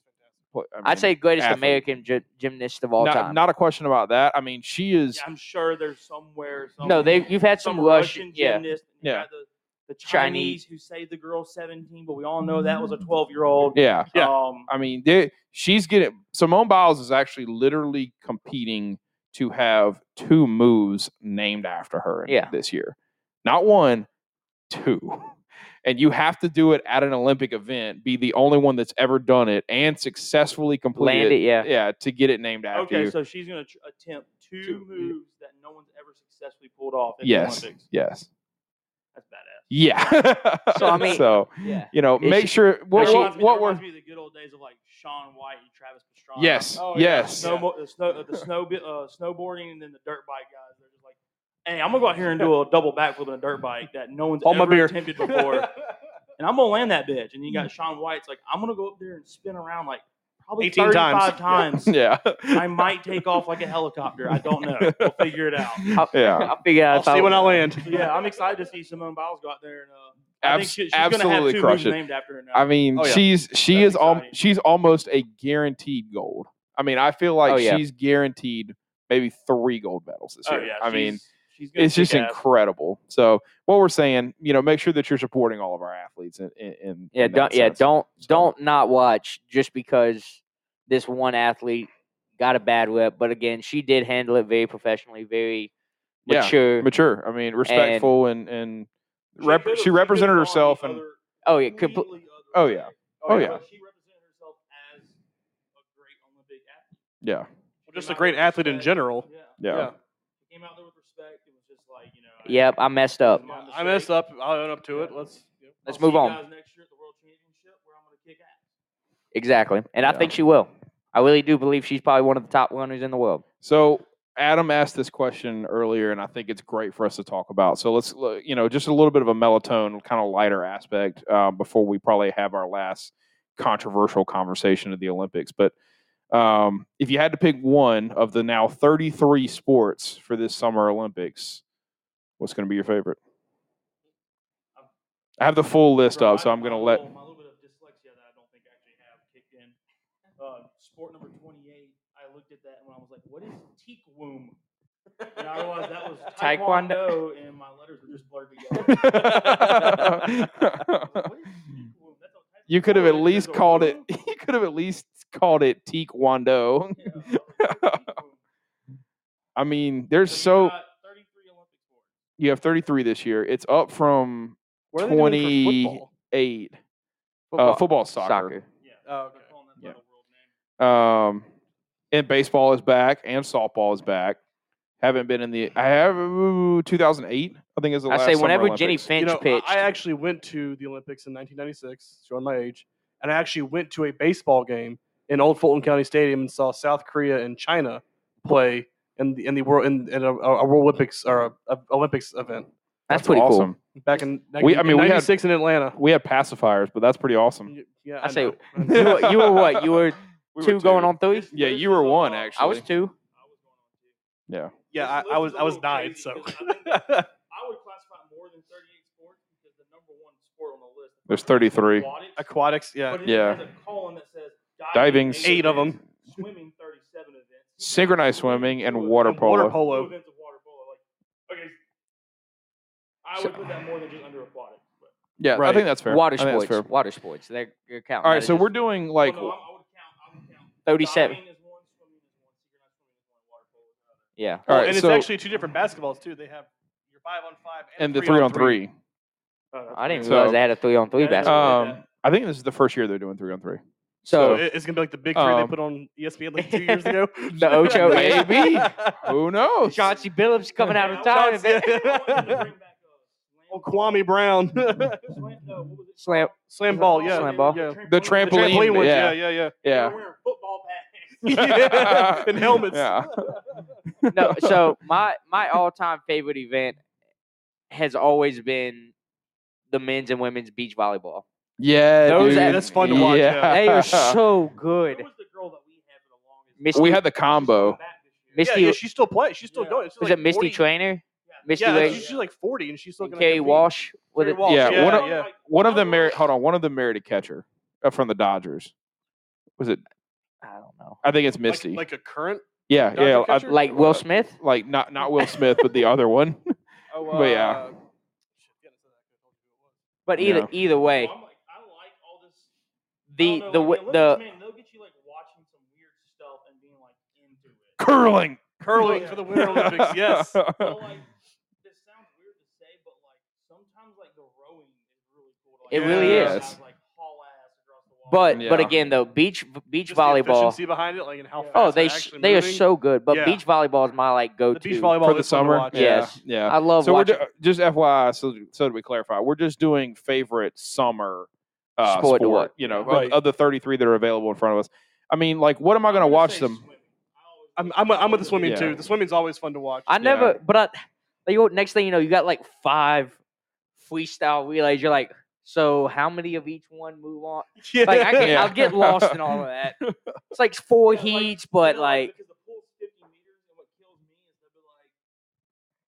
Speaker 3: fantastic.
Speaker 4: pla- I mean,
Speaker 1: I'd say greatest
Speaker 4: athlete.
Speaker 1: American gy- gymnast of all
Speaker 4: not,
Speaker 1: time.
Speaker 4: not a question about that. I mean, she is.
Speaker 2: Yeah, I'm sure there's somewhere. Some,
Speaker 1: no, they you've had some, Russian, yeah.
Speaker 2: gymnast. and you
Speaker 4: Yeah.
Speaker 2: got The, the
Speaker 1: Chinese.
Speaker 2: Chinese, who saved the girl 17, but we all know that was a 12 year old.
Speaker 4: yeah.
Speaker 3: Yeah.
Speaker 2: Um,
Speaker 4: I mean, they, she's getting Simone Biles is actually literally competing to have two moves named after her in-
Speaker 1: Yeah.
Speaker 4: this year. Not one, two. And you have to do it at an Olympic event, be the only one that's ever done it and successfully completed
Speaker 1: Land it, yeah.
Speaker 4: Yeah, to get it named after
Speaker 2: okay,
Speaker 4: you.
Speaker 2: so she's going to tr- attempt two,
Speaker 4: Two.
Speaker 2: moves that no one's ever successfully pulled off in
Speaker 4: yes.
Speaker 2: the Olympics.
Speaker 4: Yes.
Speaker 2: That's badass.
Speaker 4: Yeah.
Speaker 1: So, I mean-
Speaker 4: [LAUGHS] so
Speaker 1: Yeah.
Speaker 4: you know,
Speaker 1: Is
Speaker 4: make
Speaker 1: she-
Speaker 4: sure
Speaker 2: That
Speaker 4: what
Speaker 1: she-
Speaker 4: what,
Speaker 2: reminds me- that
Speaker 4: what we're
Speaker 2: reminds me of the good old days of like Sean White and Travis Pastrana.
Speaker 4: yes,
Speaker 3: Oh, yeah.
Speaker 4: yes,
Speaker 2: snow, the snow, the snow, bi- uh, snowboarding, and then the dirt bike guys. They're just like, "Hey, I'm gonna go out here and do a double backflip on a dirt bike that no one's
Speaker 3: Hold my
Speaker 2: ever
Speaker 3: beer.
Speaker 2: attempted before, and I'm gonna land that bitch." And you
Speaker 4: Mm.
Speaker 2: got Sean White's like, "I'm gonna go up there and spin around like probably
Speaker 3: 18
Speaker 2: 35
Speaker 3: times.
Speaker 2: times.
Speaker 4: [LAUGHS] yeah, [LAUGHS]
Speaker 2: I might take off like a helicopter. I don't know. We'll figure it out."
Speaker 4: yeah.
Speaker 1: I'll figure out.
Speaker 3: I'll
Speaker 1: if [LAUGHS] I-
Speaker 3: see when I [LAUGHS] land.
Speaker 2: Yeah, I'm excited to see Simone Biles go out there and. Uh, I think
Speaker 4: Abs-
Speaker 2: she, she's gonna have
Speaker 4: absolutely
Speaker 2: two
Speaker 4: crush
Speaker 2: moves
Speaker 4: it.
Speaker 2: named after her now.
Speaker 4: I mean,
Speaker 3: Oh, yeah.
Speaker 4: she's she
Speaker 2: That's
Speaker 4: is al-
Speaker 2: exciting.
Speaker 4: she's almost a guaranteed gold. I mean, I feel like
Speaker 1: Oh, yeah.
Speaker 4: she's guaranteed maybe three gold medals this
Speaker 2: oh
Speaker 4: year.
Speaker 2: yeah,
Speaker 4: I
Speaker 2: she's-
Speaker 4: mean,
Speaker 2: she's gonna
Speaker 4: it's just
Speaker 2: kick ass.
Speaker 4: incredible. So what we're saying, you know, make sure that you're supporting all of our athletes. In, in, in
Speaker 1: Yeah,
Speaker 4: in that
Speaker 1: don't yeah,
Speaker 4: sense.
Speaker 1: don't
Speaker 4: So-
Speaker 1: don't not watch just because this one athlete got a bad rep. But again, she did handle it very professionally, very
Speaker 4: Yeah,
Speaker 1: mature.
Speaker 4: mature. I mean, respectful and and,
Speaker 2: She
Speaker 4: rep-
Speaker 2: could've-
Speaker 4: she
Speaker 2: could've
Speaker 4: represented
Speaker 2: gone the
Speaker 4: herself and
Speaker 2: other-
Speaker 1: oh yeah, compl-
Speaker 2: completely
Speaker 4: Oh,
Speaker 2: other
Speaker 4: yeah.
Speaker 2: way.
Speaker 4: Oh, yeah.
Speaker 2: She represented herself as a great Olympic athlete.
Speaker 4: yeah,
Speaker 2: She
Speaker 3: Just
Speaker 2: came
Speaker 3: a
Speaker 2: out
Speaker 3: great
Speaker 2: with
Speaker 3: athlete in
Speaker 2: respect.
Speaker 3: general.
Speaker 2: Yeah.
Speaker 4: yeah,
Speaker 2: She came out there with respect. It was just like, you know. I-
Speaker 1: yep, I messed up.
Speaker 2: My
Speaker 3: I messed
Speaker 2: mistake.
Speaker 3: up. I'll own up to it. Let's.
Speaker 1: Let's
Speaker 2: I'll see
Speaker 1: move
Speaker 2: you
Speaker 1: on.
Speaker 2: guys next year at the World Championship where I'm going to kick ass.
Speaker 1: Exactly, and I
Speaker 4: Yeah.
Speaker 1: think she will. I really do believe she's probably one of the top runners in the world.
Speaker 4: So Adam asked this question earlier, and I think it's great for us to talk about. So let's, l- you know, just a little bit of a melatonin, kind of lighter aspect um, before we probably have our last controversial conversation of the Olympics. But um, if you had to pick one of the now 33 sports for this summer Olympics, what's going to be your favorite? I have the full list
Speaker 2: Bro,
Speaker 4: up, so
Speaker 2: my-
Speaker 4: I'm going to
Speaker 2: my
Speaker 4: let.
Speaker 2: little- My little bit of dyslexia that I don't think I actually have kicked in. Uh, sport number 28, I looked at that and I was like, what is teak womb? And I realized that was
Speaker 1: Taekwondo.
Speaker 2: Taekwondo, and my letters were just blurred together.
Speaker 4: [LAUGHS] you could have at least called it. [LAUGHS] You could have at least called it Taekwondo.
Speaker 2: oh,
Speaker 4: I mean, there's so you have 33 this year. It's up from
Speaker 3: What are they doing for
Speaker 4: 20
Speaker 3: football?
Speaker 4: eight. Football, uh, football soccer.
Speaker 3: Oh, okay.
Speaker 4: Yeah. Um, and baseball is back, and softball is back. Haven't been in the. I have ooh, 2008. I think is the
Speaker 1: I
Speaker 4: last.
Speaker 1: say
Speaker 4: Summer
Speaker 1: whenever Jenny
Speaker 4: Olympics.
Speaker 1: Finch
Speaker 3: You know, I-
Speaker 1: pitched,
Speaker 3: I actually went to the Olympics in 1996, showing my age, and I actually went to a baseball game in Old Fulton County Stadium and saw South Korea and China play in the in the world in, in a, a World Olympics or a, a Olympics event
Speaker 1: That's, pretty cool.
Speaker 4: awesome.
Speaker 3: back in
Speaker 4: We- I mean, we had-
Speaker 3: '96 in Atlanta.
Speaker 4: We had pacifiers, but that's pretty awesome.
Speaker 3: Yeah,
Speaker 1: I say-
Speaker 4: [LAUGHS]
Speaker 3: know.
Speaker 1: [LAUGHS] You were, you were what? You were two,
Speaker 4: We were
Speaker 1: going on three?
Speaker 4: Yeah, you were one actually.
Speaker 1: I was two.
Speaker 4: Yeah.
Speaker 3: yeah, I,
Speaker 2: This list is a
Speaker 3: I was I was
Speaker 2: little
Speaker 3: nine.
Speaker 2: crazy
Speaker 3: So [LAUGHS]
Speaker 2: 'cause I think that I would classify more than 38 sports because the number one sport on the list. is
Speaker 4: There's 33.
Speaker 2: aquatics,
Speaker 3: aquatics. Yeah,
Speaker 2: but it
Speaker 4: Yeah.
Speaker 2: has a column that says
Speaker 4: Diving,
Speaker 3: eight of them.
Speaker 2: Swimming 37 events.
Speaker 4: Synchronized swimming and water
Speaker 3: And
Speaker 4: polo.
Speaker 3: water
Speaker 2: Two
Speaker 3: polo.
Speaker 2: events of water polo. Like, okay. I would put that more than just under aquatics. But,
Speaker 4: Yeah, I
Speaker 3: Right.
Speaker 4: think that's fair.
Speaker 1: Water
Speaker 4: I think that's
Speaker 1: sports.
Speaker 4: fair.
Speaker 1: Water sports. They're, you're counting.
Speaker 4: All
Speaker 1: that
Speaker 4: right,
Speaker 1: as
Speaker 4: so
Speaker 1: just
Speaker 4: we're doing like
Speaker 2: Well, no, I, I would count. I would count.
Speaker 1: 37.
Speaker 2: Diving is one, swimming is one, synchronized swimming is one, water polo is another.
Speaker 1: Yeah.
Speaker 4: all right,
Speaker 3: and it's
Speaker 4: so
Speaker 3: actually two different basketballs too. They have your five on five
Speaker 4: and the three on three.
Speaker 1: I didn't
Speaker 4: So-
Speaker 1: realize they had a three on three
Speaker 2: Yeah, I didn't
Speaker 1: basketball.
Speaker 2: realize
Speaker 4: Um, I think this is the first year they're doing three
Speaker 3: [LAUGHS]
Speaker 4: on three.
Speaker 3: So
Speaker 1: so,
Speaker 3: it- it's gonna be like the big three they
Speaker 4: Um,
Speaker 3: put on E ESPN
Speaker 1: [LAUGHS]
Speaker 3: like two
Speaker 4: [LAUGHS]
Speaker 3: years ago.
Speaker 1: the [LAUGHS]
Speaker 3: [LAUGHS]
Speaker 1: Ocho AB.
Speaker 4: Who knows?
Speaker 1: Oh, Chauncey Billups coming out of
Speaker 2: Yeah, I
Speaker 1: time.
Speaker 2: was-
Speaker 1: man.
Speaker 2: I wanted to bring back, uh,
Speaker 3: Oh,
Speaker 1: [LAUGHS]
Speaker 3: Kwame Brown,
Speaker 2: [LAUGHS]
Speaker 3: [LAUGHS]
Speaker 2: Slam, no, what was it?
Speaker 1: Slam.
Speaker 3: Oh, slam ball. Yeah,
Speaker 1: Slam ball.
Speaker 3: Yeah.
Speaker 4: The
Speaker 3: The trampoline
Speaker 4: Trampoline,
Speaker 3: ones,
Speaker 4: yeah.
Speaker 3: yeah, yeah, yeah.
Speaker 2: They
Speaker 3: [LAUGHS]
Speaker 2: were
Speaker 4: Yeah.
Speaker 2: wearing football pads.
Speaker 4: [LAUGHS]
Speaker 3: Yeah, [LAUGHS] and
Speaker 1: [LAUGHS]
Speaker 3: helmets.
Speaker 4: Yeah. [LAUGHS]
Speaker 1: no, so my my all time favorite event has always been the men's and women's beach volleyball.
Speaker 4: Yeah,
Speaker 1: Those-
Speaker 4: dude.
Speaker 1: that's
Speaker 3: fun to watch, yeah.
Speaker 1: They
Speaker 4: [LAUGHS]
Speaker 1: are so good.
Speaker 2: Who was the girl that we had for the longest?
Speaker 1: Misty,
Speaker 4: we had the combo.
Speaker 1: Mis-
Speaker 3: Yeah,
Speaker 1: Misty-
Speaker 3: yeah, she's still playing. She's still
Speaker 2: Yeah.
Speaker 3: going. She's
Speaker 1: was
Speaker 3: like
Speaker 1: it Misty
Speaker 3: 40
Speaker 1: Trainer? Misty
Speaker 3: Yeah,
Speaker 1: Wade,
Speaker 3: she's, she's like 40 and she's still going
Speaker 1: Kay Walsh. With it.
Speaker 4: Walsh, yeah, one
Speaker 3: yeah,
Speaker 4: of-
Speaker 3: yeah.
Speaker 4: One of
Speaker 3: Oh.
Speaker 4: them married. Hold on. One of them married a catcher uh, from the Dodgers. Was it?
Speaker 1: I don't know.
Speaker 4: I think it's
Speaker 3: Like-
Speaker 4: Misty.
Speaker 3: Like, a current.
Speaker 4: yeah,
Speaker 3: Dodger
Speaker 4: yeah. I-
Speaker 3: catcher?
Speaker 1: Like Will Smith?
Speaker 4: like not not Will Smith,
Speaker 1: [LAUGHS]
Speaker 4: but the other one. [LAUGHS]
Speaker 3: Oh,
Speaker 4: But yeah.
Speaker 3: uh,
Speaker 1: But either
Speaker 4: Yeah.
Speaker 1: either way,
Speaker 2: I'm like, I like all this.
Speaker 1: the
Speaker 2: I don't
Speaker 1: the
Speaker 2: know, like,
Speaker 1: w- the
Speaker 2: Olympics, man, they'll get you like watching some weird stuff and being like into it.
Speaker 4: Curling.
Speaker 3: Curling for
Speaker 4: [LAUGHS]
Speaker 3: the Winter Olympics. Yes.
Speaker 2: But like, this sounds weird to say, but like sometimes like the rowing is really cool. To, like,
Speaker 1: It
Speaker 2: watch
Speaker 1: really
Speaker 2: these
Speaker 4: is.
Speaker 2: guys, Like haul ass across the water.
Speaker 1: but but
Speaker 4: Yeah.
Speaker 1: again though beach beach
Speaker 3: Just the
Speaker 1: volleyball.
Speaker 3: efficiency behind it, like and how
Speaker 2: Yeah.
Speaker 3: fast
Speaker 1: Oh, they
Speaker 3: they're
Speaker 1: sh-
Speaker 3: actually
Speaker 1: they are
Speaker 3: moving.
Speaker 1: so good. But
Speaker 3: Yeah.
Speaker 1: beach volleyball is my like go
Speaker 3: The beach
Speaker 1: to.
Speaker 3: volleyball
Speaker 4: for the
Speaker 3: is fun to
Speaker 4: summer.
Speaker 3: watch,
Speaker 4: Yeah,
Speaker 3: yeah.
Speaker 1: Yes.
Speaker 4: yeah.
Speaker 3: Uh,
Speaker 1: I love
Speaker 4: so we're
Speaker 1: watching.
Speaker 4: ju- uh, just FYI, so so that we clarify, we're just doing favorite summer uh,
Speaker 1: Sport
Speaker 4: sport.
Speaker 1: to watch.
Speaker 4: You know, of-
Speaker 3: Right.
Speaker 4: of, the thirty three that are available in front of us. I mean, like, what am I going to
Speaker 2: I'm gonna
Speaker 4: watch
Speaker 2: say
Speaker 4: them?
Speaker 2: swimming. I always-
Speaker 3: I'm, I'm, I'm with the swimming
Speaker 4: Yeah.
Speaker 3: too. The swimming's always fun to watch.
Speaker 1: I never, but I, like, you- next thing you know, you got like five freestyle relays. You're like, so how many of each one move
Speaker 3: [LAUGHS]
Speaker 1: on?
Speaker 3: yeah.
Speaker 1: Like, I get,
Speaker 4: Yeah.
Speaker 1: I'll get lost in all of that. It's like four
Speaker 2: Yeah, like,
Speaker 1: heats,
Speaker 2: you
Speaker 1: but
Speaker 2: know,
Speaker 1: like,
Speaker 2: because the pool's 50 meters, and what kills me is they'll be like,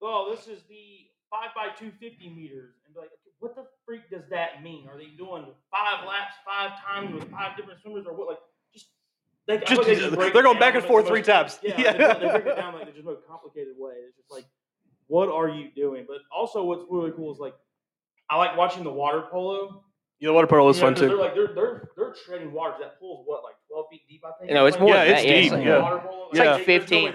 Speaker 2: "Oh, this is the five by two fifty meters," and be like, "Okay, "What the freak does that mean? Are they doing five laps five times with five different swimmers, or what?" Like, just they, I feel
Speaker 3: Just-
Speaker 2: like they just break
Speaker 3: they're
Speaker 2: it
Speaker 3: going back
Speaker 2: down
Speaker 3: and
Speaker 2: in
Speaker 3: forth
Speaker 2: the
Speaker 3: three
Speaker 2: most-
Speaker 3: times.
Speaker 2: Yeah,
Speaker 3: Yeah.
Speaker 2: They, do- they break it
Speaker 3: [LAUGHS]
Speaker 2: down like in just a complicated way. It's just like, what are you doing? But also, what's really cool is like, I like watching the water polo.
Speaker 3: Yeah, the water polo is
Speaker 2: You know,
Speaker 3: fun
Speaker 2: 'cause
Speaker 3: too.
Speaker 2: They're like they're they're they're treading water. 'cause That pool's what like twelve feet deep, I think.
Speaker 1: No, it's
Speaker 2: Like,
Speaker 1: more
Speaker 3: Yeah,
Speaker 1: than
Speaker 3: it's
Speaker 1: that. yeah,
Speaker 3: deep,
Speaker 1: like,
Speaker 3: yeah.
Speaker 1: It's like 15.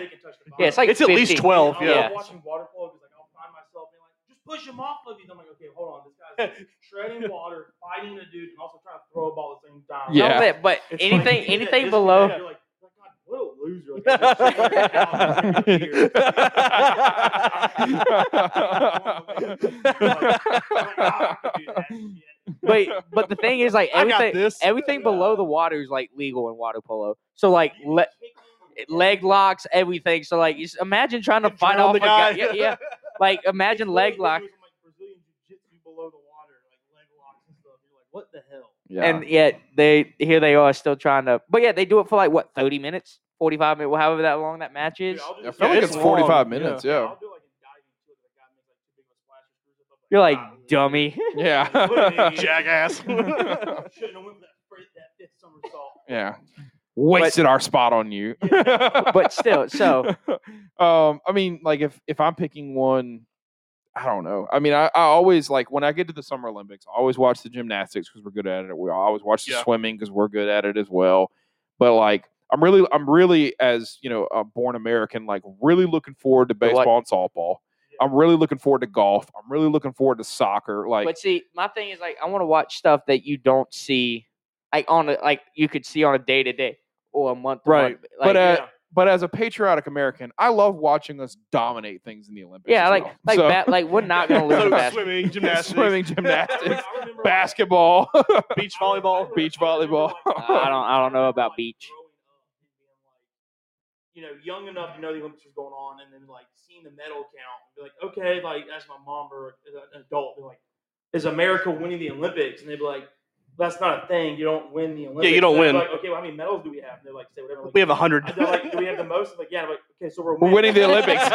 Speaker 1: yeah, it's like
Speaker 3: It's at least
Speaker 1: 15.
Speaker 3: 12,
Speaker 2: I
Speaker 1: yeah.
Speaker 2: love watching water polo because like I'll find myself being like, just push him off of you. And I'm like, okay, hold on, this guy's
Speaker 3: [LAUGHS]
Speaker 2: like, shredding water, fighting the dude, and also trying to throw a ball at the same time.
Speaker 1: Not
Speaker 4: Yeah.
Speaker 1: only that, but
Speaker 3: It's
Speaker 2: Like,
Speaker 3: [LAUGHS]
Speaker 1: anything,
Speaker 2: you see that
Speaker 1: anything
Speaker 2: disconnect,
Speaker 1: below.
Speaker 2: You're like, oh my God, what a loser. Like, I just swear to God, I'm gonna
Speaker 3: [LAUGHS]
Speaker 2: get
Speaker 1: [LAUGHS]
Speaker 2: here. Like,
Speaker 4: [LAUGHS]
Speaker 2: ah, I could do that shit.
Speaker 1: But
Speaker 3: [LAUGHS]
Speaker 1: but the thing is, like
Speaker 3: I got
Speaker 1: everything,
Speaker 3: this.
Speaker 1: everything below the water is like legal in water polo. So like
Speaker 2: You
Speaker 1: le-
Speaker 2: kick him.
Speaker 1: leg locks, everything. So like, you s- imagine trying to
Speaker 3: And
Speaker 1: fight
Speaker 3: drown
Speaker 1: off
Speaker 3: the
Speaker 1: a guy.
Speaker 3: guy.
Speaker 1: Yeah, yeah.
Speaker 3: [LAUGHS]
Speaker 1: Like imagine leg lock.
Speaker 2: Like Brazilian jiu-jitsu below the water, like leg locks and stuff. You're like, what the hell?
Speaker 4: And
Speaker 1: and yet they here they are still trying to. But yeah, they do it for like what thirty minutes, forty five minutes, however that long that match
Speaker 2: Dude,
Speaker 1: is.
Speaker 2: I'll do
Speaker 4: I
Speaker 2: the
Speaker 4: feel
Speaker 3: Yeah,
Speaker 4: like
Speaker 2: same
Speaker 4: it's
Speaker 3: it's
Speaker 2: thing.
Speaker 3: long,
Speaker 4: 45 minutes. Yeah.
Speaker 2: I'll do like a diving too.
Speaker 1: You're like, dummy.
Speaker 2: If a guy makes like too big of a splash and screws up, "Ah, this is
Speaker 1: [LAUGHS]
Speaker 4: Yeah.
Speaker 2: Yeah.
Speaker 3: [LAUGHS] Jackass.
Speaker 2: dumb. [LAUGHS] Shouldn't have went for that fifth, that fifth
Speaker 1: [LAUGHS]
Speaker 2: somersault.
Speaker 4: [LAUGHS] Yeah. Wasted our spot on you. [LAUGHS]
Speaker 1: But still, so
Speaker 4: um, I mean, like if if I'm picking one, I don't know. I mean, I, I always like when I get to the Summer Olympics, I always watch the gymnastics because we're good at it. We always watch the
Speaker 3: Yeah.
Speaker 4: swimming because we're good at it as well. But like, I'm really, I'm really as you know, a born American, like really looking forward to
Speaker 1: what?
Speaker 4: baseball and softball. I'm really looking forward to golf. I'm really looking forward to soccer. Like,
Speaker 1: but see, my thing is like I want to watch stuff that you don't see, like on a, like you could see on a day to day or a month.
Speaker 3: Right.
Speaker 4: But, uh,
Speaker 2: yeah.
Speaker 4: but as a patriotic American, I love watching us dominate things in the Olympics.
Speaker 1: yeah,
Speaker 4: as
Speaker 1: like
Speaker 4: well.
Speaker 1: like
Speaker 4: So-
Speaker 1: bat, like we're not gonna lose.
Speaker 3: so
Speaker 1: in basketball.
Speaker 3: [LAUGHS] swimming,
Speaker 4: [LAUGHS]
Speaker 3: gymnastics,
Speaker 4: swimming,
Speaker 1: [LAUGHS]
Speaker 2: I remember-
Speaker 4: gymnastics,
Speaker 2: I remember, like,
Speaker 4: basketball. [LAUGHS]
Speaker 3: beach
Speaker 2: I remember,
Speaker 3: volleyball.
Speaker 2: like,
Speaker 4: beach
Speaker 2: I remember,
Speaker 4: volleyball.
Speaker 2: like,
Speaker 1: I don't- I don't know
Speaker 2: remember,
Speaker 1: about
Speaker 2: like,
Speaker 1: beach.
Speaker 2: growing up and being like, you know, young enough to know the Olympics was going on, and then like seeing the medal count, and be like, okay, like as my mom or as an adult, be like, is America winning the Olympics? And they'd be like, that's not a thing. You don't win the Olympics.
Speaker 3: you don't
Speaker 2: And I'd be
Speaker 3: win.
Speaker 2: Like, okay, well, how many medals do we have? And they're like, say whatever. Like,
Speaker 3: We have a hundred.
Speaker 2: I'd be
Speaker 3: [LAUGHS]
Speaker 2: like, do we have the most? like, yeah. I'm like, okay, so we're
Speaker 4: We're
Speaker 2: [LAUGHS]
Speaker 4: winning the
Speaker 2: winning.
Speaker 4: Olympics.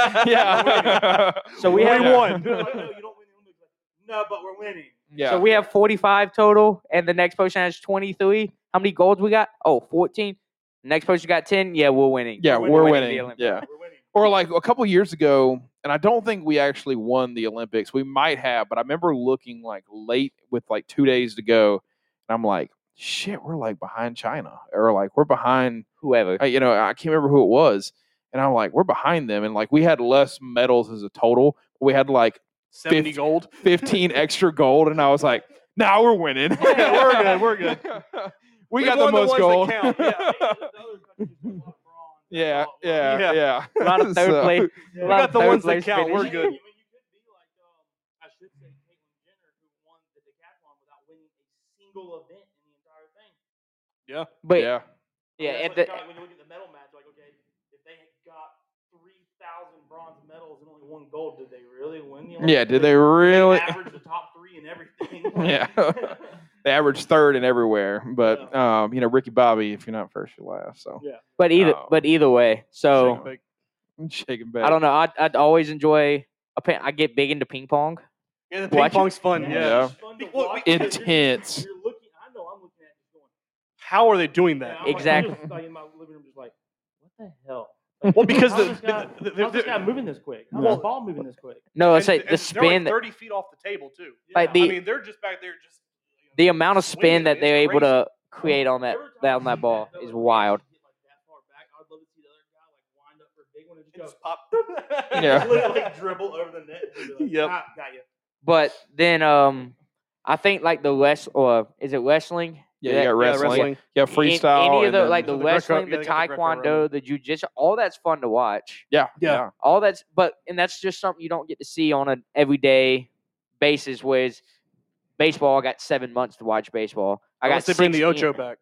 Speaker 4: yeah.
Speaker 1: So we have
Speaker 4: Yeah.
Speaker 3: won.
Speaker 2: They're like, no, you don't win the Olympics. Like, no, but we're winning.
Speaker 4: Yeah.
Speaker 1: So we have 45 total, and the next person has 23. How many golds we got? Oh, 14. Next person got 10. Yeah, we're winning.
Speaker 4: yeah,
Speaker 2: we're
Speaker 4: we're
Speaker 1: winning the
Speaker 4: winning.
Speaker 1: Olympics.
Speaker 4: Yeah.
Speaker 2: We're winning.
Speaker 4: Or like a couple years ago, and I don't think we actually won the Olympics. We might have, but I remember looking like late with like two days to go, and I'm like, shit, we're like behind China, or like we're behind [LAUGHS]
Speaker 1: Whoever.
Speaker 4: I, you know, I can't remember who it was. And I'm like, we're behind them. And like, we had less medals as a total. We had like
Speaker 3: Seventy gold.
Speaker 4: 15 extra gold. And I was like, nah, we're winning.
Speaker 3: Yeah, we're good, we're good.
Speaker 4: [LAUGHS] we,
Speaker 3: We
Speaker 4: got the
Speaker 3: won the
Speaker 4: most
Speaker 3: ones that
Speaker 4: gold. [LAUGHS]
Speaker 3: count, yeah.
Speaker 2: [LAUGHS]
Speaker 4: yeah,
Speaker 2: Oh,
Speaker 4: yeah,
Speaker 3: Yeah.
Speaker 4: yeah.
Speaker 1: A lot of third
Speaker 4: So-
Speaker 1: place.
Speaker 2: yeah.
Speaker 1: A
Speaker 3: We
Speaker 1: lot
Speaker 3: got
Speaker 1: of
Speaker 3: the
Speaker 1: third
Speaker 3: ones that
Speaker 1: place
Speaker 3: count.
Speaker 1: finish.
Speaker 3: We're
Speaker 2: I mean,
Speaker 3: good.
Speaker 2: you could be like, um, I should say Caitlyn Jenner, who won the decathlon without winning a single event in the entire thing.
Speaker 3: Yeah.
Speaker 1: But yeah,
Speaker 4: yeah.
Speaker 1: at
Speaker 2: and
Speaker 1: the,
Speaker 2: when you look at the medal match, like, okay, if they had got 3,000 bronze medals and only one gold, did they really win the Olympics?
Speaker 4: Yeah. Did they really?
Speaker 2: average the top three in
Speaker 4: [LAUGHS]
Speaker 2: everything?
Speaker 4: Yeah.
Speaker 2: [LAUGHS]
Speaker 4: They averaged third in everywhere. But, um, you know, Ricky Bobby, if you're not first, you're last. So [LAUGHS]
Speaker 1: but either
Speaker 4: Oh.
Speaker 1: but either way. So
Speaker 3: Shake a bake.
Speaker 4: shaking back.
Speaker 1: I don't know. I I always enjoy. I pa- I get big into ping pong.
Speaker 3: Yeah, the ping
Speaker 1: Watch it.
Speaker 3: pong's fun. Yeah.
Speaker 4: Yeah.
Speaker 2: It's fun to
Speaker 3: Well,
Speaker 2: watch
Speaker 3: we-
Speaker 2: because you're-
Speaker 4: Intense.
Speaker 2: You're looking, I know I'm looking at this going,
Speaker 3: How are they doing
Speaker 2: Yeah,
Speaker 3: that?
Speaker 2: I'm like- I'm
Speaker 1: Exactly.
Speaker 2: just, like, in my living room, just like, what the hell?
Speaker 3: Well, because
Speaker 2: How's
Speaker 3: the,
Speaker 2: this guy-
Speaker 3: the- the-
Speaker 2: How's this
Speaker 3: the-
Speaker 2: guy moving this quick? How's
Speaker 4: Well-
Speaker 2: this ball moving this quick?
Speaker 1: No, it's
Speaker 3: and-
Speaker 1: like
Speaker 3: and
Speaker 1: the
Speaker 3: they're like
Speaker 1: spin that
Speaker 3: thirty feet off the table too.
Speaker 1: Like,
Speaker 2: Yeah.
Speaker 1: the-
Speaker 3: I mean, they're just back there, just
Speaker 1: the amount of spin
Speaker 3: swinging it,
Speaker 1: that
Speaker 3: it's
Speaker 1: they're able
Speaker 3: crazy.
Speaker 1: to create on that
Speaker 2: Every time I
Speaker 1: on that
Speaker 2: see
Speaker 1: ball
Speaker 2: though,
Speaker 1: is
Speaker 2: like, when
Speaker 1: wild.
Speaker 2: they get, like, that far back, I would love to see the other guy like wind up for a big one and just
Speaker 3: It
Speaker 2: go,
Speaker 3: just pop.
Speaker 2: [LAUGHS]
Speaker 4: Yeah.
Speaker 2: literally, like, dribble over the net. and be Like,
Speaker 3: Yep.
Speaker 2: "Ah, got you.
Speaker 1: But then um, I think like the west or is it wrestling?
Speaker 4: Yeah,
Speaker 1: That-
Speaker 4: you got wrestling.
Speaker 3: wrestling.
Speaker 4: Yeah,
Speaker 1: an-
Speaker 4: freestyle.
Speaker 1: Any of
Speaker 4: and
Speaker 1: the
Speaker 4: then-
Speaker 1: like the
Speaker 3: So the
Speaker 1: wrestling,
Speaker 3: Greco-
Speaker 1: the
Speaker 3: yeah, they got the
Speaker 1: taekwondo,
Speaker 3: Greco-Roman.
Speaker 1: the jujitsu, all that's fun to watch.
Speaker 4: yeah,
Speaker 3: Yeah.
Speaker 4: yeah.
Speaker 1: All that's but and that's just something you don't get to see on an everyday basis. Whereas baseball, I got seven months to watch baseball. I got
Speaker 3: Unless they bring the
Speaker 1: 16.
Speaker 3: Ocho back.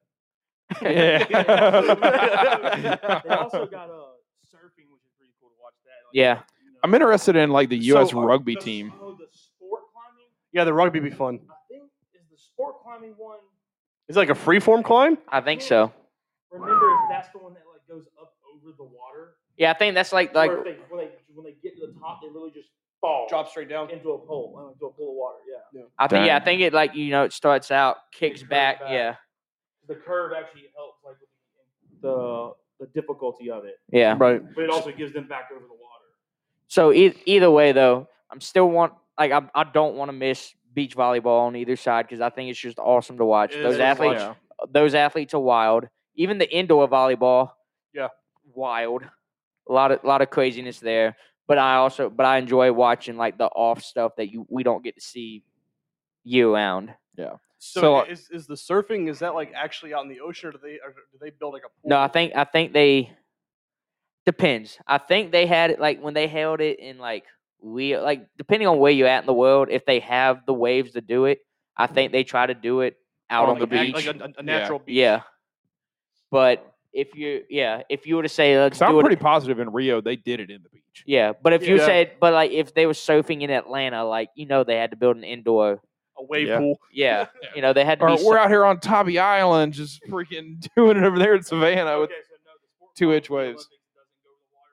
Speaker 1: [LAUGHS]
Speaker 3: [LAUGHS]
Speaker 4: Yeah.
Speaker 2: They also got uh, surfing, which is pretty cool to watch that. Like,
Speaker 1: Yeah.
Speaker 2: you know,
Speaker 4: I'm interested in like the
Speaker 3: So,
Speaker 4: U.S.
Speaker 3: uh,
Speaker 4: rugby
Speaker 2: the-
Speaker 4: team.
Speaker 2: Oh, the sport climbing.
Speaker 3: [LAUGHS] Yeah, the rugby be fun.
Speaker 2: I think is the sport climbing one.
Speaker 3: Is it like a freeform climb?
Speaker 1: I think so.
Speaker 2: Remember if that's the one that like goes up over the water.
Speaker 1: Yeah, I think that's like
Speaker 2: Like
Speaker 1: like
Speaker 2: or if they, when they when they get to the top, they literally just fall,
Speaker 3: straight down.
Speaker 2: into a pole, uh, into a pool of water. Yeah,
Speaker 1: I think yeah, I
Speaker 4: Dang.
Speaker 1: think it like you know it starts out, kicks
Speaker 2: goes
Speaker 1: back,
Speaker 2: back.
Speaker 1: yeah,
Speaker 2: the curve actually helps like with the the difficulty of it,
Speaker 1: yeah.
Speaker 3: Right.
Speaker 2: but it also gives them back over the water.
Speaker 1: So e- either way, though, I'm still want like I, I don't want to miss beach volleyball on either side because I think it's just awesome to watch.
Speaker 3: It is
Speaker 1: those
Speaker 3: awesome to
Speaker 1: athletes,
Speaker 4: Yeah.
Speaker 1: those athletes are wild. Even the indoor volleyball,
Speaker 3: Yeah.
Speaker 1: wild. A lot of lot of craziness there. But I also but I enjoy watching like the off stuff that you we don't get to see year round.
Speaker 3: So,
Speaker 4: So, uh,
Speaker 3: is, is the surfing is that like actually out in the ocean or do they or do they build like a pool?
Speaker 1: No, I think I think they depends. I think they had it like when they held it in like we like depending on where you're at in the world, if they have the waves to do it, I think they try to do it out
Speaker 4: On
Speaker 1: on,
Speaker 4: the
Speaker 1: the
Speaker 3: like, act-
Speaker 1: beach.
Speaker 3: like a, a natural beach.
Speaker 1: Yeah. But if you yeah, if you were to say let's
Speaker 4: Because I'm
Speaker 1: do
Speaker 4: pretty
Speaker 1: it
Speaker 4: positive in Rio they did it in the beach.
Speaker 1: yeah, but if you
Speaker 3: Yeah.
Speaker 1: said but like if they were surfing in Atlanta, like you know they had to build an indoor
Speaker 3: a wave
Speaker 4: Yeah.
Speaker 3: pool.
Speaker 1: yeah, you know they had to
Speaker 4: Or
Speaker 1: be
Speaker 4: we're
Speaker 1: some-
Speaker 4: out here on Tabby Island just freaking [LAUGHS] doing it over there in Savannah. With,
Speaker 2: Okay, so no, the sport
Speaker 4: two-inch
Speaker 2: climbing
Speaker 4: waves.
Speaker 2: Olympics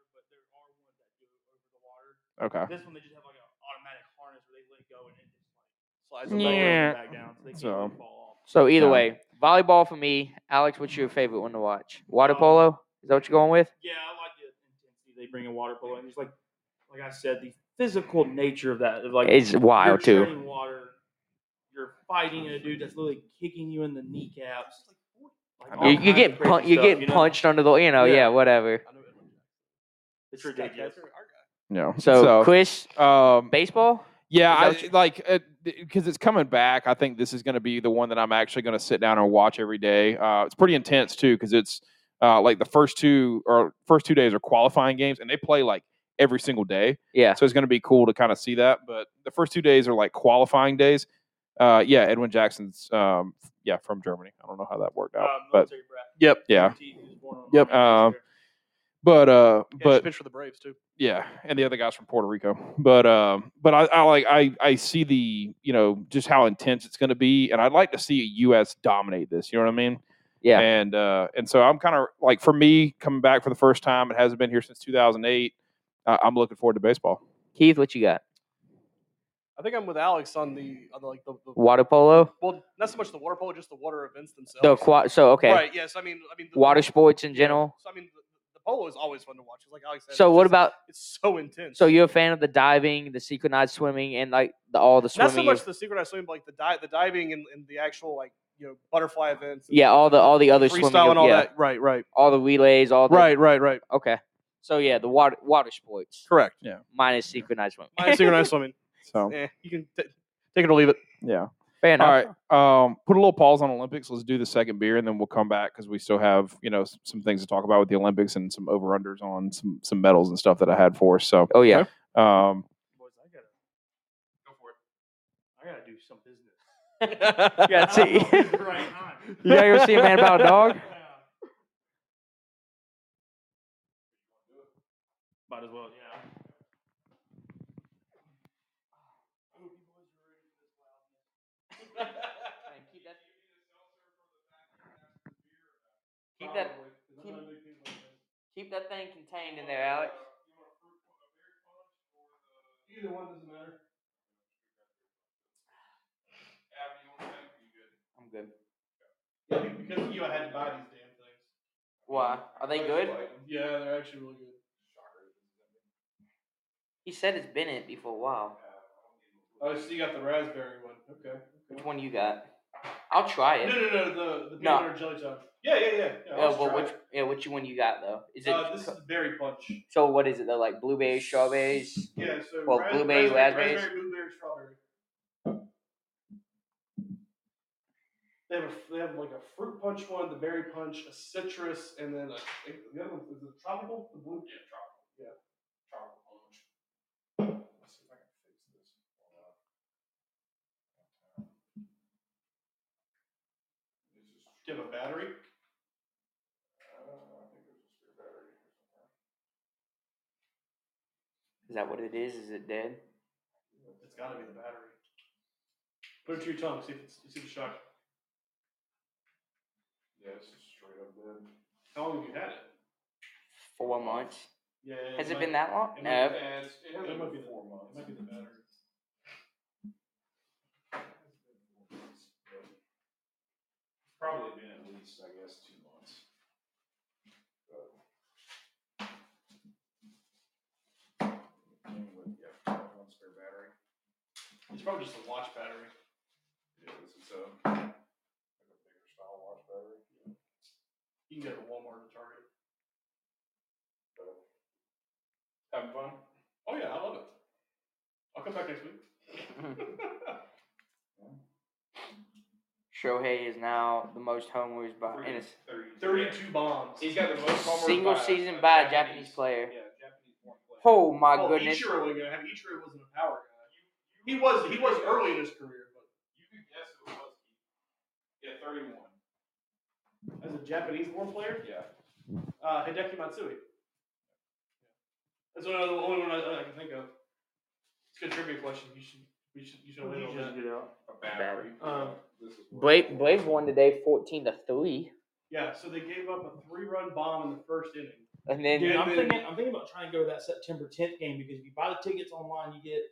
Speaker 2: doesn't go over the water, but there are ones that do over the water.
Speaker 4: okay.
Speaker 2: This one they just have like an automatic harness where they let it go and it just like
Speaker 3: Slides
Speaker 2: goes
Speaker 3: them back.
Speaker 4: Yeah.
Speaker 2: back down, so they can't
Speaker 4: So-
Speaker 2: really fall off.
Speaker 1: So either
Speaker 4: Yeah.
Speaker 1: way, volleyball for me. Alex, what's your favorite one to watch? Water
Speaker 2: Um,
Speaker 1: polo? Is that what you're going with?
Speaker 2: Yeah, I like the intensity they bring in water polo, and just like like I said, the physical nature of that, of, like
Speaker 1: It's
Speaker 2: you're
Speaker 1: wild too.
Speaker 2: treading water, you're fighting a dude that's literally kicking you in the kneecaps. Like, all
Speaker 1: You, you
Speaker 2: kinds
Speaker 1: get
Speaker 2: of crazy
Speaker 1: pun- you
Speaker 2: stuff,
Speaker 1: get
Speaker 2: you know?
Speaker 1: punched under the you know yeah,
Speaker 3: Yeah.
Speaker 1: whatever.
Speaker 3: I know it.
Speaker 2: It's ridiculous.
Speaker 3: Our guy.
Speaker 4: No.
Speaker 1: So, Chris,
Speaker 4: um,
Speaker 1: baseball.
Speaker 4: yeah,
Speaker 1: is that
Speaker 4: I,
Speaker 1: what you-
Speaker 4: like because it's coming back. I think this is going to be the one that I'm actually going to sit down and watch every day. Uh, it's pretty intense too because it's uh, like the first two or first two days are qualifying games, and they play like every single day.
Speaker 1: Yeah,
Speaker 4: So it's going to be cool to kind of see that. But the first two days are like qualifying days. Uh, yeah, Edwin Jackson's um, yeah from Germany. I don't know how that worked out,
Speaker 2: Uh,
Speaker 4: but
Speaker 2: military brat.
Speaker 4: yep, yeah.
Speaker 2: He was born on
Speaker 4: Yep,
Speaker 2: Army base
Speaker 4: um,
Speaker 2: there.
Speaker 4: But uh,
Speaker 3: Yeah,
Speaker 4: but
Speaker 3: pitch for the Braves too.
Speaker 4: yeah, and the other guys from Puerto Rico. But um, but I, I like I I see the you know just how intense it's going to be, and I'd like to see U.S. dominate this. You know what I mean?
Speaker 1: Yeah.
Speaker 4: And uh, and so I'm kind of like for me coming back for the first time. It hasn't been here since 2008. Uh, I'm looking forward to baseball.
Speaker 1: Keith, what you got?
Speaker 3: I think I'm with Alex on the on the like the, the
Speaker 1: Water polo?
Speaker 3: well, not so much the water polo, just the water events themselves.
Speaker 1: The quad. So okay,
Speaker 3: Right. Yes. I mean, I mean, the,
Speaker 1: water sports in
Speaker 3: yeah,
Speaker 1: general.
Speaker 3: So I mean, the, the polo is always fun to watch. Like Alex said,
Speaker 1: So
Speaker 3: it's
Speaker 1: what
Speaker 3: just-
Speaker 1: about?
Speaker 3: It's so intense.
Speaker 1: So you're a fan of the diving, the synchronized swimming, and like the, all the
Speaker 3: not
Speaker 1: swimming.
Speaker 3: so
Speaker 1: you-
Speaker 3: much the synchronized swimming, but like the di- the diving and, and the actual like you know butterfly events. and
Speaker 1: yeah, all the all the other swimming.
Speaker 3: freestyle and all
Speaker 1: yeah,
Speaker 3: that. Right. Right.
Speaker 1: All the relays. All the,
Speaker 3: Right. Right. Right.
Speaker 1: Okay. So yeah, the water water sports [LAUGHS]
Speaker 3: Correct.
Speaker 1: minus synchronized swimming.
Speaker 3: Minus synchronized swimming.
Speaker 4: So
Speaker 3: Eh, you can t- take it or leave it.
Speaker 4: yeah.
Speaker 1: Fair enough.
Speaker 4: All right. Um, put a little pause on Olympics. Let's do the second beer, and then we'll come back because we still have you know s- some things to talk about with the Olympics and some over unders on some some medals and stuff that I had for us. So
Speaker 1: Oh yeah.
Speaker 3: Okay.
Speaker 4: um,
Speaker 2: Boys, I gotta go for it. I gotta do some business.
Speaker 1: [LAUGHS] gotta see-
Speaker 2: [LAUGHS] I don't know if it's the
Speaker 1: [LAUGHS]
Speaker 2: right time.
Speaker 1: You gotta go see a man about a [LAUGHS] dog.
Speaker 2: [LAUGHS] Yeah. Might as well, yeah.
Speaker 1: Keep that- keep- Keep that thing contained in there, Alex.
Speaker 2: Either one doesn't matter.
Speaker 1: I'm good.
Speaker 3: Because of you, I had to buy these damn things.
Speaker 1: Why? Are they good?
Speaker 3: Yeah, they're actually really good.
Speaker 1: He said it's been in it before a while.
Speaker 3: Oh, so you got the raspberry one. Okay.
Speaker 1: Which one you got? I'll try
Speaker 3: No,
Speaker 1: it.
Speaker 3: no, no, the, the peanut
Speaker 1: No.
Speaker 3: butter jelly time. Yeah, yeah, yeah. yeah
Speaker 1: Yeah,
Speaker 3: I'll
Speaker 1: but
Speaker 3: try
Speaker 1: which
Speaker 3: it.
Speaker 1: yeah, which one you got though? Is it
Speaker 3: Uh, this is berry punch.
Speaker 1: so? What is it though? Like blueberries, strawberries?
Speaker 3: Yeah, so
Speaker 1: Well,
Speaker 3: ras-
Speaker 1: blueberry,
Speaker 3: raspberry,
Speaker 1: raspberries.
Speaker 3: raspberry, blueberry, strawberry. They have, a, they have like a fruit punch one, the berry punch, a citrus, and then a, eh, the other one is it tropical. The blue, yeah, tropical. Yeah, tropical punch. Let's see if I can fix this. Hold on. Do you have a battery? Uh, I think there's a spare battery here somewhere.
Speaker 1: Is that what it is? Is it dead?
Speaker 3: It's gotta be the battery. Put it to your tongue, see if it's, see the shock. Yeah, it's straight up dead. How long have you had it?
Speaker 1: Four months.
Speaker 3: Yeah.
Speaker 1: Has it been that long?
Speaker 3: It might,
Speaker 1: No.
Speaker 3: yeah, it's- it has- it might be the, it might be the battery. Probably been at least, I guess, two months. It's probably just a watch battery. Yeah, this is a, like a bigger style watch battery. You can get it at Walmart or Target. Having fun? Oh yeah, I love it. I'll come back next week.
Speaker 1: Shohei is now the most homers by in a s-
Speaker 3: Thirty-two bombs.
Speaker 5: He's got the most
Speaker 3: [LAUGHS]
Speaker 5: homers
Speaker 1: single
Speaker 5: by a-
Speaker 1: season
Speaker 5: a
Speaker 1: by a Japanese player. Oh my
Speaker 3: well,
Speaker 1: goodness!
Speaker 3: Ichiro, you know, have- Ichiro wasn't a power guy. He was. He was early in his career, but
Speaker 5: You could guess who it was. Yeah, 31.
Speaker 3: as a Japanese born player,
Speaker 5: Yeah.
Speaker 3: uh, Hideki Matsui. That's one of the only one I, I can think of. It's a good trivia question. You should. We should. You should have handled that.
Speaker 5: A battery. Uh,
Speaker 3: Um,
Speaker 5: this is what-
Speaker 1: Blake Blake won today, fourteen to three,
Speaker 3: Yeah. So they gave up a three-run bomb in the first inning.
Speaker 1: and then
Speaker 2: Dude,
Speaker 3: Yeah,
Speaker 2: I'm
Speaker 3: dude.
Speaker 2: thinking, I'm thinking about trying to go to that September 10th game because if you buy the tickets online, you get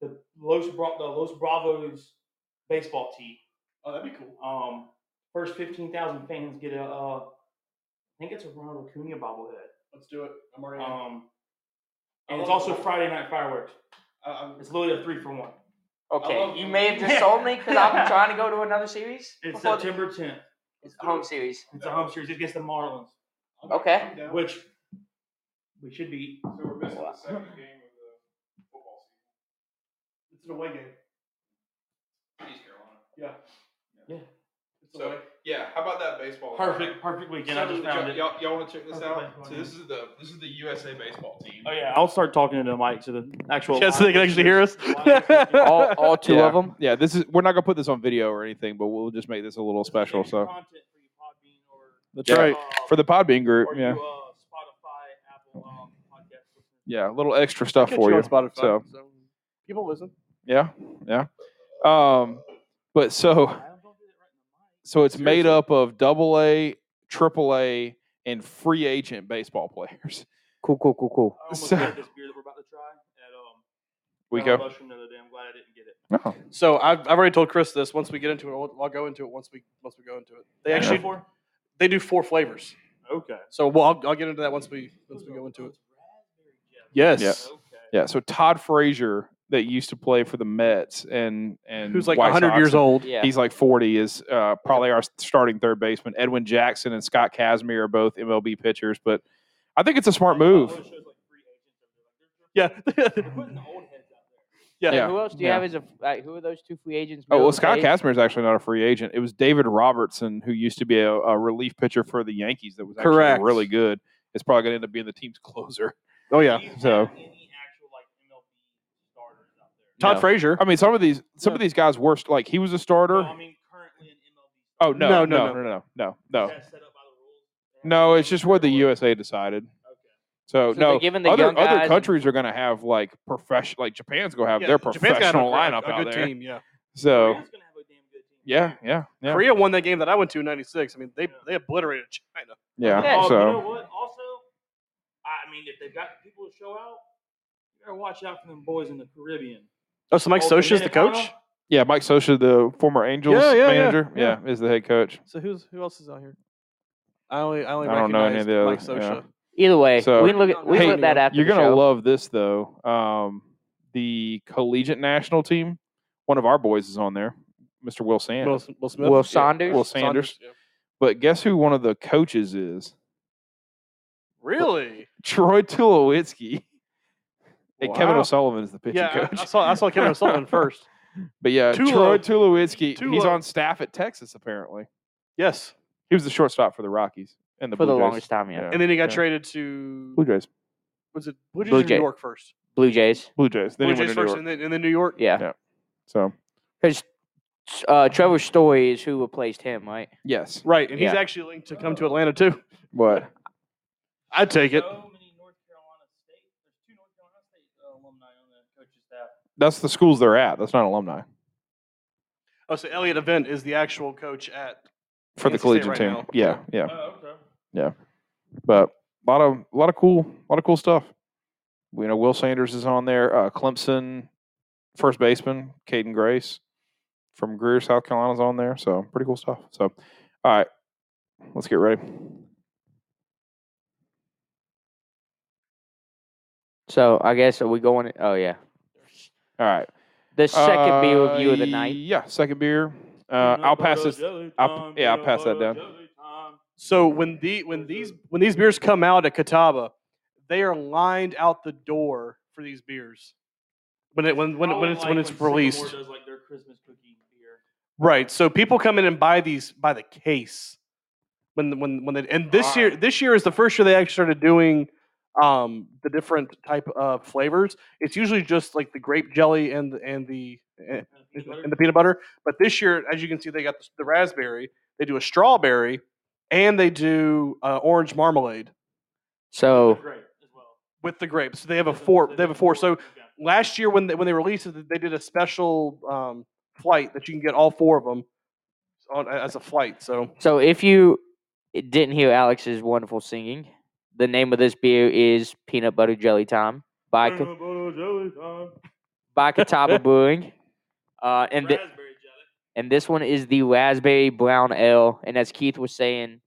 Speaker 2: the Los, Bra- the Los Bravos baseball tee.
Speaker 3: Oh, that'd be cool.
Speaker 2: Um, first 15,000 fans get a, uh, I think it's a Ronald Acuna bobblehead.
Speaker 3: Let's do it. I'm already.
Speaker 2: Um,
Speaker 3: I
Speaker 2: and it's
Speaker 3: love it.
Speaker 2: also Friday night fireworks.
Speaker 3: I, I'm,
Speaker 2: It's literally a three for one.
Speaker 1: okay,
Speaker 3: love-
Speaker 1: you may have just sold me because I'm trying to go to another series.
Speaker 2: It's
Speaker 1: before the-
Speaker 2: September 10th.
Speaker 1: it's home series.
Speaker 2: It's a home series against the Marlins,
Speaker 3: I'm-
Speaker 1: Okay.
Speaker 3: I'm down.
Speaker 2: which we should be.
Speaker 5: So we're missing the
Speaker 2: [LAUGHS]
Speaker 5: second game of the football
Speaker 3: It's an away game.
Speaker 5: season. East Carolina.
Speaker 3: Yeah.
Speaker 2: Yeah.
Speaker 3: It's
Speaker 5: So,
Speaker 3: away.
Speaker 5: Yeah, how about that baseball?
Speaker 2: Perfect, perfect
Speaker 5: So,
Speaker 2: weekend. I just found
Speaker 5: y'all, y'all,
Speaker 2: it.
Speaker 5: y'all want to check this
Speaker 2: Perfect
Speaker 5: out?
Speaker 2: baseball
Speaker 5: So this is the this is the USA baseball team.
Speaker 2: Oh yeah, I'll start talking to the mic to the actual.
Speaker 3: Yes, they can actually hear us. [LAUGHS]
Speaker 1: All
Speaker 5: [LAUGHS]
Speaker 1: all two of them.
Speaker 4: Yeah, this is we're not gonna put this on video or anything, but we'll just make this a little special. So
Speaker 2: Content for you, Podbean, or,
Speaker 4: that's right
Speaker 2: uh,
Speaker 4: for the Podbean group.
Speaker 2: or you,
Speaker 4: Yeah,
Speaker 2: uh, Spotify,
Speaker 4: yeah, a little extra stuff
Speaker 3: Catch
Speaker 4: for
Speaker 3: you on
Speaker 4: you.
Speaker 3: Spotify,
Speaker 4: so.
Speaker 3: people listen.
Speaker 4: Yeah, yeah. Um, but so so it's made
Speaker 3: Seriously.
Speaker 4: up of double A, triple A, and free agent baseball [LAUGHS] players.
Speaker 1: Cool, cool, cool, cool.
Speaker 4: [LAUGHS]
Speaker 2: I almost
Speaker 4: So-
Speaker 2: had this beer that we're about to try at um.
Speaker 4: We
Speaker 2: Brown
Speaker 3: Oh.
Speaker 4: go.
Speaker 2: Mushroom the other day. I'm glad I didn't get it.
Speaker 4: No.
Speaker 3: So I've, I've already told Chris this. Once we get into it, I'll, I'll go into it. Once we once we go into it, they
Speaker 2: Yeah,
Speaker 3: actually
Speaker 2: before-
Speaker 3: they do four flavors.
Speaker 2: Okay.
Speaker 3: So well, I'll, I'll get into that once we once we go into it. Yes.
Speaker 4: Yeah. Yeah. So Todd Frazier, that used to play for the Mets and and
Speaker 3: Who's like
Speaker 4: White
Speaker 3: 100
Speaker 4: Sox
Speaker 3: years
Speaker 4: and-
Speaker 3: old?
Speaker 1: Yeah.
Speaker 4: He's like 40, is uh, probably our starting third baseman. Edwin Jackson and Scott Kazmir are both MLB pitchers, but I think it's a smart move.
Speaker 3: [LAUGHS] Yeah.
Speaker 1: Like,
Speaker 4: Yeah.
Speaker 1: Who else do you
Speaker 4: Yeah.
Speaker 1: have as a like, who are those two free agents?
Speaker 4: Oh,
Speaker 1: middle
Speaker 4: well,
Speaker 1: of the
Speaker 4: Scott
Speaker 1: page?
Speaker 4: Kazmir is actually not a free agent. It was David Robertson, who used to be a, a relief pitcher for the Yankees, that was actually
Speaker 3: Correct.
Speaker 4: really good. It's probably going to end up being the team's [LAUGHS] closer.
Speaker 3: Oh yeah.
Speaker 4: So-
Speaker 3: Todd
Speaker 4: No.
Speaker 3: Frazier.
Speaker 4: I mean, some of these some of these guys were st- like he was a starter. Oh no, no, no, no, no, no, no, no. it's just what the USA decided. So,
Speaker 1: So they're
Speaker 4: no,
Speaker 1: giving the
Speaker 4: other
Speaker 1: young guys
Speaker 4: other
Speaker 1: and-
Speaker 4: countries are going to have like professional, like Japan's going to have
Speaker 3: Yeah,
Speaker 4: their
Speaker 3: Japan's got a-
Speaker 4: professional lineup
Speaker 3: a
Speaker 4: out
Speaker 3: good
Speaker 4: there.
Speaker 3: Team, yeah.
Speaker 4: So yeah, yeah, yeah,
Speaker 3: Korea won that game that I went to in '96. I mean, they they obliterated China.
Speaker 4: yeah.
Speaker 1: Yeah.
Speaker 2: Oh,
Speaker 4: So
Speaker 2: you know what? Also, I mean, if they got people to show out, you better watch out for them boys in the Caribbean.
Speaker 3: Oh, so Mike
Speaker 2: Oh,
Speaker 3: Sosha is the
Speaker 2: Dominicana?
Speaker 3: coach.
Speaker 4: yeah, Mike Sosha, the former Angels
Speaker 3: Yeah, yeah, yeah,
Speaker 4: manager,
Speaker 3: yeah.
Speaker 4: is the head coach.
Speaker 3: So who's who else is out here? I only I only
Speaker 4: I don't know any
Speaker 3: recognize
Speaker 4: of the
Speaker 3: Mike
Speaker 4: others, yeah.
Speaker 3: Sosha.
Speaker 1: Either way,
Speaker 4: So-
Speaker 1: we can look at we can
Speaker 4: Hey,
Speaker 1: look that after.
Speaker 4: You're
Speaker 1: the
Speaker 4: gonna
Speaker 1: show.
Speaker 4: love this though. Um, the collegiate national team, one of our boys is on there, Mr. Will Sand.
Speaker 3: Will, Will Smith.
Speaker 1: Will
Speaker 3: Yeah.
Speaker 1: Saunders?
Speaker 4: Will Sanders. But guess who one of the coaches is? [LAUGHS]
Speaker 3: Really?
Speaker 4: Troy Tulowitzki. And Kevin
Speaker 3: Wow.
Speaker 4: O'Sullivan is the pitching
Speaker 3: Yeah, I- I,
Speaker 4: coach.
Speaker 3: saw I
Speaker 4: [LAUGHS]
Speaker 3: saw Kevin O'Sullivan first.
Speaker 4: But yeah,
Speaker 3: Tulo.
Speaker 4: Troy Tulowitzki, he's
Speaker 3: Tulo.
Speaker 4: on staff at Texas apparently.
Speaker 3: Yes,
Speaker 4: He was the shortstop for the Rockies and the
Speaker 1: for the
Speaker 4: Blue Jays.
Speaker 1: longest time. Yeah,
Speaker 4: Yeah.
Speaker 3: and then he got
Speaker 4: Yeah.
Speaker 3: traded
Speaker 4: Blue
Speaker 3: to
Speaker 4: Jays.
Speaker 3: was it Blue Jays
Speaker 1: Blue
Speaker 3: or New
Speaker 1: Jay-
Speaker 3: York first?
Speaker 1: Blue Jays.
Speaker 4: Blue Jays. Then
Speaker 3: Blue
Speaker 4: he went
Speaker 3: Jays
Speaker 4: to New
Speaker 3: first,
Speaker 4: York.
Speaker 3: and then, and then New York.
Speaker 1: Yeah,
Speaker 4: Yeah. So
Speaker 1: because uh, Trevor Story is who replaced him, right?
Speaker 4: yes,
Speaker 3: Right, and he's
Speaker 1: Yeah.
Speaker 3: actually linked to come to Atlanta too.
Speaker 4: but
Speaker 3: I'd take
Speaker 4: Oh.
Speaker 3: it.
Speaker 2: So many North Carolina State, there's two North Carolina State uh, alumni on the coaching staff.
Speaker 4: that's the schools they're at. That's not alumni
Speaker 3: Oh, so Elliot Event is the actual coach at.
Speaker 4: for
Speaker 3: NC
Speaker 4: the
Speaker 3: State
Speaker 4: collegiate
Speaker 3: right
Speaker 4: team.
Speaker 3: now.
Speaker 4: Yeah, yeah.
Speaker 2: Oh, okay.
Speaker 4: but a lot of a lot of cool a lot of cool stuff. You know, Will Sanders is on there. Uh, Clemson first baseman Caden Grace from Greer, South Carolina's on there. So pretty cool stuff. So, all right, let's get ready.
Speaker 1: So I guess are we going? Oh yeah,
Speaker 4: All right,
Speaker 1: the second beer review of the
Speaker 4: Uh,
Speaker 1: night.
Speaker 4: Yeah, second beer. Uh, I'll pass this. I'll- yeah, I'll pass that down.
Speaker 3: So when the when these when these beers come out at Catawba, they are lined out the door for these beers. When it when when, it- when it's when it's released,
Speaker 2: Does, like, their Christmas cookie beer.
Speaker 3: right? So people come in and buy these by the case. When the- when when they, and this year
Speaker 2: Alright.
Speaker 3: this year is the first year they actually started doing um the different type of flavors. It's usually just like the grape jelly and the- and the eh,
Speaker 2: And peanut butter.
Speaker 3: and the peanut butter. But this year, as you can see, they got the, the raspberry. They do a strawberry, and they do uh, orange marmalade.
Speaker 1: So
Speaker 2: They're great as well.
Speaker 3: with the grapes. So they have a
Speaker 2: Doesn't-
Speaker 3: four.
Speaker 2: doesn't
Speaker 3: They have a four. So
Speaker 2: okay.
Speaker 3: last year when they, when they released it, they did a special um, flight that you can get all four of them on, as a flight. So
Speaker 1: so if you didn't hear Alex's wonderful singing, the name of this beer is Peanut Butter Jelly Time by Ca-
Speaker 2: Peanut butter jelly time.
Speaker 1: by Catawba Brewing, uh, and thi-
Speaker 2: Raspberry jelly.
Speaker 1: and this one is the raspberry brown ale. And as Keith was saying,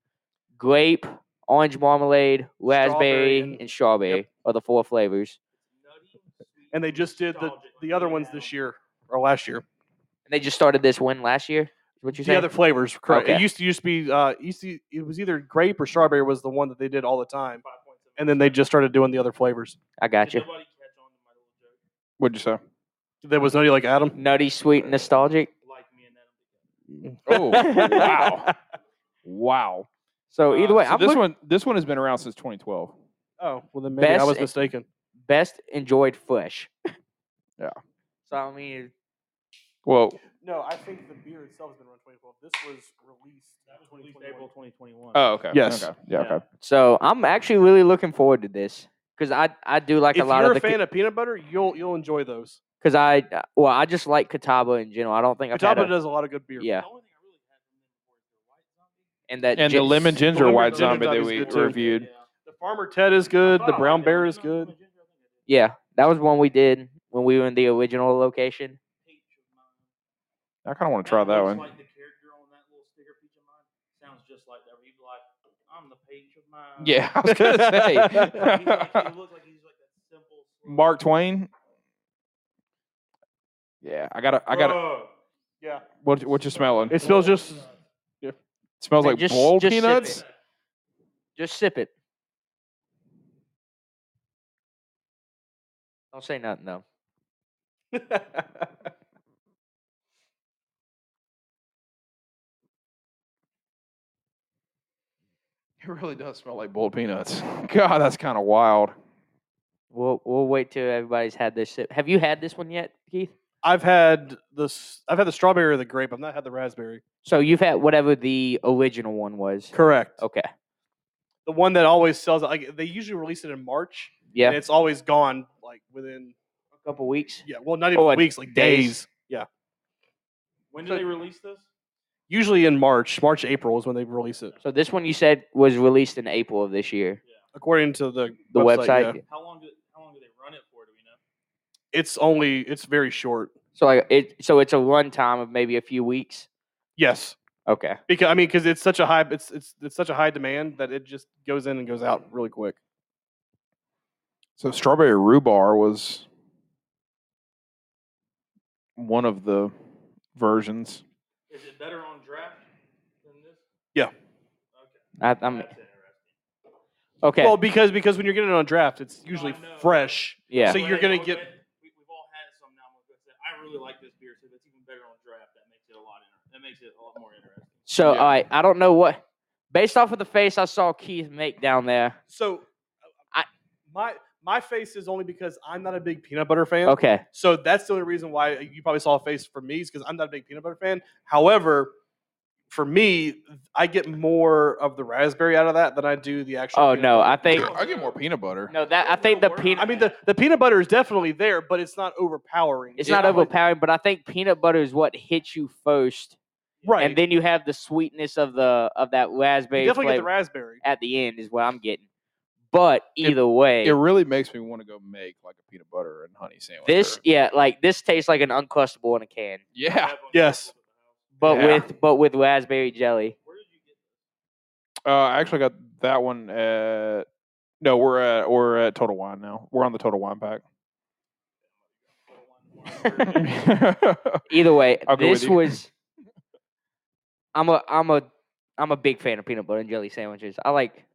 Speaker 1: grape, orange marmalade, raspberry,
Speaker 3: and-
Speaker 1: and, strawberry are the four flavors.
Speaker 2: Nutty, sweet,
Speaker 3: and they just did the
Speaker 2: nostalgic,
Speaker 3: the
Speaker 2: like
Speaker 3: other
Speaker 2: we
Speaker 3: ones
Speaker 2: had
Speaker 3: this
Speaker 2: them.
Speaker 3: year or last year.
Speaker 1: And they just started this one last year. Is what you
Speaker 3: The
Speaker 1: said?
Speaker 3: other flavors, correct? It
Speaker 1: Okay.
Speaker 3: used to used to be uh, used to, it was either grape or strawberry was the one that they did all the time,
Speaker 2: 5.7.
Speaker 3: and then they just started doing the other flavors.
Speaker 1: I
Speaker 2: Did
Speaker 1: got you.
Speaker 2: nobody catch on to my little joke?
Speaker 4: What'd you [LAUGHS] say?
Speaker 3: There was nobody like Adam.
Speaker 1: Nutty, sweet, nostalgic.
Speaker 2: Like me and Adam.
Speaker 4: Oh wow, wow.
Speaker 1: So either way,
Speaker 4: So
Speaker 1: I'm
Speaker 4: this
Speaker 1: looking-
Speaker 4: one this one has been around since 2012.
Speaker 3: Oh well, then maybe I
Speaker 1: Best
Speaker 3: was
Speaker 1: e-
Speaker 3: mistaken.
Speaker 1: best enjoyed fresh.
Speaker 4: Yeah.
Speaker 1: So I mean,
Speaker 4: Well,
Speaker 3: No, I think the beer itself has been around 2012. This was released.
Speaker 2: That was released April 2021.
Speaker 4: oh okay.
Speaker 3: Yes.
Speaker 4: Okay. Yeah.
Speaker 2: Yeah.
Speaker 4: Okay.
Speaker 1: so I'm actually really looking forward to this. because I I do like
Speaker 3: if
Speaker 1: a lot
Speaker 3: you're
Speaker 1: of
Speaker 3: a
Speaker 1: the
Speaker 3: fan of peanut butter, you'll you'll enjoy those.
Speaker 1: because I uh, well I just like Catawba in general. I don't think I've had
Speaker 3: Catawba
Speaker 1: a,
Speaker 3: does a lot of good beer.
Speaker 1: yeah
Speaker 2: The only thing I really had from them before is their white zombie.
Speaker 1: and that
Speaker 4: and the
Speaker 1: gin-
Speaker 4: lemon ginger
Speaker 3: lemon
Speaker 4: white
Speaker 3: ginger
Speaker 4: zombie
Speaker 3: dog
Speaker 4: that
Speaker 3: is
Speaker 4: we
Speaker 3: good too.
Speaker 4: reviewed.
Speaker 2: Yeah.
Speaker 3: The Farmer Ted is good.
Speaker 2: I
Speaker 3: The
Speaker 2: thought I
Speaker 3: brown
Speaker 2: liked it.
Speaker 3: bear
Speaker 2: Wasn't
Speaker 3: is
Speaker 2: it lemon ginger? I
Speaker 3: good.
Speaker 2: think I did.
Speaker 1: Yeah, that was one we did when we were in the original location.
Speaker 2: Peach of mine.
Speaker 4: I kind of want to try that
Speaker 2: looks
Speaker 4: one.
Speaker 2: [LAUGHS] Like the character on that little sticker peach of mine sounds just like that. where He'd be like, "I'm the peach of mine."
Speaker 4: Yeah, I was gonna
Speaker 2: Like, he's like- [LAUGHS]
Speaker 4: say
Speaker 2: he looks like he's like that simple. slow-
Speaker 4: Mark Twain. Yeah, I got. I got.
Speaker 2: Bruh.
Speaker 3: Yeah.
Speaker 4: What what you smelling?
Speaker 3: It smells just-
Speaker 4: It smells
Speaker 1: Man,
Speaker 4: like
Speaker 1: just-
Speaker 4: boiled
Speaker 1: just sip
Speaker 4: peanuts.
Speaker 1: it. Just sip it. Don't say nothing though.
Speaker 3: [LAUGHS]
Speaker 4: It really does smell like boiled peanuts. [LAUGHS] God, that's kind of wild.
Speaker 1: We'll we'll wait till everybody's had this sip. Have you had this one yet, Keith?
Speaker 3: I've had this. I've had the strawberry or the grape. I've not had the raspberry.
Speaker 1: So you've had whatever the original one was.
Speaker 3: Correct.
Speaker 1: Okay.
Speaker 3: The one that always sells. Like they usually release it in March,
Speaker 1: Yeah.
Speaker 3: and it's always gone. Like within
Speaker 1: a couple weeks.
Speaker 3: yeah, well, not even
Speaker 1: Oh, and
Speaker 3: weeks, like
Speaker 1: days.
Speaker 3: days.
Speaker 2: When did they release this?
Speaker 3: Usually in March, March April is when they release it,
Speaker 1: So this one you said was released in April of this year.
Speaker 3: according to the
Speaker 1: The website.
Speaker 3: yeah.
Speaker 2: How long did how long did they run it for? Do we know?
Speaker 3: It's only it's very short.
Speaker 1: So like it. So it's a run time of maybe a few weeks.
Speaker 3: Yes,
Speaker 1: Okay.
Speaker 3: because I mean, because it's such a high, it's it's it's such a high demand that it just goes in and goes out really quick.
Speaker 4: So strawberry rhubarb was one of the versions.
Speaker 2: Is it better on draft than this?
Speaker 3: Yeah.
Speaker 2: Okay.
Speaker 1: I, I'm
Speaker 4: Um,
Speaker 2: That's interesting.
Speaker 1: okay.
Speaker 3: Well, because because when you're getting it on draft, it's
Speaker 2: No, I
Speaker 3: usually
Speaker 2: know.
Speaker 3: fresh.
Speaker 1: yeah.
Speaker 3: so
Speaker 2: Well,
Speaker 3: you're
Speaker 2: hey,
Speaker 3: gonna
Speaker 2: well,
Speaker 3: get-
Speaker 2: hey, We, we've all had some now. we're gonna say, I really like this beer, so if it's even better on draft. That makes it a lot. Inter- that makes it a lot more interesting.
Speaker 1: So
Speaker 3: Yeah.
Speaker 1: all right, I don't know what based off of the face I saw Keith make down there.
Speaker 3: So,
Speaker 1: I-
Speaker 3: my my face is only because I'm not a big peanut butter fan.
Speaker 1: Okay.
Speaker 3: So that's the only reason why you probably saw a face for me is because I'm not a big peanut butter fan. However, for me, I get more of the raspberry out of that than I do the actual.
Speaker 1: Oh
Speaker 3: peanut
Speaker 1: no,
Speaker 3: butter.
Speaker 1: I think
Speaker 4: I get more peanut butter.
Speaker 1: no that I think the
Speaker 3: I
Speaker 1: peanut
Speaker 3: mean the, the peanut butter is definitely there, but it's not overpowering.
Speaker 1: it's
Speaker 3: You
Speaker 1: not
Speaker 3: know, like-
Speaker 1: overpowering, but I think peanut butter is what hits you first,
Speaker 3: right?
Speaker 1: and then you have the sweetness of the of that raspberry
Speaker 3: you definitely get the
Speaker 1: flavor
Speaker 3: raspberry.
Speaker 1: at the end is what I'm getting. But
Speaker 4: It-
Speaker 1: either way,
Speaker 4: It really makes me want to go make like a peanut butter and honey sandwich.
Speaker 1: this
Speaker 4: or-
Speaker 1: yeah, like this tastes like an uncrustable in a can,
Speaker 4: yeah.
Speaker 3: Yes.
Speaker 1: but
Speaker 4: Yeah.
Speaker 1: with but with raspberry jelly.
Speaker 2: Where did you get this?
Speaker 4: Uh, I actually got that one at. No, we're at we're at Total Wine now. We're on the Total
Speaker 1: [LAUGHS]
Speaker 4: Wine pack. [LAUGHS]
Speaker 2: Hold on, hold
Speaker 3: [LAUGHS]
Speaker 2: on, where-
Speaker 1: Either way,
Speaker 4: I'll go with
Speaker 1: this
Speaker 4: you.
Speaker 1: was. [LAUGHS] I'm a I'm a I'm a big fan of peanut butter and jelly sandwiches. I like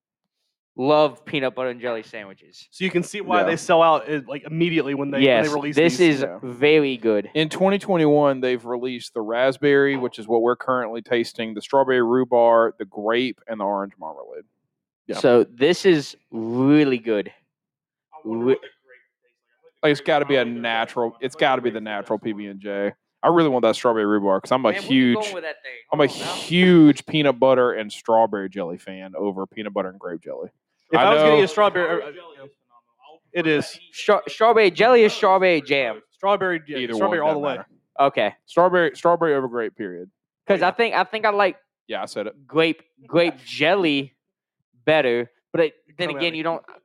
Speaker 1: love peanut butter and jelly sandwiches.
Speaker 3: So you can see why
Speaker 4: Yeah.
Speaker 3: they sell out eh, like immediately when they,
Speaker 1: yes,
Speaker 3: when they release
Speaker 1: this
Speaker 3: these.
Speaker 1: is
Speaker 4: yeah.
Speaker 1: very good.
Speaker 4: In 2021, they've released the raspberry, which is what we're currently tasting, the strawberry rhubarb, the grape, and the orange marmalade. Yeah.
Speaker 1: So this is really good.
Speaker 2: I wonder
Speaker 1: Wi-
Speaker 2: what the grape tastes like. I feel
Speaker 4: Like it's
Speaker 2: the grape's
Speaker 4: got to be a
Speaker 2: probably the best
Speaker 4: natural.
Speaker 2: one. I
Speaker 4: It's
Speaker 2: feel like
Speaker 4: got to be the
Speaker 2: grape's
Speaker 4: natural
Speaker 2: best one.
Speaker 4: PB and J. I really want that strawberry rhubarb because I'm a
Speaker 1: Man, where you going
Speaker 4: huge.
Speaker 1: with that thing?
Speaker 4: I'm a
Speaker 1: Hold on now.
Speaker 4: huge peanut butter and strawberry jelly fan over peanut butter and grape jelly.
Speaker 3: If
Speaker 4: I
Speaker 3: I, was
Speaker 4: know-
Speaker 3: gonna get a strawberry,
Speaker 2: Strawberry
Speaker 3: eh,
Speaker 2: jelly
Speaker 3: eh,
Speaker 2: is phenomenal. I'll prefer
Speaker 3: It
Speaker 2: that
Speaker 3: is.
Speaker 2: any day
Speaker 1: Stra-
Speaker 2: over
Speaker 1: strawberry jelly is
Speaker 2: Oh,
Speaker 1: strawberry
Speaker 2: strawberry
Speaker 1: jam.
Speaker 3: strawberry, yeah,
Speaker 4: Either
Speaker 3: strawberry
Speaker 4: one,
Speaker 3: all the
Speaker 4: doesn't
Speaker 3: way.
Speaker 4: matter.
Speaker 1: Okay,
Speaker 4: Strawberry, strawberry over grape. Period.
Speaker 1: because
Speaker 3: yeah.
Speaker 1: I think I think I like
Speaker 4: Yeah, I said it.
Speaker 1: grape grape jelly better, but it, then
Speaker 3: Come at
Speaker 1: again,
Speaker 3: me.
Speaker 1: you don't.
Speaker 2: jelly.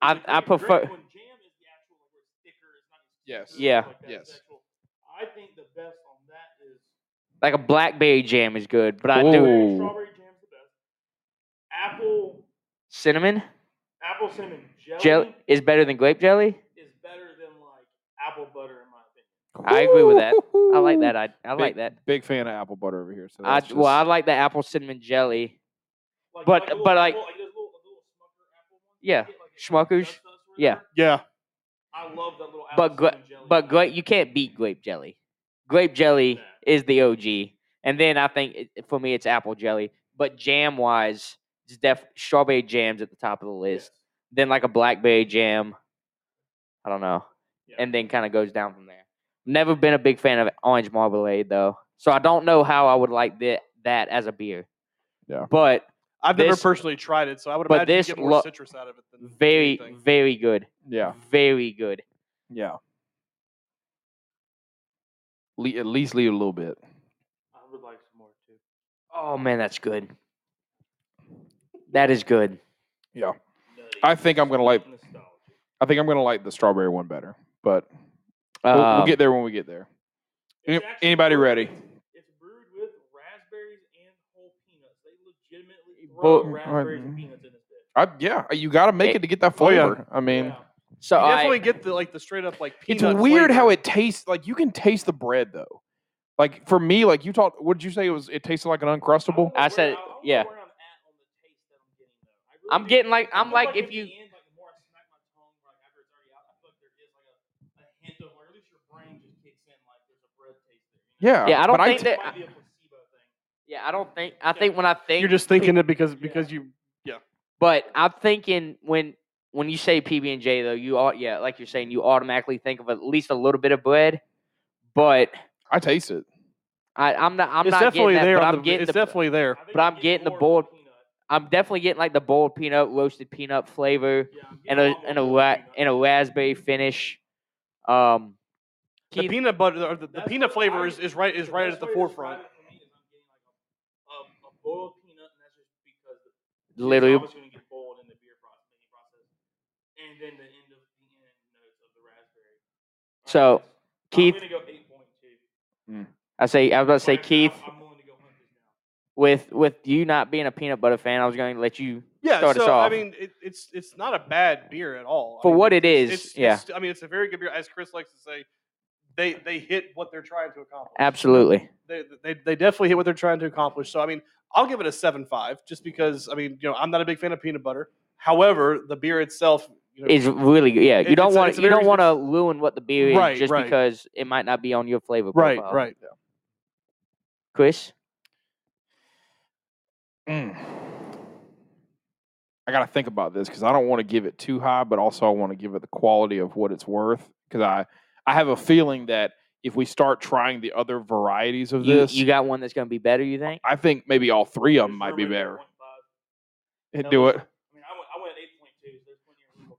Speaker 1: I
Speaker 2: The
Speaker 1: I
Speaker 2: grape-
Speaker 1: prefer.
Speaker 2: grape one, jam is the actual, like, where it's thicker, it's not as
Speaker 4: Yes.
Speaker 2: smooth,
Speaker 1: Yeah.
Speaker 2: like that,
Speaker 4: Yes.
Speaker 2: it's actual- I think the best on that is
Speaker 1: like a blackberry jam is good, but I do
Speaker 4: Ooh.
Speaker 2: Blueberry, strawberry jam's the best. Apple,
Speaker 1: cinnamon
Speaker 2: apple cinnamon jelly
Speaker 1: jelly is better than grape jelly.
Speaker 2: is better than like apple butter in my opinion.
Speaker 1: I agree with that. I like that. I I
Speaker 4: Big-
Speaker 1: like that.
Speaker 4: Big fan of apple butter over here. So
Speaker 1: I
Speaker 4: that's
Speaker 1: well, I
Speaker 4: just-
Speaker 1: like the apple cinnamon jelly.
Speaker 2: Like,
Speaker 1: But-
Speaker 2: like a little
Speaker 1: but, like-
Speaker 2: apple, like, those little, those little smucker apple ones you
Speaker 1: Yeah,
Speaker 2: get, like, it kinda
Speaker 1: Schmuckers,
Speaker 2: dust us or
Speaker 1: yeah.
Speaker 2: whatever.
Speaker 3: Yeah,
Speaker 2: I love that little apple
Speaker 1: But gra-
Speaker 2: cinnamon jelly.
Speaker 1: But grape you can't beat grape jelly. Grape jelly
Speaker 2: Nah.
Speaker 1: is the OG, and then I think it, for me it's apple jelly. But jam wise, it's def strawberry jams at the top of the list.
Speaker 2: Yes.
Speaker 1: Then like a blackberry jam. I don't know,
Speaker 2: Yeah.
Speaker 1: and then kind of goes down from there. Never been a big fan of orange marmalade though, so I don't know how I would like that that as a beer.
Speaker 4: Yeah.
Speaker 1: But
Speaker 3: I've never
Speaker 1: This-
Speaker 3: personally tried it, so I would
Speaker 1: but
Speaker 3: imagine you
Speaker 1: this
Speaker 3: get more
Speaker 1: lo-
Speaker 3: citrus out of it than
Speaker 1: Very,
Speaker 3: anything.
Speaker 1: very good.
Speaker 4: Yeah.
Speaker 1: Very good.
Speaker 4: Yeah. Le- at least leave a little bit.
Speaker 2: I would like some more too.
Speaker 1: Oh man, that's good. That is good.
Speaker 4: Yeah.
Speaker 2: Nutty.
Speaker 4: I think I'm gonna like-
Speaker 2: Nostalgia.
Speaker 4: I think I'm gonna like the strawberry one better, but we'll, we'll
Speaker 1: Um,
Speaker 4: get there when we get there. Any-
Speaker 2: It's actually
Speaker 4: anybody
Speaker 2: brewed
Speaker 4: ready?
Speaker 2: with- It's brewed with raspberries and whole peanuts. They legitimately
Speaker 1: Well,
Speaker 2: throw
Speaker 4: all right,
Speaker 2: raspberries and
Speaker 4: mhm.
Speaker 2: peanuts in this bitch.
Speaker 4: I, yeah, you got to make
Speaker 1: It-
Speaker 4: it to get that
Speaker 3: Oh, yeah.
Speaker 4: flavor. I mean,
Speaker 2: Yeah.
Speaker 1: so
Speaker 3: you
Speaker 1: I-
Speaker 3: definitely get the like the straight up like
Speaker 4: it's
Speaker 3: peanut
Speaker 4: weird how
Speaker 3: flavor.
Speaker 4: it tastes. Like you can taste the bread though. Like for me, like you talked. What did you say? It was. It tasted like an uncrustable.
Speaker 1: I said- yeah. I'm getting like- I'm like if you-
Speaker 4: Yeah.
Speaker 1: Yeah, I don't
Speaker 4: but
Speaker 1: think that- yeah, I don't think. I think when I think
Speaker 3: You're just thinking
Speaker 1: P-
Speaker 3: it because because you
Speaker 1: but I'm thinking when when you say PB and J though, you all yeah, like you're saying, you automatically think of at least a little bit of bread. But
Speaker 4: I taste it.
Speaker 1: I, I'm not. I'm
Speaker 3: it's
Speaker 1: not getting
Speaker 3: definitely
Speaker 1: that.
Speaker 3: there.
Speaker 1: but
Speaker 3: on
Speaker 1: I'm
Speaker 3: the-
Speaker 1: getting
Speaker 3: it's
Speaker 1: the,
Speaker 3: definitely there.
Speaker 1: But I'm getting the boiled- I'm definitely getting like the boiled peanut, roasted peanut flavor, and a and a ra- and a raspberry finish. Um,
Speaker 3: The
Speaker 1: Keith-
Speaker 3: peanut butter, or the, the peanut flavor is, is right is right at the forefront.
Speaker 2: A boiled peanut, and that's just because the
Speaker 1: literally,
Speaker 2: It's going to get boiled in the beer process, making process, and then the end of the end notes of the raspberry.
Speaker 1: So,
Speaker 2: All right, guys.
Speaker 1: Keith,
Speaker 2: I'm going to go eight point two.
Speaker 1: I say I was about to say
Speaker 2: Right now,
Speaker 1: Keith.
Speaker 2: I'm willing to go hundred
Speaker 1: With
Speaker 2: now.
Speaker 1: with you not being a peanut butter fan, I was going to let you
Speaker 3: Yeah,
Speaker 1: Start us
Speaker 3: so I
Speaker 1: off.
Speaker 3: mean, it, it's it's not a bad beer at all. I
Speaker 1: For
Speaker 3: mean,
Speaker 1: what it is,
Speaker 3: it's,
Speaker 1: yeah.
Speaker 3: it's- I mean, it's a very good beer. As Chris likes to say, they they hit what they're trying to accomplish.
Speaker 1: absolutely.
Speaker 3: They, they they definitely hit what they're trying to accomplish. So I mean, I'll give it a seven five just because I mean, you know, I'm not a big fan of peanut butter. However, the beer itself, you know,
Speaker 1: is really good. Yeah, you
Speaker 3: It-
Speaker 1: don't
Speaker 3: it's a-
Speaker 1: want
Speaker 3: it's a
Speaker 1: you don't
Speaker 3: very-
Speaker 1: want to ruin what the beer is
Speaker 3: Right,
Speaker 1: just
Speaker 3: right.
Speaker 1: because it might not be on your flavor
Speaker 3: right,
Speaker 1: profile.
Speaker 3: right.
Speaker 1: Chris,
Speaker 4: Mm. I got to think about this because I don't want to give it too high, but also I want to give it the quality of what it's worth because I I have a feeling that if we start trying the other varieties of
Speaker 1: you,
Speaker 4: this,
Speaker 1: you got one that's going to be better. You think?
Speaker 4: I think maybe all three of them
Speaker 2: There's
Speaker 4: might
Speaker 2: room
Speaker 4: be
Speaker 2: at
Speaker 4: better.
Speaker 2: 8.5.
Speaker 4: Hit-
Speaker 2: That
Speaker 4: Do
Speaker 2: was- I
Speaker 4: it.
Speaker 2: mean, I went, I went at eight point two. So there's plenty of room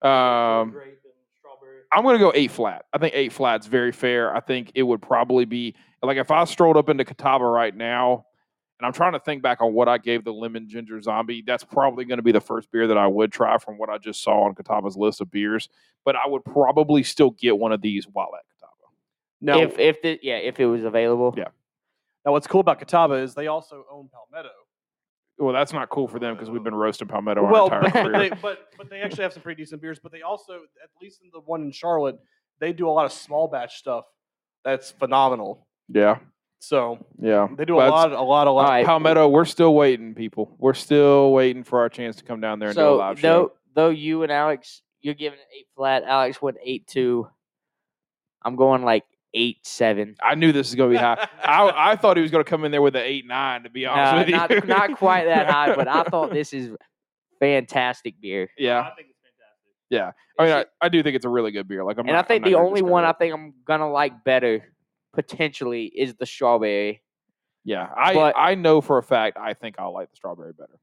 Speaker 2: above.
Speaker 4: Um,
Speaker 2: grape and strawberry.
Speaker 4: I'm gonna go eight flat. I think eight flat's very fair. I think it would probably be like if I strolled up into Catawba right now, and I'm trying to think back on what I gave the lemon ginger zombie. That's probably gonna be the first beer that I would try from what I just saw on Catawba's list of beers. But I would probably still get one of these while at Catawba.
Speaker 3: Now,
Speaker 1: If if the, yeah, if it was available.
Speaker 4: Yeah.
Speaker 3: now, what's cool about Catawba is they also own Palmetto.
Speaker 4: Well, that's not cool for them because we've been roasting palmetto our
Speaker 3: well,
Speaker 4: entire
Speaker 3: [LAUGHS] but, but
Speaker 4: career.
Speaker 3: they, but but they actually have some pretty decent beers. But they also, at least in the one in Charlotte, they do a lot of small batch stuff. That's phenomenal.
Speaker 4: yeah,
Speaker 3: So
Speaker 4: yeah.
Speaker 3: they do
Speaker 4: But
Speaker 3: a
Speaker 4: it's-
Speaker 3: lot, a lot, a lot.
Speaker 1: All right.
Speaker 4: Palmetto, we're still waiting, people. We're still waiting for our chance to come down there and do a
Speaker 1: So
Speaker 4: live show.
Speaker 1: though though you and Alex, you're giving it eight flat. Alex went eight two. I'm going like eight seven.
Speaker 4: I knew this was gonna be high.
Speaker 3: [LAUGHS]
Speaker 4: I, I thought he was going to come in there with an eight nine. To be honest
Speaker 1: Nah,
Speaker 4: with you,
Speaker 1: not not quite that high,
Speaker 4: [LAUGHS]
Speaker 1: but I thought this is fantastic beer.
Speaker 4: yeah,
Speaker 2: I think it's fantastic.
Speaker 4: I mean, I, I do think it's a really good beer. Like, I'm
Speaker 1: and I
Speaker 4: not- I'm
Speaker 1: think
Speaker 4: not
Speaker 1: the
Speaker 4: gonna
Speaker 1: only one I
Speaker 4: discount it.
Speaker 1: think I'm gonna like better potentially is the strawberry.
Speaker 4: yeah, I
Speaker 1: but-
Speaker 4: I know for a fact I think I like the strawberry better.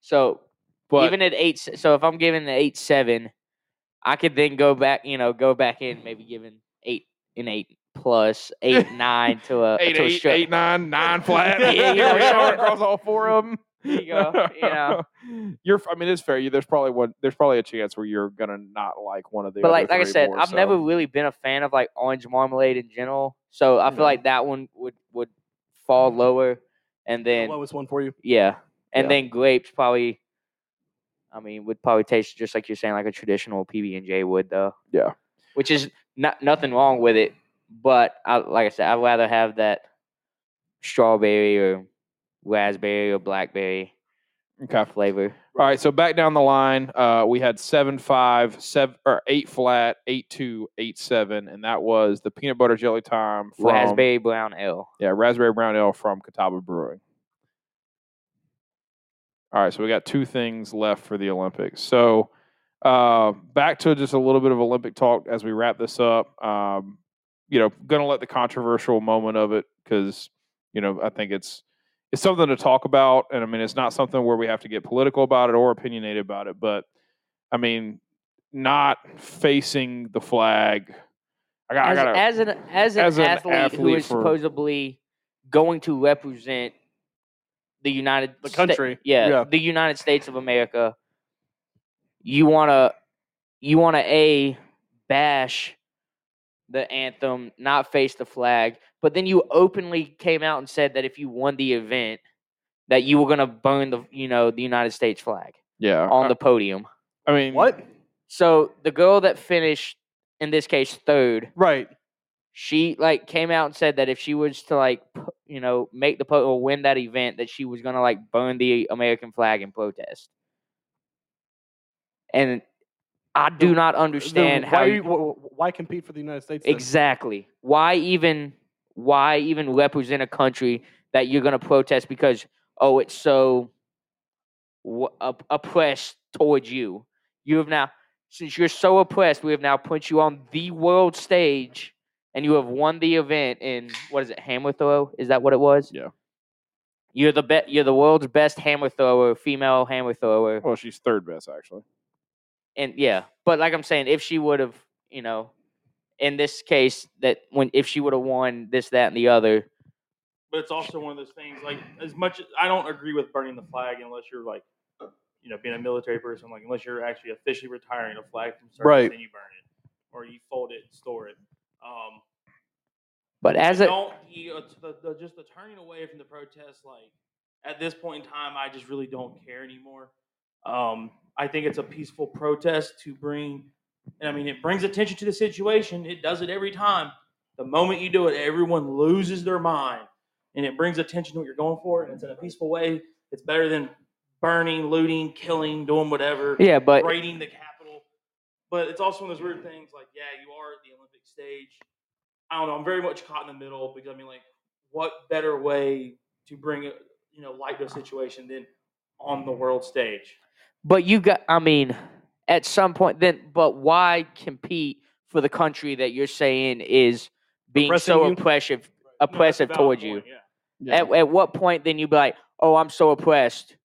Speaker 1: So
Speaker 4: But
Speaker 1: even at eight, se- so if I'm giving the eight seven, I could then go back, you know, go back in maybe giving eight and eight plus
Speaker 4: [LAUGHS]
Speaker 1: eight nine to a
Speaker 4: eight
Speaker 1: to a
Speaker 4: eight
Speaker 1: stra-
Speaker 4: eight nine nine flat. [LAUGHS]
Speaker 1: Yeah,
Speaker 4: you know,
Speaker 1: yeah.
Speaker 4: shot across all four of them.
Speaker 1: There [LAUGHS] you go, you
Speaker 4: [LAUGHS]
Speaker 1: know.
Speaker 4: You're. I mean, it's fair. You, there's probably one. There's probably a chance where you're gonna not like one of the.
Speaker 1: But
Speaker 4: other
Speaker 1: like like I
Speaker 4: three
Speaker 1: said,
Speaker 4: more,
Speaker 1: I've
Speaker 4: so.
Speaker 1: never really been a fan of like orange marmalade in general, so I feel
Speaker 4: Yeah.
Speaker 1: like that one would would fall
Speaker 4: Mm-hmm.
Speaker 1: lower, and
Speaker 3: The
Speaker 1: then
Speaker 3: lowest one for you.
Speaker 1: yeah, and
Speaker 4: Yeah.
Speaker 1: then grapes probably. I mean, would probably taste just like you're saying, like a traditional PB and J would, though.
Speaker 4: Yeah.
Speaker 1: which is not nothing wrong with it, but I, like I said, I'd rather have that strawberry or raspberry or blackberry
Speaker 4: Okay.
Speaker 1: flavor.
Speaker 4: All right, so back down the line, uh, we had seven five, seven or eight flat, eight two, eight seven, and that was the peanut butter jelly time from
Speaker 1: raspberry brown ale.
Speaker 4: yeah raspberry brown ale from Catawba Brewing. All right, so we got two things left for the Olympics. So uh, back to just a little bit of Olympic talk as we wrap this up. Um, you know, going to let the controversial moment of it because you know I think it's it's something to talk about, and I mean, it's not something where we have to get political about it or opinionated about it. But I mean, not facing the flag. I got. I
Speaker 1: As,
Speaker 4: got. to
Speaker 1: as an as an,
Speaker 4: as an
Speaker 1: athlete, who
Speaker 4: athlete
Speaker 1: is
Speaker 4: for-
Speaker 1: supposedly going to represent the United
Speaker 3: The
Speaker 1: Sta-
Speaker 3: country,
Speaker 1: yeah,
Speaker 3: yeah.
Speaker 1: the United States of America. You wanna you wanna a bash the anthem, not face the flag, but then you openly came out and said that if you won the event, that you were gonna burn the you know the United States flag
Speaker 4: yeah.
Speaker 1: on
Speaker 4: I-
Speaker 1: the podium.
Speaker 4: I mean,
Speaker 3: What?
Speaker 1: So the girl that finished in this case third
Speaker 3: Right.
Speaker 1: she like came out and said that if she was to like p- you know make the po- or win that event that she was gonna like burn the american flag in protest and i do not understand
Speaker 3: Then
Speaker 1: how
Speaker 3: why,
Speaker 1: you-
Speaker 3: you- wh- wh- why compete for the United States? then?
Speaker 1: exactly why even why even represent a country that you're gonna protest because oh it's so w- op- oppressed towards you you have now since you're so oppressed we have now put you on the world stage and you have won the event in what is it hammer throw is that what it was
Speaker 4: Yeah.
Speaker 1: you're the be- you're the world's best hammer thrower female hammer thrower
Speaker 4: well, she's third best actually.
Speaker 1: and yeah, but like I'm saying, if she would have, you know, in this case, that when if she would have won this, that, and the other,
Speaker 2: but it's also one of those things like as much as i don't agree with burning the flag unless you're like you know being a military person like unless you're actually officially retiring a flag from service
Speaker 3: Right.
Speaker 2: then you burn it or you fold it and store it um
Speaker 1: but as a
Speaker 2: don't you know, t- the, the, just the turning away from the protest like at this point in time i just really don't care anymore um, i think it's a peaceful protest to bring and i mean it brings attention to the situation it does it every time the moment you do it everyone loses their mind and it brings attention to what you're going for and it's in a peaceful way it's better than burning looting killing doing whatever
Speaker 1: yeah, but
Speaker 2: raiding the capital. But it's also one of those weird things like, yeah, you are at the Olympic stage. I don't know. I'm very much caught in the middle because I mean, like, what better way to bring a, you know light to a situation than on the world stage?
Speaker 1: but you got, I mean, at some point, then, but why compete for the country that you're saying is being
Speaker 3: Oppressing
Speaker 1: so
Speaker 3: you?
Speaker 1: oppressive,
Speaker 2: No, that's a
Speaker 1: oppressive
Speaker 2: valid
Speaker 1: towards you?
Speaker 2: point, Yeah.
Speaker 1: At, at what point then you be like, oh, I'm so oppressed.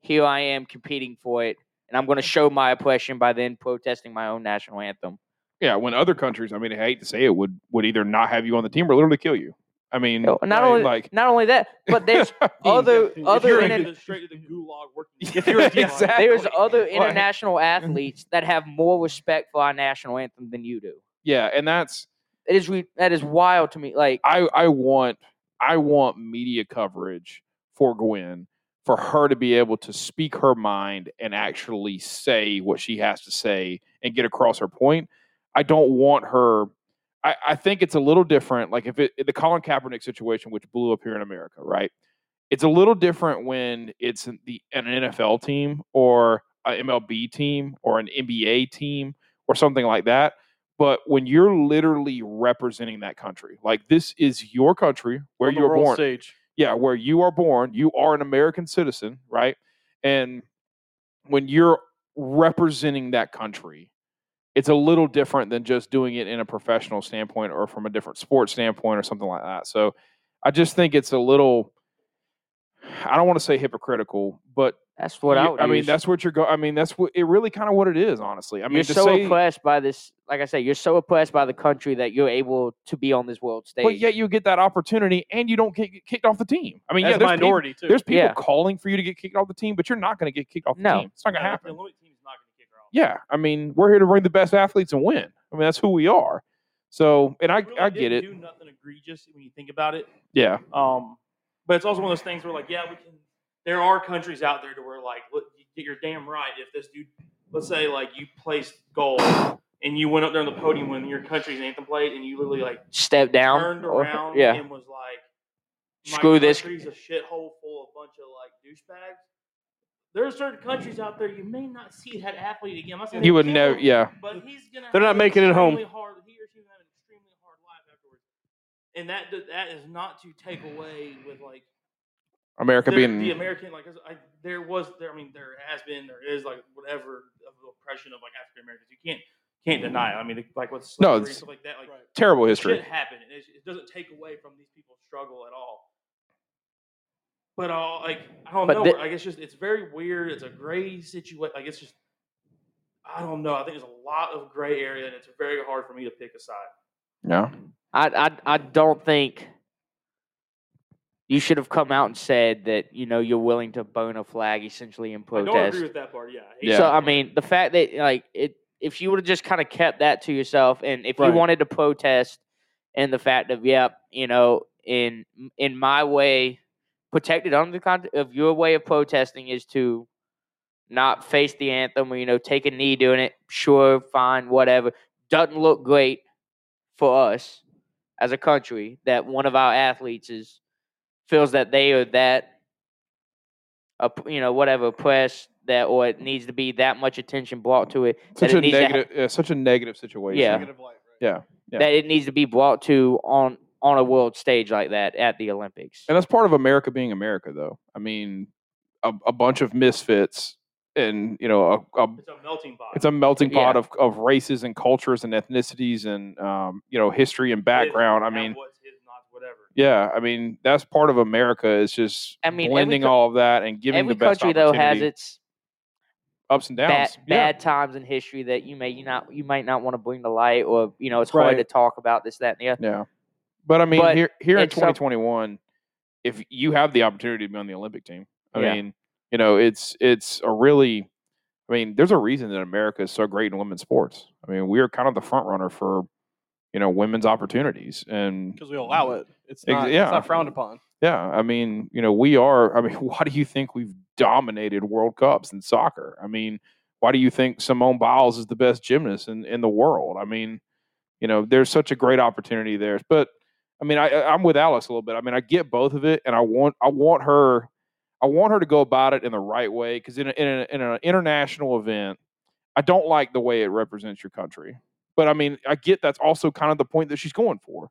Speaker 1: Here I am competing for it, and I'm going to show my oppression by then protesting my own national anthem.
Speaker 4: Yeah, when other countries, I mean, I hate to say it, would would either not have you on the team or literally kill you. I mean,
Speaker 1: No, not
Speaker 4: Mm, right,
Speaker 1: only-
Speaker 4: like
Speaker 1: Not only that, but there's other
Speaker 3: If
Speaker 1: other
Speaker 3: you're
Speaker 1: in
Speaker 3: a
Speaker 1: it-
Speaker 3: good-
Speaker 2: straight to the gulag working. [LAUGHS]
Speaker 4: If you're a good- Exactly.
Speaker 1: there's other
Speaker 4: [LAUGHS] Like- mhm.
Speaker 1: international athletes that have more respect for our national anthem than you do.
Speaker 4: yeah, and that's
Speaker 1: It is re- that is wild to me. Like
Speaker 4: I I want I want media coverage for Gwen for her to be able to speak her mind and actually say what she has to say and get across her point. I don't want her. I, I think it's a little different. Like if it the Colin Kaepernick situation, which blew up here in America, right? It's a little different when it's an- the an NFL team or a MLB team or an NBA team or something like that but when you're literally representing that country like this is your country where
Speaker 3: On the
Speaker 4: you were
Speaker 3: world
Speaker 4: born
Speaker 3: Stage.
Speaker 4: yeah where you are born you are an american citizen right and when you're representing that country it's a little different than just doing it in a professional standpoint or from a different sports standpoint or something like that so i just think it's a little i don't want to say hypocritical but
Speaker 1: that's what I
Speaker 4: you-
Speaker 1: would.
Speaker 4: I mean
Speaker 1: use.
Speaker 4: that's what you're going i mean that's what it really kind of what it is honestly i mean
Speaker 1: you're
Speaker 4: to
Speaker 1: so
Speaker 4: say,
Speaker 1: oppressed by this. Like I said, you're so oppressed by the country that you're able to be on this world stage.
Speaker 4: But yet you get that opportunity and you don't get get kicked off the team. I mean,
Speaker 3: As
Speaker 4: yeah, there's
Speaker 3: minority
Speaker 4: people,
Speaker 3: too.
Speaker 4: there's people
Speaker 1: Yeah.
Speaker 4: calling for you to get kicked off the team, but you're not going to get kicked off the
Speaker 1: No.
Speaker 4: team. It's not going to
Speaker 2: The
Speaker 4: happen.
Speaker 2: Olympic team's not going to kick her off.
Speaker 4: Yeah, I mean, we're here to bring the best athletes and win. I mean, that's who we are. So, and I
Speaker 2: Really
Speaker 4: I get
Speaker 2: didn't
Speaker 4: it.
Speaker 2: Do nothing egregious when you think about it.
Speaker 4: Yeah,
Speaker 2: Um, but it's also one of those things where, like, yeah, we can. There are countries out there to where, like, look, you- you're damn right. If this dude, let's say, like, you placed gold and you went up there on the podium when your country's anthem played, and you literally like
Speaker 1: Step down.
Speaker 2: turned
Speaker 1: or-
Speaker 2: around
Speaker 1: yeah.
Speaker 2: and was like, my
Speaker 1: Screw this.
Speaker 2: country's a shithole full of bunch of like douchebags." There are certain countries out there you may not see that athlete again. I'm not saying they
Speaker 4: you would
Speaker 2: kill
Speaker 4: never.
Speaker 2: him,
Speaker 4: Yeah,
Speaker 2: but he's gonna.
Speaker 3: They're not
Speaker 2: have an
Speaker 3: making it home.
Speaker 2: extremely Hard, he or she's gonna have an extremely hard life afterwards, and that d- that is not to take away with like
Speaker 4: America
Speaker 2: there-
Speaker 4: being
Speaker 2: the American like 'cause I, there was there. I mean, there has been, there is like whatever of the oppression of like African Americans. You can't can't deny. It. I mean, like with
Speaker 4: No,
Speaker 2: slavery and
Speaker 4: it's-
Speaker 2: stuff like that. Like
Speaker 4: terrible history.
Speaker 2: shit happened. and It, it doesn't take away from these people's struggle at all. But uh, like I don't
Speaker 1: But
Speaker 2: know.
Speaker 1: thi-
Speaker 2: like it's just it's very weird. It's a gray situation. Like it's just I don't know. I think there's a lot of gray area, and it's very hard for me to pick a side.
Speaker 4: Yeah.
Speaker 1: I, I I don't think you should have come out and said that you know you're willing to bone a flag essentially in
Speaker 2: I
Speaker 1: protest.
Speaker 2: don't agree with that part. Yeah. hate
Speaker 4: Yeah.
Speaker 1: So
Speaker 2: that
Speaker 1: I
Speaker 2: part.
Speaker 1: mean, the fact that like it, if you would have just kind of kept that to yourself, and if
Speaker 3: Right.
Speaker 1: you wanted to protest, and the fact of yep, you know, in in my way, protected under the con of your way of protesting is to not face the anthem or you know take a knee doing it. Sure, fine, whatever. Doesn't look great for us as a country that one of our athletes is feels that they are that opp- you know whatever oppressed that or it needs to be that much attention brought to it
Speaker 4: Such
Speaker 1: it
Speaker 4: a
Speaker 1: needs to ha-
Speaker 4: negative. yeah, such a negative situation.
Speaker 1: Yeah.
Speaker 3: Negative light, right?
Speaker 4: Yeah.
Speaker 1: that it needs to be brought to on on a world stage like that at the Olympics.
Speaker 4: And that's part of America being America, though. I mean, a, a bunch of misfits, and you know, a, a
Speaker 2: it's a melting pot.
Speaker 4: it's a melting
Speaker 1: Yeah.
Speaker 4: pot of, of races and cultures and ethnicities and um, you know history and
Speaker 2: It is
Speaker 4: background. I
Speaker 2: not
Speaker 4: mean,
Speaker 2: what's his, not whatever.
Speaker 4: yeah, I mean that's part of America is just
Speaker 1: I mean, every
Speaker 4: blending
Speaker 1: co-
Speaker 4: all of that and giving
Speaker 1: Every
Speaker 4: the best
Speaker 1: country though has
Speaker 4: opportunity.
Speaker 1: its
Speaker 4: ups and
Speaker 1: bad,
Speaker 4: downs. yeah.
Speaker 1: bad times in history that you may you not you might not want to bring to light or you know it's hard
Speaker 4: Right.
Speaker 1: to talk about this that and the other.
Speaker 4: Yeah. But I mean,
Speaker 1: But
Speaker 4: here here in
Speaker 1: it's uh, some-
Speaker 4: 2021, if you have the opportunity to be on the Olympic team, I
Speaker 1: Yeah.
Speaker 4: mean, you know, it's it's a really, I mean, there's a reason that America is so great in women's sports. I mean, we are kind of the front runner for, you know, women's opportunities, and
Speaker 3: Because we allow it. It's
Speaker 4: Ex-
Speaker 3: not,
Speaker 4: yeah.
Speaker 3: it's not frowned upon.
Speaker 4: yeah, I mean, you know, we are. I mean, [LAUGHS] why do you think we've dominated World Cups in soccer? I mean, why do you think Simone Biles is the best gymnast in, in the world? I mean, you know, there's such a great opportunity there. But I mean, I, I- I'm with Alex a little bit. I mean, I get both of it, and I want I want her, I want her to go about it in the right way because in a, in, a, in an international event, I don't like the way it represents your country. But I mean, I get that's also kind of the point that she's going for,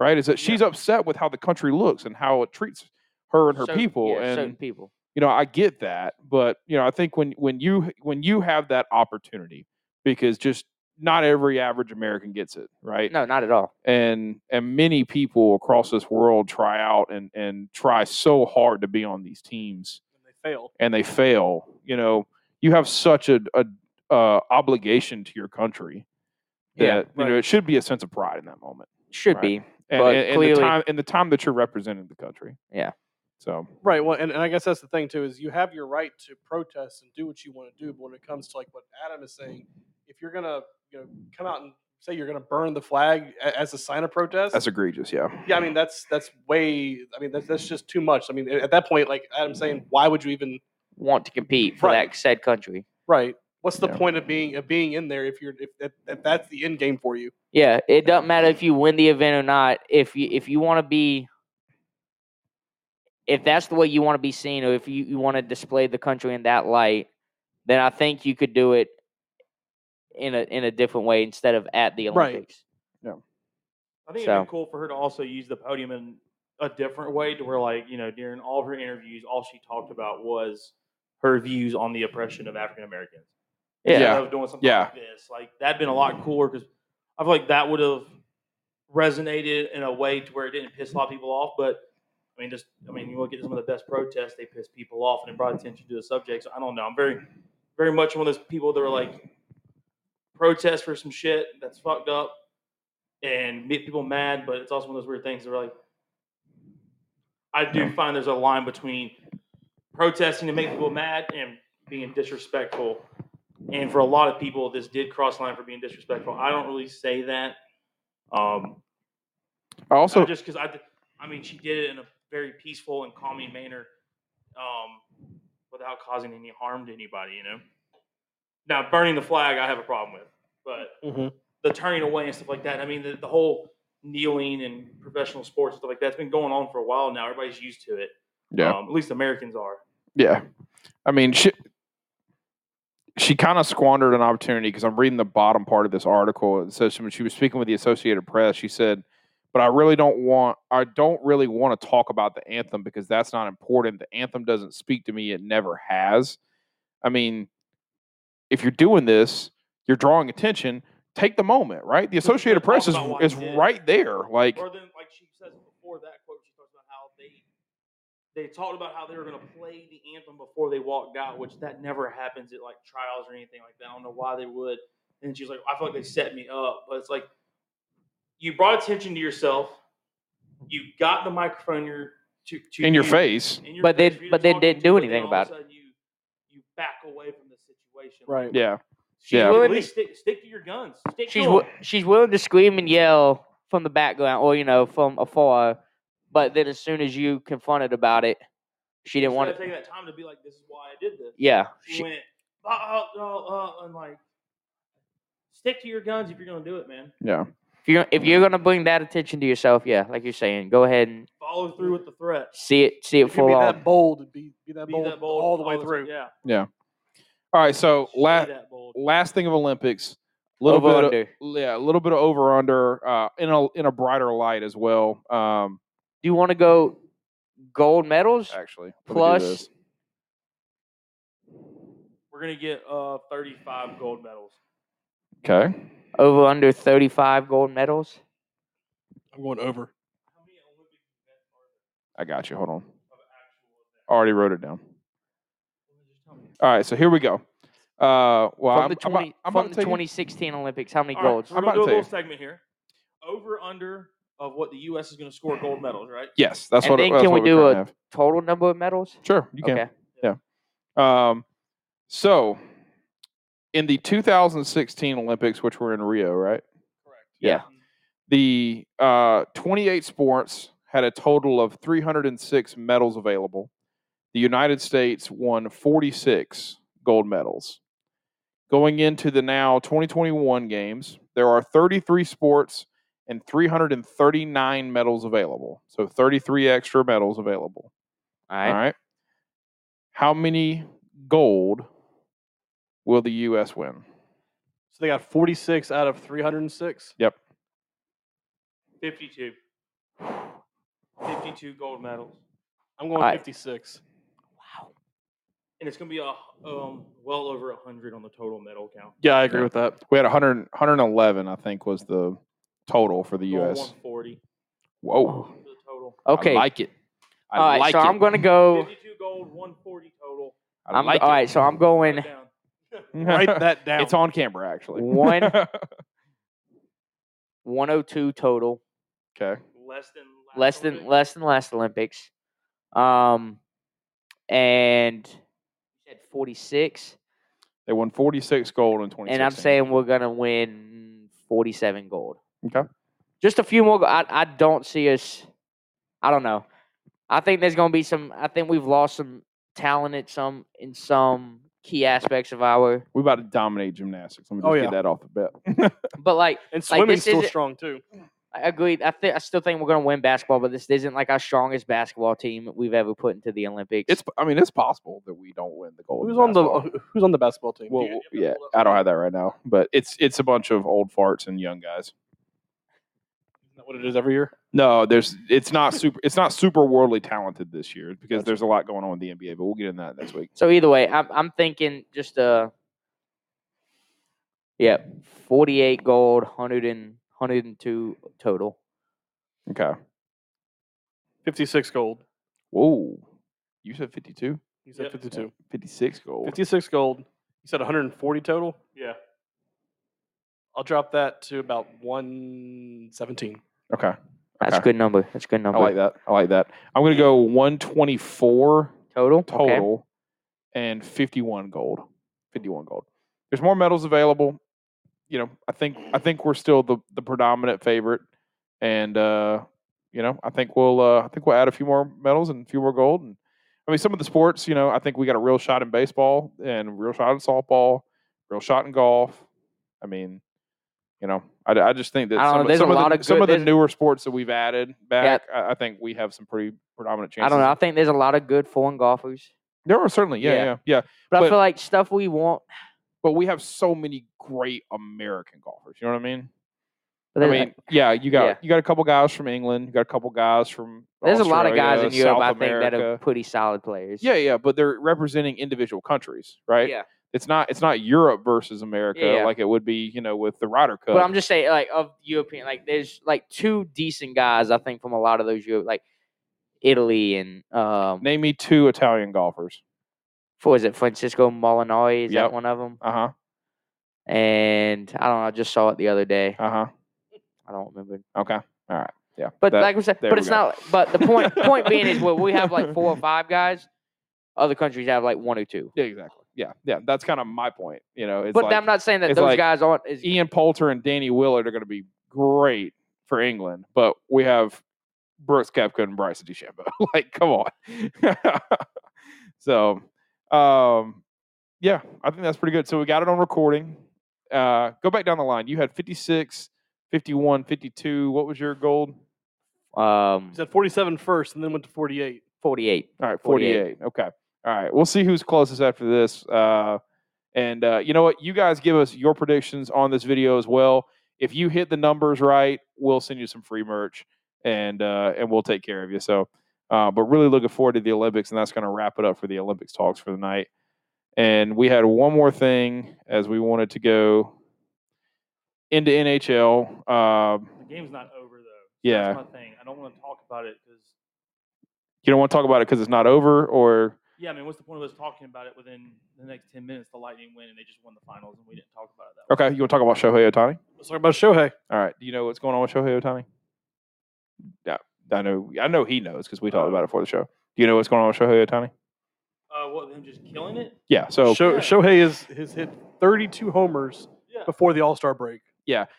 Speaker 4: right? Is that
Speaker 2: Yeah.
Speaker 4: she's upset with how the country looks and how it treats her and her
Speaker 1: Cer-
Speaker 4: people,
Speaker 1: yeah,
Speaker 4: and
Speaker 1: certain people.
Speaker 4: you know i get that but you know i think when when you when you have that opportunity because just not every average american gets it right
Speaker 1: No, not at all.
Speaker 4: and and many people across this world try out and and try so hard to be on these teams
Speaker 3: And they fail.
Speaker 4: and they fail you know you have such a, a uh, obligation to your country that
Speaker 1: Yeah,
Speaker 4: you know it should be a sense of pride in that moment
Speaker 1: Should
Speaker 4: Right.
Speaker 1: be.
Speaker 4: and,
Speaker 1: But
Speaker 4: and, and
Speaker 1: clearly-
Speaker 4: the time and the time that you're representing the country
Speaker 1: Yeah.
Speaker 4: so
Speaker 3: Right. Well, and, and I guess that's the thing too is you have your right to protest and do what you want to do, but when it comes to like what Adam is saying, if you're gonna you know come out and say you're gonna burn the flag a- as a sign of protest,
Speaker 4: that's egregious yeah
Speaker 3: yeah, I mean that's that's way. I mean that's that's just too much. I mean at that point, like Adam's saying, why would you even
Speaker 1: Want to compete for
Speaker 3: Right.
Speaker 1: that said country.
Speaker 3: right? What's the
Speaker 4: Yeah.
Speaker 3: point of being of being in there if you're if, if, if that's the end game for you?
Speaker 1: Yeah, it doesn't matter if you win the event or not. If you if you want to be, if that's the way you want to be seen, or if you, you want to display the country in that light, then I think you could do it in a in a different way instead of at the
Speaker 3: Right.
Speaker 1: Olympics.
Speaker 2: I think
Speaker 1: So-
Speaker 2: it'd be cool for her to also use the podium in a different way to where, like, you know, during all of her interviews, all she talked about was her views on the oppression of African Americans.
Speaker 1: Yeah.
Speaker 2: Instead of doing something
Speaker 4: Yeah.
Speaker 2: like this. Like, that'd been a lot cooler because I feel like that would have resonated in a way to where it didn't piss a lot of people off. But I mean, just, I mean, you look at some of the best protests, they pissed people off and it brought attention to the subject. So I don't know. I'm very, very much one of those people that were like, protest for some shit that's fucked up and make people mad, but it's also one of those weird things where like I do find there's a line between protesting to make people mad and being disrespectful. And for a lot of people, this did cross the line for being disrespectful. I don't really say that. Um,
Speaker 4: I also
Speaker 2: I just because I, d- I mean, she did it in a very peaceful and calming manner, um, without causing any harm to anybody. You know. Now, burning the flag, I have a problem with, but
Speaker 3: Mm-hmm.
Speaker 2: the turning away and stuff like that. I mean, the, the whole kneeling and professional sports and stuff like that's been going on for a while now. Everybody's used to it.
Speaker 4: Yeah.
Speaker 2: Um, at least Americans are.
Speaker 4: Yeah. I mean, she she kind of squandered an opportunity because I'm reading the bottom part of this article. It says when she was speaking with the Associated Press, she said, "But I really don't want I don't really want to talk about the anthem because that's not important. The anthem doesn't speak to me. It never has. I mean, if you're doing this, you're drawing attention. Take the moment, right? The Associated
Speaker 2: talk
Speaker 4: Press is
Speaker 2: about why you
Speaker 4: is
Speaker 2: did it.
Speaker 4: right there. Like,
Speaker 2: Or then, like she says before that quote, she talks about how they They talked about how they were going to play the anthem before they walked out, which that never happens at like trials or anything like that. I don't know why they would. And she's like, I feel like they set me up. But it's like, you brought attention to yourself. You got the microphone in your, to, to
Speaker 4: in your
Speaker 2: you
Speaker 4: face.
Speaker 2: in your
Speaker 1: But they-
Speaker 2: face for you
Speaker 1: but
Speaker 2: to
Speaker 1: they
Speaker 2: talk
Speaker 1: didn't
Speaker 2: into,
Speaker 1: do
Speaker 2: but then
Speaker 1: anything
Speaker 2: all of
Speaker 1: about
Speaker 2: a sudden You you back away from the situation.
Speaker 3: Right.
Speaker 4: Yeah,
Speaker 2: She's
Speaker 4: Yeah.
Speaker 2: willing
Speaker 3: Really?
Speaker 2: to stick, stick to your guns. Stick
Speaker 1: she's
Speaker 2: to
Speaker 1: wi-
Speaker 2: 'em.
Speaker 1: she's willing to scream and yell from the background or you know from afar, but then as soon as you confronted about it, she didn't
Speaker 2: Instead
Speaker 1: want
Speaker 2: of
Speaker 1: to.
Speaker 2: taking that time to be like, this is why I did this.
Speaker 1: Yeah,
Speaker 2: She,
Speaker 1: she,
Speaker 2: went, uh, uh, uh, uh, and like, stick to your guns if you're gonna do it, man.
Speaker 4: yeah.
Speaker 1: if you if you're gonna bring that attention to yourself, yeah, like you're saying, go ahead and
Speaker 2: Follow through with the threat.
Speaker 1: see it see it
Speaker 3: If you
Speaker 1: full
Speaker 3: be
Speaker 1: on.
Speaker 3: that bold, be, be, that,
Speaker 2: Be
Speaker 3: bold
Speaker 2: that bold
Speaker 3: all the way
Speaker 2: all
Speaker 3: through.
Speaker 2: Yeah.
Speaker 4: All right. So
Speaker 2: Be
Speaker 4: la-
Speaker 2: that bold.
Speaker 4: last thing of Olympics, little
Speaker 1: Over
Speaker 4: bit of-
Speaker 1: under.
Speaker 4: yeah, a little bit of over under uh, in a in a brighter light as well. Um,
Speaker 1: Do you want to go gold medals?
Speaker 4: actually, let me do
Speaker 1: Plus-
Speaker 4: this.
Speaker 2: We're gonna get uh 35 gold medals.
Speaker 4: okay,
Speaker 1: Over under 35 gold medals?
Speaker 3: I'm going over.
Speaker 2: How many Olympic events are there
Speaker 4: I got you. Hold on,
Speaker 2: of actual events?
Speaker 4: already wrote it down.
Speaker 2: Just tell me.
Speaker 4: All right, so here we go. Uh,
Speaker 1: from
Speaker 4: well, I'm,
Speaker 1: the,
Speaker 4: I'm about-
Speaker 1: 20,
Speaker 4: I'm
Speaker 1: from
Speaker 4: about to
Speaker 1: the
Speaker 4: take you-
Speaker 1: 2016 Olympics, how many
Speaker 2: All right,
Speaker 1: golds?
Speaker 2: so we're
Speaker 4: I'm
Speaker 2: gonna
Speaker 4: about
Speaker 2: do a
Speaker 4: to
Speaker 2: little
Speaker 4: say-
Speaker 2: segment here. Over under of what the U.S. is gonna score gold medals, right?
Speaker 4: Yes, that's
Speaker 1: And
Speaker 4: what.
Speaker 1: then
Speaker 4: that's
Speaker 1: can we
Speaker 4: what
Speaker 1: do
Speaker 4: currently
Speaker 1: a-
Speaker 4: have.
Speaker 1: Total number of medals?
Speaker 4: Sure, you can.
Speaker 1: Okay.
Speaker 4: Um, so, in the 2016 Olympics, which were in Rio, right?
Speaker 3: Correct.
Speaker 1: Yeah.
Speaker 4: The uh, 28 sports had a total of 306 medals available. The United States won 46 gold medals. Going into the now 2021 games, there are 33 sports and 339 medals available. So 33 extra medals available.
Speaker 1: All
Speaker 4: All right. How many gold will the U.S. win?
Speaker 3: So they got 46 out of 306.
Speaker 2: 52. 52 gold medals.
Speaker 3: I'm going
Speaker 1: I-
Speaker 3: 56.
Speaker 2: And it's going to be a, um, well over 100 on the total medal count.
Speaker 3: Yeah, I agree
Speaker 4: Yeah.
Speaker 3: with that.
Speaker 4: We had 100, 111, I think, was the total for the
Speaker 2: Going
Speaker 4: U.S.
Speaker 2: 140
Speaker 4: Whoa.
Speaker 2: for the total.
Speaker 1: Oh, Okay.
Speaker 4: I like it. I
Speaker 1: all right.
Speaker 4: like
Speaker 1: so
Speaker 4: it.
Speaker 1: I'm going to go.
Speaker 2: 52 gold, 140 total.
Speaker 4: [LAUGHS] I
Speaker 1: I'm,
Speaker 4: like
Speaker 1: all
Speaker 4: it.
Speaker 1: right. So I'm
Speaker 2: Put it
Speaker 1: going
Speaker 2: down.
Speaker 3: [LAUGHS] [LAUGHS] Write [LAUGHS] that down.
Speaker 4: [LAUGHS] It's on camera, actually.
Speaker 1: One- 102 total,
Speaker 4: [LAUGHS] okay.
Speaker 2: Less than last
Speaker 1: less than
Speaker 2: Olympic.
Speaker 1: less than last Olympics. Um, and you said 46,
Speaker 4: They won 46 gold in 2016.
Speaker 1: and I'm saying we're going to win 47 gold.
Speaker 4: Okay.
Speaker 1: Just a few more. go- I I don't see us. I don't know. I think there's going to be some. I think we've lost some talent at some in some key aspects of our.
Speaker 4: We're about to dominate gymnastics. Let me just
Speaker 3: Oh,
Speaker 4: get
Speaker 3: yeah.
Speaker 4: that off
Speaker 3: [LAUGHS]
Speaker 4: the bat.
Speaker 1: But like,
Speaker 3: and
Speaker 1: like,
Speaker 3: swimming's
Speaker 1: this
Speaker 3: still
Speaker 1: isn't-
Speaker 3: strong too.
Speaker 1: I agreed. I think I still think we're going to win basketball, but this isn't like our strongest basketball team we've ever put into the Olympics.
Speaker 4: it's, I mean, it's possible that we don't win the gold. in
Speaker 3: Who's on the
Speaker 1: oh,
Speaker 4: basketball.
Speaker 3: who- Who's on the basketball team?
Speaker 4: Well,
Speaker 3: Do you-
Speaker 4: yeah, I don't have that right now, but it's it's a bunch of old farts and young guys.
Speaker 3: Isn't that what it is every year?
Speaker 4: No, there's it's
Speaker 3: [LAUGHS]
Speaker 4: not super it's not super worldly talented this year because
Speaker 3: Gotcha.
Speaker 4: there's a lot going on with the NBA, but we'll get into that next week.
Speaker 1: so either way, I'm I'm thinking just uh yeah, 48 gold, 100 and 102 total.
Speaker 4: Okay.
Speaker 3: 56 gold.
Speaker 4: Whoa. You said 52?
Speaker 3: You said
Speaker 2: Yep.
Speaker 3: 52.
Speaker 4: 56 gold.
Speaker 3: 56 gold. You said 140 total.
Speaker 2: Yeah.
Speaker 3: I'll drop that to about 117.
Speaker 4: Okay.
Speaker 1: That's a
Speaker 4: Okay.
Speaker 1: good number. That's a good
Speaker 4: I
Speaker 1: number.
Speaker 4: like that. I like that. I'm going to go 124
Speaker 1: Total. Okay.
Speaker 4: total and 51 gold. 51 gold. There's more medals available. You know, I think I think we're still the the predominant favorite and uh you know, I think we'll uh I think we'll add a few more medals and a few more gold and I mean some of the sports, you know, I think we got a real shot in baseball and a real shot in softball, real shot in golf. I mean, you know, I, I just think that
Speaker 1: I don't know,
Speaker 4: some, of-
Speaker 1: there's
Speaker 4: some
Speaker 1: a
Speaker 4: of
Speaker 1: lot
Speaker 4: the,
Speaker 1: of
Speaker 4: some
Speaker 1: good-
Speaker 4: of the
Speaker 1: there's-
Speaker 4: newer sports that we've added back, I, I think we have some pretty predominant chances.
Speaker 1: I don't know. I think there's a lot of good foreign golfers,
Speaker 4: There are certainly, yeah,
Speaker 1: Yeah.
Speaker 4: yeah, yeah.
Speaker 1: but,
Speaker 4: But-
Speaker 1: I feel like stuff we want.
Speaker 4: But we have so many great American golfers. You know what I mean?
Speaker 1: but
Speaker 4: I
Speaker 1: there's-
Speaker 4: mean, yeah, you got
Speaker 1: yeah.
Speaker 4: you got a couple guys from England, you got a couple guys from
Speaker 1: there's a lot of guys in
Speaker 4: Australia,
Speaker 1: Europe
Speaker 4: South
Speaker 1: I think that are
Speaker 4: America.
Speaker 1: pretty solid players.
Speaker 4: Yeah, yeah, but they're representing individual countries, right?
Speaker 1: Yeah.
Speaker 4: It's not it's not Europe versus America
Speaker 1: Yeah, yeah.
Speaker 4: like it would be, you know, with the Ryder Cup.
Speaker 1: But I'm just saying, like of European, like there's like two decent guys I think from a lot of those Europe. Like Italy and um,
Speaker 4: Name me two Italian golfers.
Speaker 1: what was it? Francisco Molinari is
Speaker 4: Yep.
Speaker 1: that one of them?
Speaker 4: Uh huh.
Speaker 1: And I don't know. I just saw it the other day.
Speaker 4: Uh huh.
Speaker 1: I don't remember.
Speaker 4: Okay. All right. Yeah.
Speaker 1: But
Speaker 4: That-
Speaker 1: like we said,
Speaker 4: there
Speaker 1: but
Speaker 4: we
Speaker 1: it's
Speaker 4: go.
Speaker 1: not. But the
Speaker 4: [LAUGHS]
Speaker 1: point point being is where we have like four or five guys. Other countries have like one or two.
Speaker 4: yeah, exactly. Yeah. Yeah. That's kind of my point. You know, it's
Speaker 1: but
Speaker 4: like
Speaker 1: I'm not saying that
Speaker 4: it's
Speaker 1: those
Speaker 4: like e
Speaker 1: guys aren't. As, e
Speaker 4: Ian Poulter and Danny Willard are going to be great for England, but we have Brooks Koepka and Bryce DeChambeau. [LAUGHS] like, come on. [LAUGHS] so, um, yeah, I think that's pretty good. So we got it on recording. Uh, go back down the line. You had 56, 51, 52. What was your gold?
Speaker 1: um,
Speaker 3: He said 47 first and then went to 48.
Speaker 1: 48.
Speaker 4: All right, 48.
Speaker 1: 48.
Speaker 4: Okay. All right. We'll see who's closest after this. Uh, and uh, you know what? You guys give us your predictions on this video as well. If you hit the numbers right, we'll send you some free merch and uh, and we'll take care of you. So, uh, but really looking forward to the Olympics, and that's going to wrap it up for the Olympics talks for the night. And we had one more thing as we wanted to go into NHL. Um
Speaker 2: The game's not over though.
Speaker 4: Yeah.
Speaker 2: That's my thing. I don't want to talk about it because
Speaker 4: you don't want to talk about it because it's not over, or
Speaker 2: yeah, I mean, what's the point of us talking about it within the next ten minutes? The Lightning win and they just won the finals, and we didn't talk about it that.
Speaker 4: okay, you want to talk about Shohei Otani?
Speaker 3: Let's talk about Shohei.
Speaker 4: All right. Do you know what's going on with Shohei Otani? Yeah, I know. I know he knows because we talked about it before the show. Do you know what's going on with Shohei Otani?
Speaker 2: way. Uh, what them just killing it?
Speaker 4: Yeah. So
Speaker 3: Sho-
Speaker 2: Yeah.
Speaker 3: Shohei is has hit 32 homers
Speaker 2: Yeah.
Speaker 3: before the All Star break.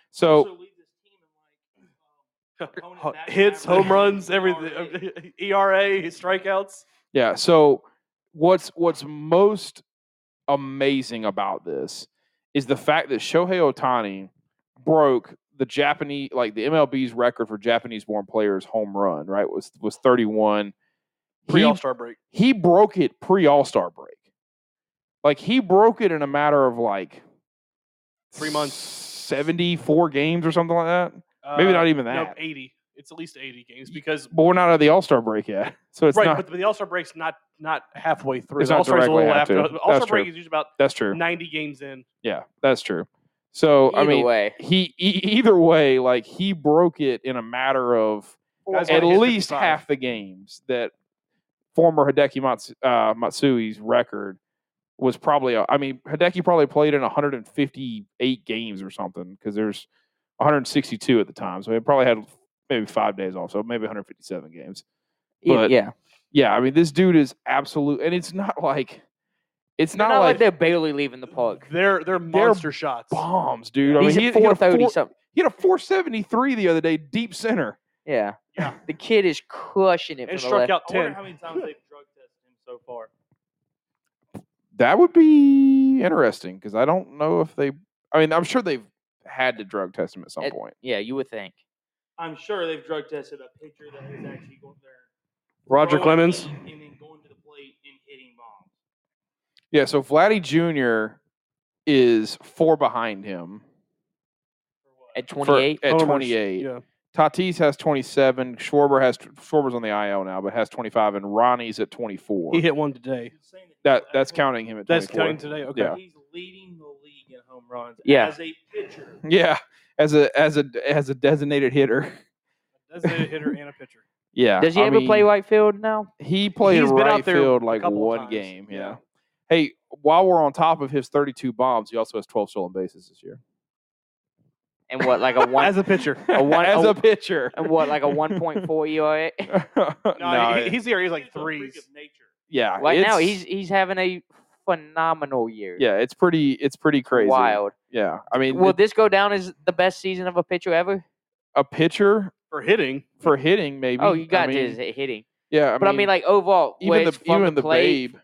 Speaker 4: so
Speaker 1: Oh.
Speaker 2: Also lead this team in, like, um, opponent batting
Speaker 3: Hits,
Speaker 2: average,
Speaker 3: home runs,
Speaker 2: ERA.
Speaker 3: [LAUGHS] everything. ERA, his strikeouts.
Speaker 4: yeah. So what's what's most amazing about this is the fact that Shohei Otani broke the Japanese like the MLB's record for Japanese born players home run. Right was was thirty one.
Speaker 3: Pre All Star break.
Speaker 4: he broke it pre All Star break. Like he broke it in a matter of like
Speaker 3: Three months.
Speaker 4: seventy four games or something like that. Maybe not even
Speaker 3: Uh, No,
Speaker 4: that.
Speaker 3: 80. It's at least 80 games because
Speaker 4: But we're not at the All Star break yet, [LAUGHS] so it's
Speaker 3: right,
Speaker 4: not.
Speaker 3: but the All Star break's not not halfway through.
Speaker 4: It's
Speaker 3: The
Speaker 4: not
Speaker 3: All Star's a
Speaker 4: directly
Speaker 3: little
Speaker 4: after.
Speaker 3: after. All Star
Speaker 4: That's
Speaker 3: break
Speaker 4: true.
Speaker 3: is usually about
Speaker 4: that's true.
Speaker 3: 90 games in.
Speaker 4: Yeah, that's true. So I
Speaker 1: Either
Speaker 4: mean,
Speaker 1: way,
Speaker 4: he e- either way, like he broke it in a matter of
Speaker 3: Guys
Speaker 4: at
Speaker 3: wanna hit
Speaker 4: least
Speaker 3: 55.
Speaker 4: half the games that former Hideki Mats, uh, Matsui's record was probably. uh, I mean, Hideki probably played in 158 games or something because there's 162 at the time, so he probably had maybe five days off, so maybe 157 games.
Speaker 1: e-
Speaker 4: but
Speaker 1: yeah,
Speaker 4: Yeah, I mean, this dude is absolute, and it's not like it's
Speaker 1: not,
Speaker 4: not,
Speaker 1: not like,
Speaker 4: like,
Speaker 1: they're barely leaving the park.
Speaker 3: They're they're monster shots.
Speaker 4: bombs, dude. I mean,
Speaker 1: He's
Speaker 4: he,
Speaker 1: at
Speaker 4: he had a
Speaker 1: 430
Speaker 4: four-
Speaker 1: something.
Speaker 4: he had a 473 the other day, deep center.
Speaker 1: Yeah.
Speaker 3: Yeah.
Speaker 1: The kid is crushing it.
Speaker 3: And
Speaker 1: From the
Speaker 3: struck
Speaker 1: left.
Speaker 3: out
Speaker 2: I wonder
Speaker 3: 10.
Speaker 2: how many times they've drug tested him so far.
Speaker 4: That would be interesting because I don't know if they. I mean, I'm sure they've had to drug test him at some
Speaker 1: It-
Speaker 4: point.
Speaker 1: Yeah, you would think.
Speaker 2: I'm sure they've drug tested a pitcher that is actually going there.
Speaker 3: Roger
Speaker 2: throwing
Speaker 3: Clemens.
Speaker 2: deep And then going to the plate and hitting bombs.
Speaker 4: Yeah, so Vladdy Jr. is four behind him
Speaker 2: For what?
Speaker 1: At
Speaker 4: for-
Speaker 1: 28,
Speaker 4: at
Speaker 3: homers.
Speaker 4: 28.
Speaker 3: Yeah.
Speaker 4: Tatis has 27. Schwarber has Schwarber's on the IL now, but has 25, and Ronnie's at 24.
Speaker 3: He hit one today.
Speaker 2: It's insane he's
Speaker 4: that that's
Speaker 2: actually-
Speaker 4: counting him at 24.
Speaker 3: That's counting today. Okay.
Speaker 4: Yeah.
Speaker 2: He's leading the league in home runs
Speaker 1: Yeah.
Speaker 2: as a pitcher.
Speaker 4: [LAUGHS] Yeah, as a as a as a designated hitter. [LAUGHS]
Speaker 3: That's a hitter and a pitcher.
Speaker 4: Yeah.
Speaker 1: does he
Speaker 4: I
Speaker 1: ever play
Speaker 4: mean,
Speaker 1: right field now?
Speaker 4: He played
Speaker 3: He's been out
Speaker 4: right
Speaker 3: there
Speaker 4: field
Speaker 3: a
Speaker 4: like
Speaker 3: couple
Speaker 4: one
Speaker 3: times,
Speaker 4: game. Yeah.
Speaker 3: yeah.
Speaker 4: Hey, while we're on top of his 32 bombs, he also has 12 stolen bases this year.
Speaker 1: And what,
Speaker 4: [LAUGHS]
Speaker 1: like a one?
Speaker 3: As a pitcher.
Speaker 1: A one-
Speaker 4: as
Speaker 1: a-
Speaker 4: a pitcher.
Speaker 1: and what, like a 1.4
Speaker 4: [LAUGHS]
Speaker 1: ERA?
Speaker 4: no,
Speaker 3: No, he, he's the area like
Speaker 2: He's a freak
Speaker 3: threes.
Speaker 2: of nature.
Speaker 4: yeah.
Speaker 1: Right now, he's
Speaker 4: it's-
Speaker 1: he's having a phenomenal year.
Speaker 4: yeah, it's pretty it's pretty crazy.
Speaker 1: Wild.
Speaker 4: Yeah. I mean,
Speaker 1: Will
Speaker 4: it-
Speaker 1: this go down as the best season of a pitcher ever?
Speaker 4: a pitcher
Speaker 3: For hitting.
Speaker 4: for hitting maybe.
Speaker 1: Oh, you got to
Speaker 4: I mean,
Speaker 1: his hitting.
Speaker 4: Yeah, I
Speaker 1: But I mean, like overall,
Speaker 4: even the even the, babe.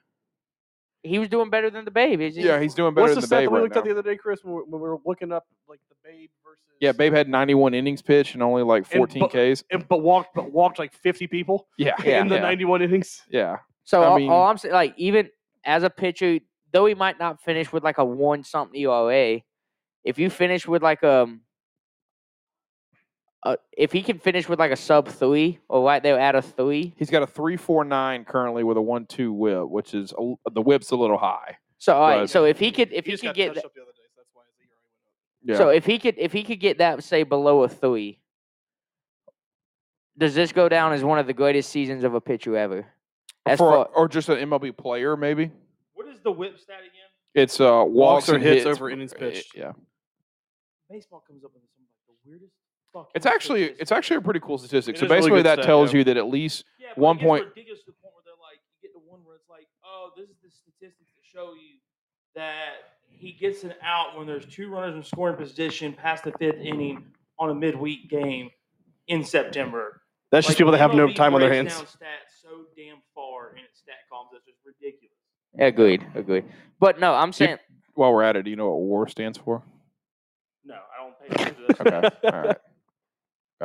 Speaker 1: he was doing better than the babe. Is he?
Speaker 4: Yeah, he's doing better
Speaker 3: What's
Speaker 4: than
Speaker 3: the
Speaker 4: the
Speaker 3: stat
Speaker 4: babe
Speaker 3: that we
Speaker 4: right
Speaker 3: looked
Speaker 4: now.
Speaker 3: at the other day, Chris, when we, when we were looking up like the Babe versus?
Speaker 4: Yeah, Babe had 91 innings pitched and only like
Speaker 3: And
Speaker 4: 14 Ks.
Speaker 3: And, but walked, but walked like 50 [LAUGHS] people
Speaker 4: Yeah,
Speaker 1: Yeah.
Speaker 3: in the 91 innings.
Speaker 4: yeah,
Speaker 1: So
Speaker 4: I
Speaker 1: all,
Speaker 4: mean-
Speaker 1: all I'm saying, like even as a pitcher, though he might not finish with like a one something ERA, if you finish with like um, a, if he can finish with like a sub three or right there at a three,
Speaker 4: He's got a three four nine currently with a one two whip, which is a, l- the whip's a little high.
Speaker 1: so all right,
Speaker 4: Right.
Speaker 1: so if he could if he,
Speaker 3: just
Speaker 1: could
Speaker 3: got
Speaker 1: get
Speaker 3: touched
Speaker 1: th-
Speaker 3: up the other day, so that's why his ERA went
Speaker 4: Yeah,
Speaker 3: up.
Speaker 1: so if he could if he could get that say below a three, does this go down as one of the greatest seasons of a pitcher ever? As
Speaker 4: For-
Speaker 1: far,
Speaker 4: or just an MLB player, maybe.
Speaker 2: What is the whip stat again?
Speaker 4: It's uh, walks,
Speaker 3: Walks or
Speaker 4: and
Speaker 3: hits
Speaker 4: hits eh,
Speaker 3: over innings pitched.
Speaker 4: Yeah,
Speaker 2: Baseball comes up with some like the weirdest. fucking
Speaker 4: it's actually
Speaker 2: statistics.
Speaker 4: it's actually a pretty cool statistic.
Speaker 3: It
Speaker 4: so
Speaker 3: is a really
Speaker 4: basically,
Speaker 3: good
Speaker 4: that
Speaker 3: stat,
Speaker 4: tells
Speaker 3: yeah.
Speaker 4: you that at least
Speaker 2: Yeah,
Speaker 4: one
Speaker 2: one
Speaker 4: point-
Speaker 2: point. Ridiculous to the point where they're like, you get the one where it's like, oh, this is the statistics that show you that he gets an out when there's two runners in scoring position past the fifth inning on a midweek game in September.
Speaker 3: That's just
Speaker 2: Like,
Speaker 3: people that have no
Speaker 2: MLB
Speaker 3: time on their
Speaker 2: breaks
Speaker 3: hands.
Speaker 2: Down stats so damn far in its stat columns, that's just ridiculous.
Speaker 1: agreed, agreed. But no, I'm saying
Speaker 4: while we're at it, do you know what WAR stands
Speaker 3: [LAUGHS]
Speaker 4: for?
Speaker 2: No, I don't pay attention to this.
Speaker 4: Okay, all right. okay.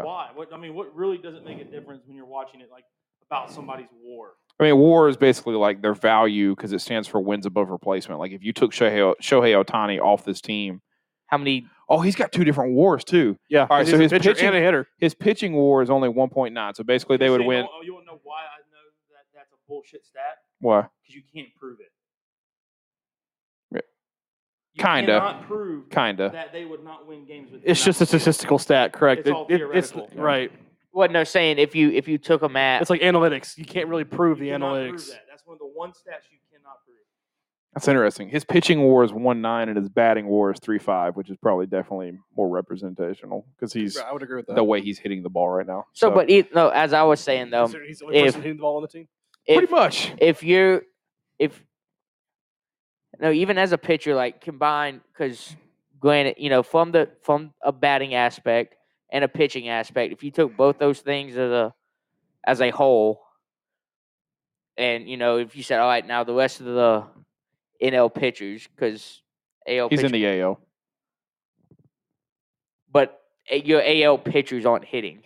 Speaker 2: Why? What I mean, what really doesn't make a difference when you're watching it like about somebody's war?
Speaker 4: I mean, WAR is basically like their value because it stands for wins above replacement. Like if you took Shohei, Shohei Otani off this team,
Speaker 1: how many
Speaker 4: oh, he's got two different WARs too.
Speaker 3: Yeah.
Speaker 4: right,
Speaker 3: he's
Speaker 4: so
Speaker 3: a
Speaker 4: his
Speaker 3: pitcher
Speaker 4: pitching-
Speaker 3: and a hitter.
Speaker 4: His pitching WAR is only one point nine, so basically they
Speaker 2: So
Speaker 4: would
Speaker 2: you
Speaker 4: win.
Speaker 2: don't- oh, you want to know why I know that that's a bullshit stat?
Speaker 4: Why?
Speaker 2: because you can't prove it.
Speaker 4: Yeah.
Speaker 2: You
Speaker 4: Kinda.
Speaker 2: cannot prove
Speaker 4: Kinda.
Speaker 2: that they would not win games with.
Speaker 3: It's
Speaker 2: not
Speaker 3: just a
Speaker 2: stealing.
Speaker 3: statistical stat, correct?
Speaker 2: It's all
Speaker 3: it's-
Speaker 2: theoretical.
Speaker 3: right.
Speaker 1: what no saying if you if you took a map
Speaker 3: It's like analytics. You can't really prove
Speaker 2: You
Speaker 3: the
Speaker 2: cannot prove
Speaker 3: analytics.
Speaker 2: that. That's one of the one stats you cannot prove.
Speaker 4: That's interesting. His pitching WAR is one nine, and his batting WAR is three five, which is probably definitely more representational because he's
Speaker 3: I would agree with that.
Speaker 4: the way he's hitting the ball right now.
Speaker 1: so, but e- no, as I was saying though,
Speaker 3: Considering he's the only
Speaker 1: if-
Speaker 3: person hitting the ball on the team.
Speaker 4: pretty
Speaker 1: if
Speaker 4: much,
Speaker 1: if you're if no even as a pitcher like combined because granted you know from the from a batting aspect and a pitching aspect if you took both those things as a as a whole and you know if you said all right now the rest of the nl pitchers because al
Speaker 4: he's
Speaker 1: pitchers,
Speaker 4: in the AO.
Speaker 1: but uh, your al pitchers aren't hitting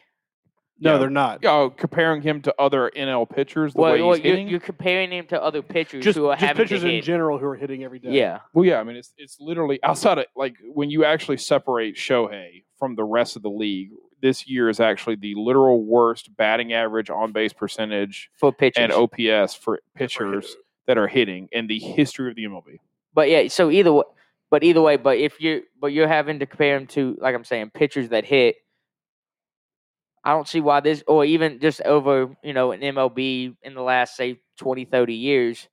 Speaker 3: No,
Speaker 4: Yeah.
Speaker 3: they're not.
Speaker 4: Oh, comparing him to other NL pitchers, the
Speaker 1: well,
Speaker 4: way he's
Speaker 1: well, you're,
Speaker 4: hitting.
Speaker 1: you're comparing him to other pitchers
Speaker 3: Just,
Speaker 1: who are
Speaker 3: just
Speaker 1: having
Speaker 3: pitchers
Speaker 1: to
Speaker 3: in
Speaker 1: hit.
Speaker 3: general who are hitting every day.
Speaker 1: yeah
Speaker 4: Well, yeah, I mean, it's it's literally outside of like when you actually separate Shohei from the rest of the league. This year is actually the literal worst batting average, on base percentage,
Speaker 1: for pitchers
Speaker 4: and OPS for pitchers that are hitting in the history of the MLB.
Speaker 1: But yeah, so either way, but either way, but if you but you're having to compare him to like I'm saying pitchers that hit. I don't see why this or even just over, you know, an MLB in the last say 20 30 years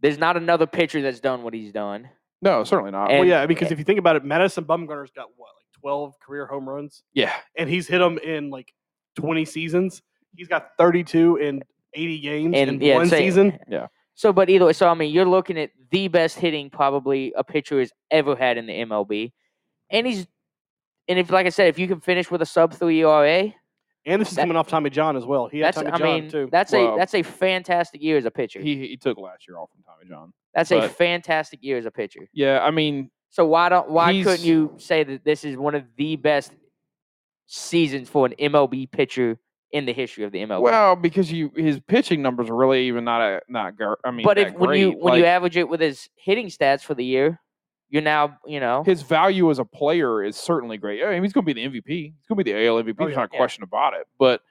Speaker 1: there's not another pitcher that's done what he's done.
Speaker 4: No, certainly not.
Speaker 1: And- eh
Speaker 4: Well,
Speaker 3: Well, yeah, because if you think about it, Madison Bumgarner's got what, like 12 career home runs?
Speaker 4: yeah,
Speaker 3: and he's hit them in like 20 seasons. He's got 32 in 80 games
Speaker 1: And,
Speaker 3: in
Speaker 1: yeah,
Speaker 3: one
Speaker 1: say-
Speaker 3: season.
Speaker 1: So but either way, so I mean, you're looking at the best hitting probably a pitcher has ever had in the MLB. And he's and if like I said, if you can finish with a sub 3 ERA,
Speaker 3: And this is
Speaker 1: That-
Speaker 3: coming off Tommy John as well. He had
Speaker 1: that's
Speaker 3: Tommy
Speaker 1: I
Speaker 3: John
Speaker 1: mean,
Speaker 3: too.
Speaker 1: that's
Speaker 4: Well-
Speaker 1: a that's a fantastic year as a pitcher.
Speaker 4: he he took last year off from Tommy John.
Speaker 1: that's a
Speaker 4: but-
Speaker 1: fantastic year as a pitcher.
Speaker 4: Yeah, I mean,
Speaker 1: So why don't why
Speaker 4: He's-
Speaker 1: couldn't you say that this is one of the best seasons for an MLB pitcher in the history of the MLB?
Speaker 4: well, because you his pitching numbers are really even not a not. gar- I mean,
Speaker 1: but if
Speaker 4: that
Speaker 1: when you
Speaker 4: great,
Speaker 1: when you
Speaker 4: like-
Speaker 1: average it with his hitting stats for the year, you're now you know
Speaker 4: his value as a player is certainly great. I mean, he's going to be the MVP. He's going to be the AL MVP.
Speaker 3: Oh,
Speaker 4: There's
Speaker 3: yeah.
Speaker 4: not a
Speaker 1: Yeah.
Speaker 4: question about it. But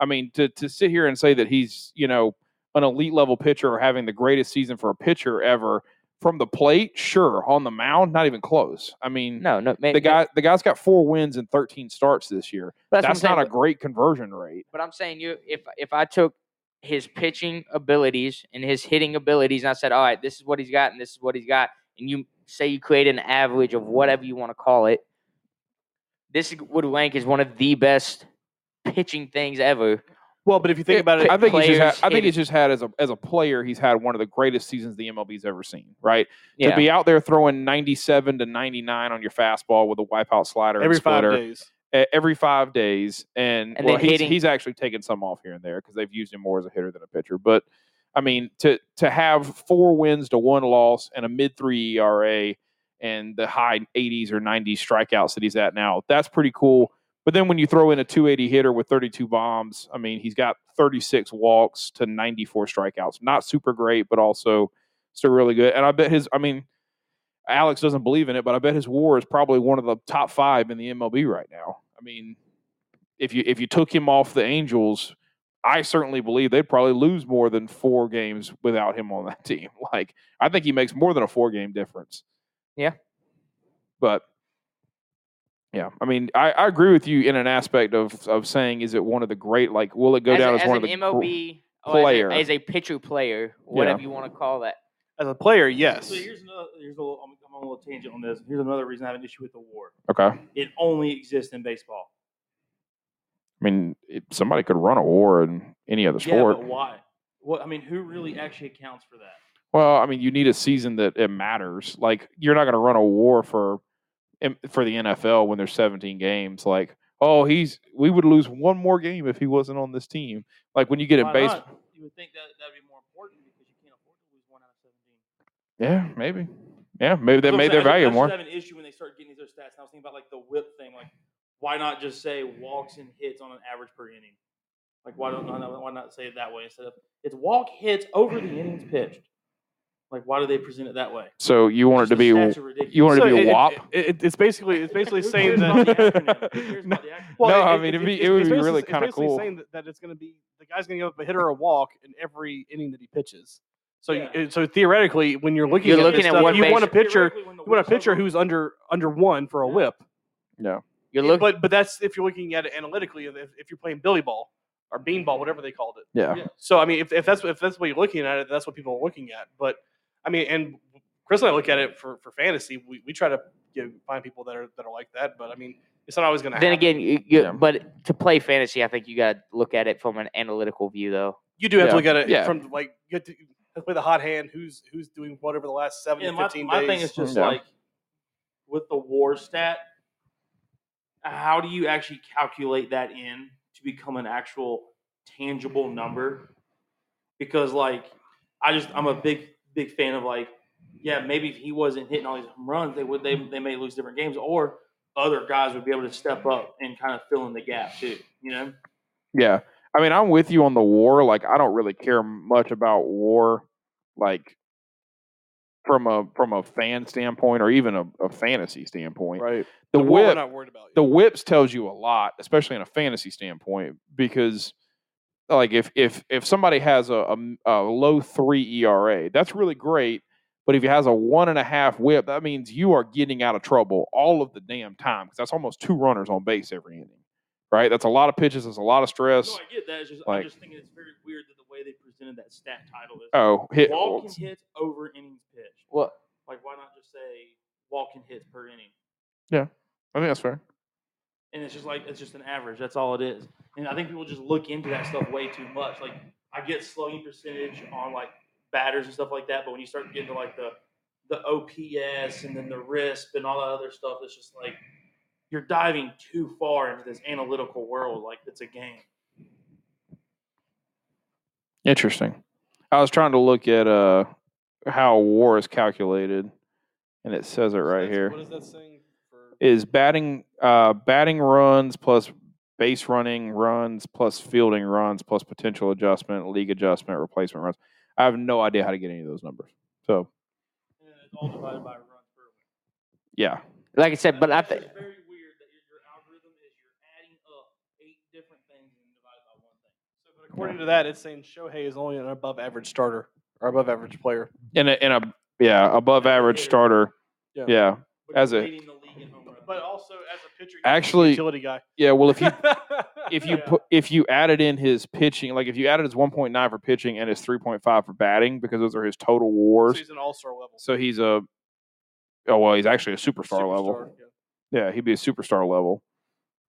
Speaker 4: I mean, to to sit here and say that he's you know an elite level pitcher or having the greatest season for a pitcher ever from the plate, sure. On the mound, not even close. I mean,
Speaker 1: no no man,
Speaker 4: the guy the guy's got four wins and 13 starts this year.
Speaker 1: that's,
Speaker 4: That's,
Speaker 1: what I'm
Speaker 4: not
Speaker 1: saying,
Speaker 4: a great conversion rate.
Speaker 1: but, but I'm saying you if if I took his pitching abilities and his hitting abilities and I said all right this is what he's got and this is what he's got and you say you create an average of whatever you want to call it, this would rank as one of the best pitching things ever.
Speaker 3: well, but if you think
Speaker 4: It-
Speaker 3: about it,
Speaker 4: I think he's just
Speaker 1: players
Speaker 4: had, I think
Speaker 1: hit
Speaker 4: he's just had as a as a player, he's had one of the greatest seasons the MLB's ever seen. Right.
Speaker 1: Yeah.
Speaker 4: to be out there throwing 97 to 99 on your fastball with a wipeout slider
Speaker 3: every
Speaker 4: and
Speaker 3: five
Speaker 4: splitter
Speaker 3: days.
Speaker 4: e- every five days, and,
Speaker 1: And
Speaker 4: well,
Speaker 1: then
Speaker 4: he's,
Speaker 1: hitting-
Speaker 4: he's actually taken some off here and there because they've used him more as a hitter than a pitcher. But I mean, to to have four wins to one loss and a mid three ERA and the high 80s or 90s strikeouts that he's at now, that's pretty cool. But then when you throw in a 280 hitter with 32 bombs, I mean, he's got 36 walks to 94 strikeouts. Not super great, but also still really good. And I bet his, I mean, Alex doesn't believe in it, but I bet his WAR is probably one of the top five in the MLB right now. I mean, if you if you took him off the Angels, I certainly believe they'd probably lose more than four games without him on that [LAUGHS] team. Like, I think he makes more than a four game difference.
Speaker 1: Yeah.
Speaker 4: but Yeah, I mean, I, I agree with you in an aspect of of saying, is it one of the great? Like, will it go
Speaker 1: as
Speaker 4: down
Speaker 1: a-
Speaker 4: as,
Speaker 1: as
Speaker 4: one
Speaker 1: an
Speaker 4: of the gr-
Speaker 1: MOB or as a-
Speaker 4: player.
Speaker 1: as a, pitcher player, whatever you want to call that.
Speaker 3: As a player, yes.
Speaker 2: So here's another. Here's a little. I'm, I'm on a little tangent on this. Here's another reason I have an issue with the war.
Speaker 4: Okay, I
Speaker 2: It only exists in baseball.
Speaker 4: mean, it, somebody could run a war in any other
Speaker 2: Yeah,
Speaker 4: sport.
Speaker 2: but why? What I mean, who really actually accounts for that?
Speaker 4: Well, I mean, you need a season that it matters. Like, you're not going to run a war for in- for the NFL when there's 17 games. Like, oh, he's we would lose one more game if he wasn't on this team. Like when you get in
Speaker 2: Why
Speaker 4: base,
Speaker 2: not? You would think that that'd be more important because you can't afford to lose one out of seventeen.
Speaker 4: yeah, maybe, yeah, maybe they
Speaker 2: So I'm
Speaker 4: made
Speaker 2: saying,
Speaker 4: their value
Speaker 2: I just,
Speaker 4: more.
Speaker 2: I just have an issue when they start getting these other stats. And I was thinking about like the whip thing. Like, why not just say walks and hits on an average per inning? Like, why don't why not say it that way instead of it's walk hits over the innings pitched? Like, why do they present it that way?
Speaker 4: So you want it
Speaker 2: Just
Speaker 4: to
Speaker 2: the
Speaker 4: be
Speaker 2: stats are ridiculous.
Speaker 4: you want it to be a
Speaker 3: it- it-
Speaker 4: WAP?
Speaker 3: It, it- it's basically
Speaker 4: [LAUGHS]
Speaker 3: it's basically
Speaker 2: Who
Speaker 3: saying
Speaker 2: cares about
Speaker 3: that. [LAUGHS]
Speaker 2: the acronym? Who cares
Speaker 4: No.
Speaker 2: about the acronym?
Speaker 4: Well, No, I mean, it'd be- it would be
Speaker 3: it's basically-
Speaker 4: really
Speaker 3: it's
Speaker 4: kinda
Speaker 3: basically
Speaker 4: cool.
Speaker 3: Saying that, that it's going to be the guy's going to give up a hit or a walk in every inning that he pitches. So, you-
Speaker 2: Yeah.
Speaker 3: so theoretically, when you're looking
Speaker 1: You're
Speaker 3: at
Speaker 1: looking
Speaker 3: this
Speaker 1: at
Speaker 3: stuff,
Speaker 1: what
Speaker 3: you want a
Speaker 1: base-
Speaker 3: pitcher.
Speaker 2: Theoretically, when the
Speaker 3: You want a
Speaker 2: whip's
Speaker 3: pitcher
Speaker 2: over-
Speaker 3: who's under under one for a
Speaker 2: Yeah.
Speaker 3: whip.
Speaker 1: You're looking.
Speaker 3: but but that's if you're looking at it analytically. If, if you're playing billy ball or bean ball, whatever they called it.
Speaker 4: Yeah.
Speaker 2: Yeah.
Speaker 3: So I mean, if, if that's if that's what you're looking at it, that's what people are looking at. But I mean, and Chris and I look at it for, for fantasy. We, we try to you know, find people that are that are like that. But I mean, it's not always going to.
Speaker 1: then
Speaker 3: happen.
Speaker 1: again, you, you,
Speaker 4: Yeah.
Speaker 1: but to play fantasy, I think you got to look at it from an analytical view, though.
Speaker 3: you do have
Speaker 4: yeah,
Speaker 3: to look at it
Speaker 4: yeah.
Speaker 3: from like you have to you have to play the hot hand. Who's who's doing what over the last seven
Speaker 2: Yeah,
Speaker 3: to
Speaker 2: my,
Speaker 3: fifteen
Speaker 2: my
Speaker 3: days?
Speaker 2: thing is just
Speaker 4: Yeah.
Speaker 2: like with the war stat, how do you actually calculate that in to become an actual tangible number? Because like I just I'm a big big fan of like yeah maybe if he wasn't hitting all these home runs they would they they may lose different games or other guys would be able to step up and kind of fill in the gap too you know
Speaker 4: Yeah. I mean, I'm with you on the war. Like, I don't really care much about war, like from a from a fan standpoint or even a, a fantasy standpoint.
Speaker 3: right.
Speaker 4: The
Speaker 3: Well, we're
Speaker 4: whip
Speaker 3: not worried about.
Speaker 4: the whips tells you a lot, especially in a fantasy standpoint, because like if if if somebody has a, a m- a low three ERA, that's really great. But if he has a one and a half whip, that means you are getting out of trouble all of the damn time because that's almost two runners on base every inning, right? That's a lot of pitches. That's a lot of stress.
Speaker 2: no I get that it's just
Speaker 4: Like-
Speaker 2: I'm just thinking it's very weird that the way they presented that stat title is
Speaker 4: Oh, hit.
Speaker 2: walk and hits over innings pitched
Speaker 1: Well,
Speaker 2: Like, why not just say walk and hits per inning?
Speaker 4: I think that's fair.
Speaker 2: And it's just like it's just an average. That's all it is. And I think people just look into that stuff way too much. Like, I get slugging percentage on like batters and stuff like that, but when you start getting to like the the OPS and then the RISP and all that other stuff, it's just like you're diving too far into this analytical world. Like, it's a game.
Speaker 4: Interesting. I was trying to look at uh how war is calculated, and it says it right here.
Speaker 3: What is that saying? For,
Speaker 4: Is batting uh batting runs plus base running runs plus fielding runs plus potential adjustment, league adjustment, replacement runs. I have no idea how to get any of those numbers. So
Speaker 2: And then it's all divided by runs per win.
Speaker 4: yeah,
Speaker 1: like I said, but I
Speaker 2: That's
Speaker 1: think
Speaker 2: just very weird that your, your algorithm is you're adding up eight different things and divided by one thing. So, but
Speaker 3: according to that, it's saying Shohei is only an above average starter or above average player.
Speaker 4: in a in a yeah above average starter.
Speaker 3: Yeah.
Speaker 4: Yeah,
Speaker 2: But
Speaker 4: as
Speaker 2: you're
Speaker 4: a-
Speaker 2: leading the league in home runs.
Speaker 3: But also as a pitcher,
Speaker 4: you're a Actually-
Speaker 3: utility guy.
Speaker 4: yeah. Well, if
Speaker 3: [LAUGHS]
Speaker 4: you if [LAUGHS] you
Speaker 2: Yeah.
Speaker 4: put if you added in his pitching, like if you added his 1.9 for pitching and his 3.5 for batting, because those are his total
Speaker 3: so
Speaker 4: wars.
Speaker 3: he's an all star level.
Speaker 4: So he's a oh well, he's actually a superstar,
Speaker 3: Superstar,
Speaker 4: level.
Speaker 3: yeah.
Speaker 4: Yeah, he'd be a superstar level.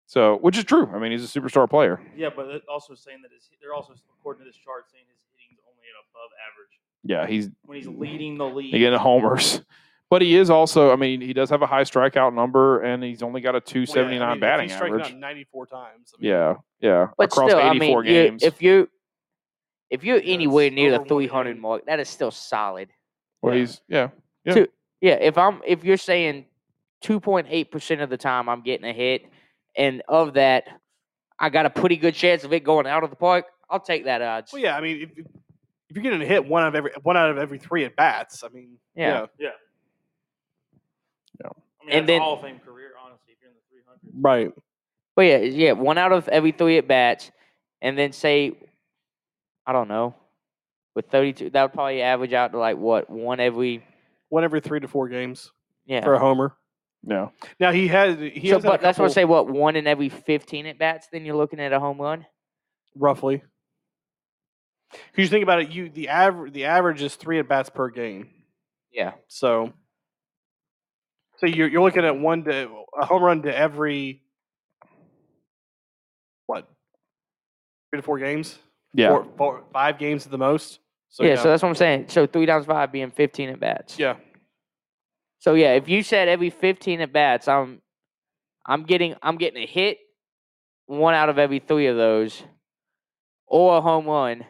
Speaker 4: So which is true. I mean, he's a superstar player.
Speaker 2: yeah, but it also saying that his, they're also according to this chart saying his hitting's only at above average
Speaker 4: Yeah, he's
Speaker 2: when he's leading the league.
Speaker 4: again homers. [LAUGHS] But he is also, I mean, he does have a high strikeout number, and he's only got a
Speaker 3: Well,
Speaker 4: 279
Speaker 3: yeah, I mean, if
Speaker 4: batting
Speaker 3: he's striking out
Speaker 4: average.
Speaker 3: 94 times. I mean,
Speaker 4: Yeah, yeah,
Speaker 1: but
Speaker 4: across
Speaker 1: still,
Speaker 4: 84
Speaker 1: I mean, you-
Speaker 4: games.
Speaker 1: if you if you're
Speaker 3: Yeah,
Speaker 1: anywhere
Speaker 3: it's
Speaker 1: near the
Speaker 3: over one
Speaker 1: 300
Speaker 3: inning.
Speaker 1: mark, that is still solid.
Speaker 4: well, he's yeah, yeah.
Speaker 1: Two- Yeah, if I'm if you're saying 2.8 percent of the time I'm getting a hit, and of that, I got a pretty good chance of it going out of the park. I'll take that odds.
Speaker 3: Well, yeah. I mean, if, if you're getting a hit one out of every one out of every three at bats, I mean,
Speaker 1: Yeah.
Speaker 2: I mean,
Speaker 1: and
Speaker 2: that's a
Speaker 1: then-
Speaker 2: Hall of Fame career, honestly, if you're in the 300s.
Speaker 3: right.
Speaker 1: Well, yeah, yeah, one out of every three at bats, and then say, I don't know, with 32, that would probably average out to like what one every.
Speaker 3: One every three to four games
Speaker 1: Yeah,
Speaker 3: for a homer.
Speaker 4: No.
Speaker 3: Now he has he
Speaker 1: so,
Speaker 3: has had a
Speaker 1: but that's what I
Speaker 3: couple-
Speaker 1: say. What one in every fifteen at bats? Then you're looking at a home run.
Speaker 3: roughly. Because you think about it, you the average the average is three at bats per game.
Speaker 1: Yeah,
Speaker 3: So, so you're you're looking at one to a home run to every what three to four games,
Speaker 4: Yeah.
Speaker 3: four, four, five games at the most. So
Speaker 1: yeah, So that's what I'm saying. So three times five being fifteen at bats.
Speaker 3: yeah,
Speaker 1: So yeah, if you said every fifteen at bats, I'm, I'm getting, I'm getting a hit, one out of every three of those, or a home run.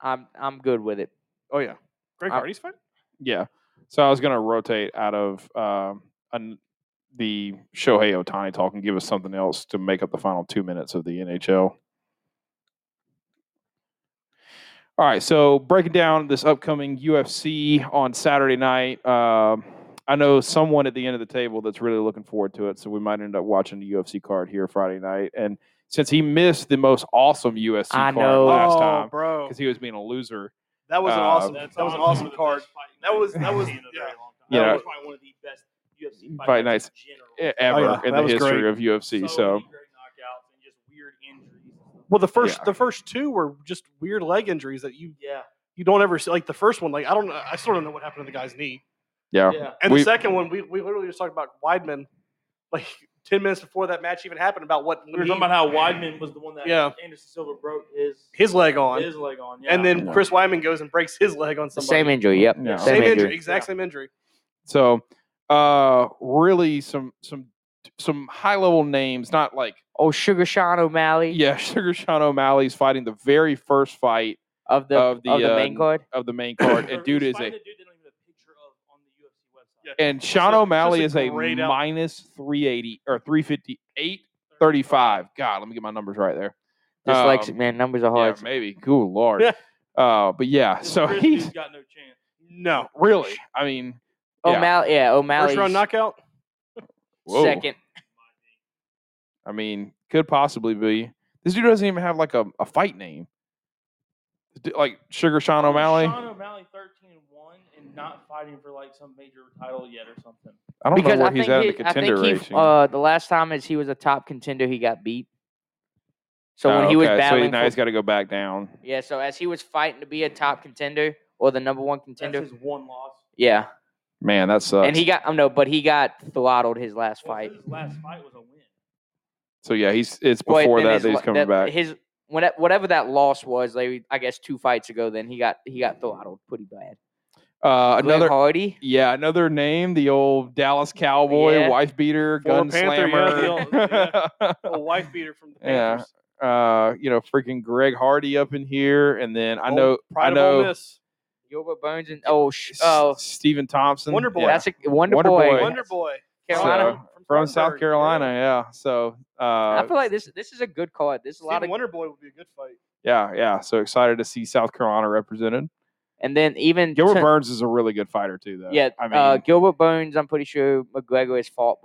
Speaker 1: I'm, I'm good with it.
Speaker 3: oh yeah, Greg
Speaker 1: Uh,
Speaker 3: Hardy's fine.
Speaker 4: Yeah. So I was going to rotate out of um, an, the Shohei Otani talk and give us something else to make up the final two minutes of the NHL. All right. So breaking down this upcoming UFC on Saturday night. Um, I know someone at the end of the table that's really looking forward to it. So we might end up watching the UFC card here Friday night. And since he missed the most awesome UFC
Speaker 1: I
Speaker 4: card
Speaker 1: know.
Speaker 4: last
Speaker 3: oh,
Speaker 4: time
Speaker 3: bro,
Speaker 4: because he was being a loser.
Speaker 3: that was an
Speaker 4: uh,
Speaker 3: awesome.
Speaker 2: That's
Speaker 3: That was an
Speaker 2: honestly one
Speaker 3: awesome
Speaker 2: of the
Speaker 3: card.
Speaker 2: best fight
Speaker 3: That
Speaker 2: nights
Speaker 3: was-
Speaker 2: I've
Speaker 3: that was-
Speaker 2: seen in a
Speaker 3: yeah.
Speaker 2: very long time.
Speaker 4: Yeah.
Speaker 2: That was probably one of the best UFC fight,
Speaker 4: Fight
Speaker 2: nights in
Speaker 4: e-
Speaker 2: general.
Speaker 4: ever
Speaker 3: Oh, yeah,
Speaker 4: in
Speaker 3: that
Speaker 4: the
Speaker 3: was
Speaker 4: history
Speaker 3: great.
Speaker 4: of UFC. So,
Speaker 2: many great knockouts and just weird injuries.
Speaker 3: Well, the first
Speaker 4: Yeah.
Speaker 3: the first two were just weird leg injuries that you
Speaker 2: Yeah,
Speaker 3: you don't ever see. Like the first one, like I don't I still don't know what happened to the guy's knee.
Speaker 4: yeah.
Speaker 2: yeah.
Speaker 3: And
Speaker 4: We-
Speaker 3: the second one, we, we literally just talked about Weidman, like ten minutes before that match even happened about what
Speaker 2: We were
Speaker 3: knee
Speaker 2: talking about how Weidman was the one that
Speaker 3: Yeah.
Speaker 2: Anderson Silva broke his
Speaker 3: his leg on,
Speaker 2: his leg on. Yeah.
Speaker 3: and then
Speaker 4: Yeah.
Speaker 3: Chris Weidman goes and breaks his leg on
Speaker 1: The
Speaker 3: somebody.
Speaker 1: same injury. Yep.
Speaker 4: No.
Speaker 3: Same
Speaker 1: Same
Speaker 3: injury,
Speaker 1: injury.
Speaker 3: exact same injury.
Speaker 4: So, uh, really some some some high level names, not like [LAUGHS]
Speaker 1: Oh, Sugar Sean O'Malley
Speaker 4: yeah, Sugar Sean O'Malley's fighting the very first fight
Speaker 1: of the
Speaker 4: of
Speaker 1: of
Speaker 4: the,
Speaker 1: the,
Speaker 4: uh,
Speaker 1: main card.
Speaker 4: of the
Speaker 3: [COUGHS]
Speaker 4: main card, Oh, and dude
Speaker 2: He's
Speaker 4: is
Speaker 2: fighting
Speaker 4: a
Speaker 2: dude they don't even have a picture of on the UFC website.
Speaker 3: Yeah.
Speaker 4: and
Speaker 3: Just
Speaker 4: Sean
Speaker 3: a-
Speaker 4: O'Malley is
Speaker 3: just
Speaker 4: a
Speaker 3: great out-
Speaker 4: minus three eighty or three fifty eight thirty five. God, let me get my numbers right there.
Speaker 1: Dyslexic
Speaker 4: um,
Speaker 1: man, numbers
Speaker 3: Oh,
Speaker 1: are
Speaker 4: Yeah,
Speaker 1: hard.
Speaker 4: maybe. Good
Speaker 3: [LAUGHS]
Speaker 4: lord.
Speaker 3: Yeah.
Speaker 4: Uh, but yeah,
Speaker 2: This
Speaker 4: so [LAUGHS]
Speaker 2: Chris
Speaker 4: he's
Speaker 2: dude's got no chance.
Speaker 3: No
Speaker 4: really. I mean, yeah.
Speaker 1: O'Malley, yeah, O'Malley.
Speaker 3: first round knockout.
Speaker 4: whoa.
Speaker 1: Second,
Speaker 4: I mean, could possibly be. This dude doesn't even have like a, a fight name. D- Like Sugar Sean O'Malley.
Speaker 2: Sean O'Malley thirteen and one and not fighting for like some major title yet or something.
Speaker 4: I don't
Speaker 1: because
Speaker 4: know
Speaker 1: I
Speaker 4: where
Speaker 1: think,
Speaker 4: he's at in
Speaker 1: he,
Speaker 4: the
Speaker 1: I
Speaker 4: contender
Speaker 1: think he,
Speaker 4: rating.
Speaker 1: uh, the last time as he was a top contender, he got beat. So when
Speaker 4: Oh,
Speaker 1: he was
Speaker 4: okay, so he-
Speaker 1: battling,
Speaker 4: now
Speaker 1: for-
Speaker 4: he's got to go back down.
Speaker 1: yeah, so as he was fighting to be a top contender or the number one
Speaker 2: That's
Speaker 1: contender,
Speaker 2: his one loss.
Speaker 1: yeah,
Speaker 4: Man, that sucks.
Speaker 1: and he got, I no, but he got throttled his last
Speaker 2: Well,
Speaker 1: fight.
Speaker 2: His last fight was a win.
Speaker 4: so yeah, he's it's
Speaker 1: Well,
Speaker 4: before
Speaker 1: then
Speaker 4: that
Speaker 1: his
Speaker 4: that he's
Speaker 1: la-
Speaker 4: coming
Speaker 1: that-
Speaker 4: back.
Speaker 1: His when whatever that loss was, like I guess two fights ago, then he got he got throttled pretty bad.
Speaker 4: Uh,
Speaker 1: Another
Speaker 4: another
Speaker 1: Hardy,
Speaker 4: yeah, another name, the old Dallas Cowboy,
Speaker 1: Yeah.
Speaker 4: wife beater, gun
Speaker 3: Former Panther, yeah,
Speaker 4: slammer.
Speaker 3: the A wife beater from the
Speaker 4: Yeah.
Speaker 3: Panthers.
Speaker 4: [LAUGHS] uh, you know, freaking Greg Hardy up in here, and then I
Speaker 3: Old
Speaker 4: know
Speaker 3: Pride
Speaker 4: I
Speaker 3: of Ole
Speaker 4: know
Speaker 3: Miss.
Speaker 1: Gilbert Burns, and oh, sh-
Speaker 4: S-
Speaker 1: oh,
Speaker 4: Stephen Thompson,
Speaker 3: Wonder Boy.
Speaker 4: yeah.
Speaker 1: that's a Wonder,
Speaker 4: Wonder
Speaker 1: Boy,
Speaker 4: Boy.
Speaker 3: Wonder Boy
Speaker 1: Carolina.
Speaker 4: So, from South
Speaker 3: Spartanburg,
Speaker 4: Carolina. Yeah, so uh,
Speaker 1: I feel like this this is a good card. This is a lot
Speaker 3: Stephen
Speaker 1: of,
Speaker 3: Wonder Boy would be a good fight.
Speaker 4: yeah, yeah. So excited to see South Carolina represented.
Speaker 1: and then even
Speaker 4: Gilbert
Speaker 1: to-
Speaker 4: Burns is a really good fighter too, though.
Speaker 1: Yeah,
Speaker 4: I mean,
Speaker 1: uh, Gilbert Burns. I'm pretty sure McGregor has fought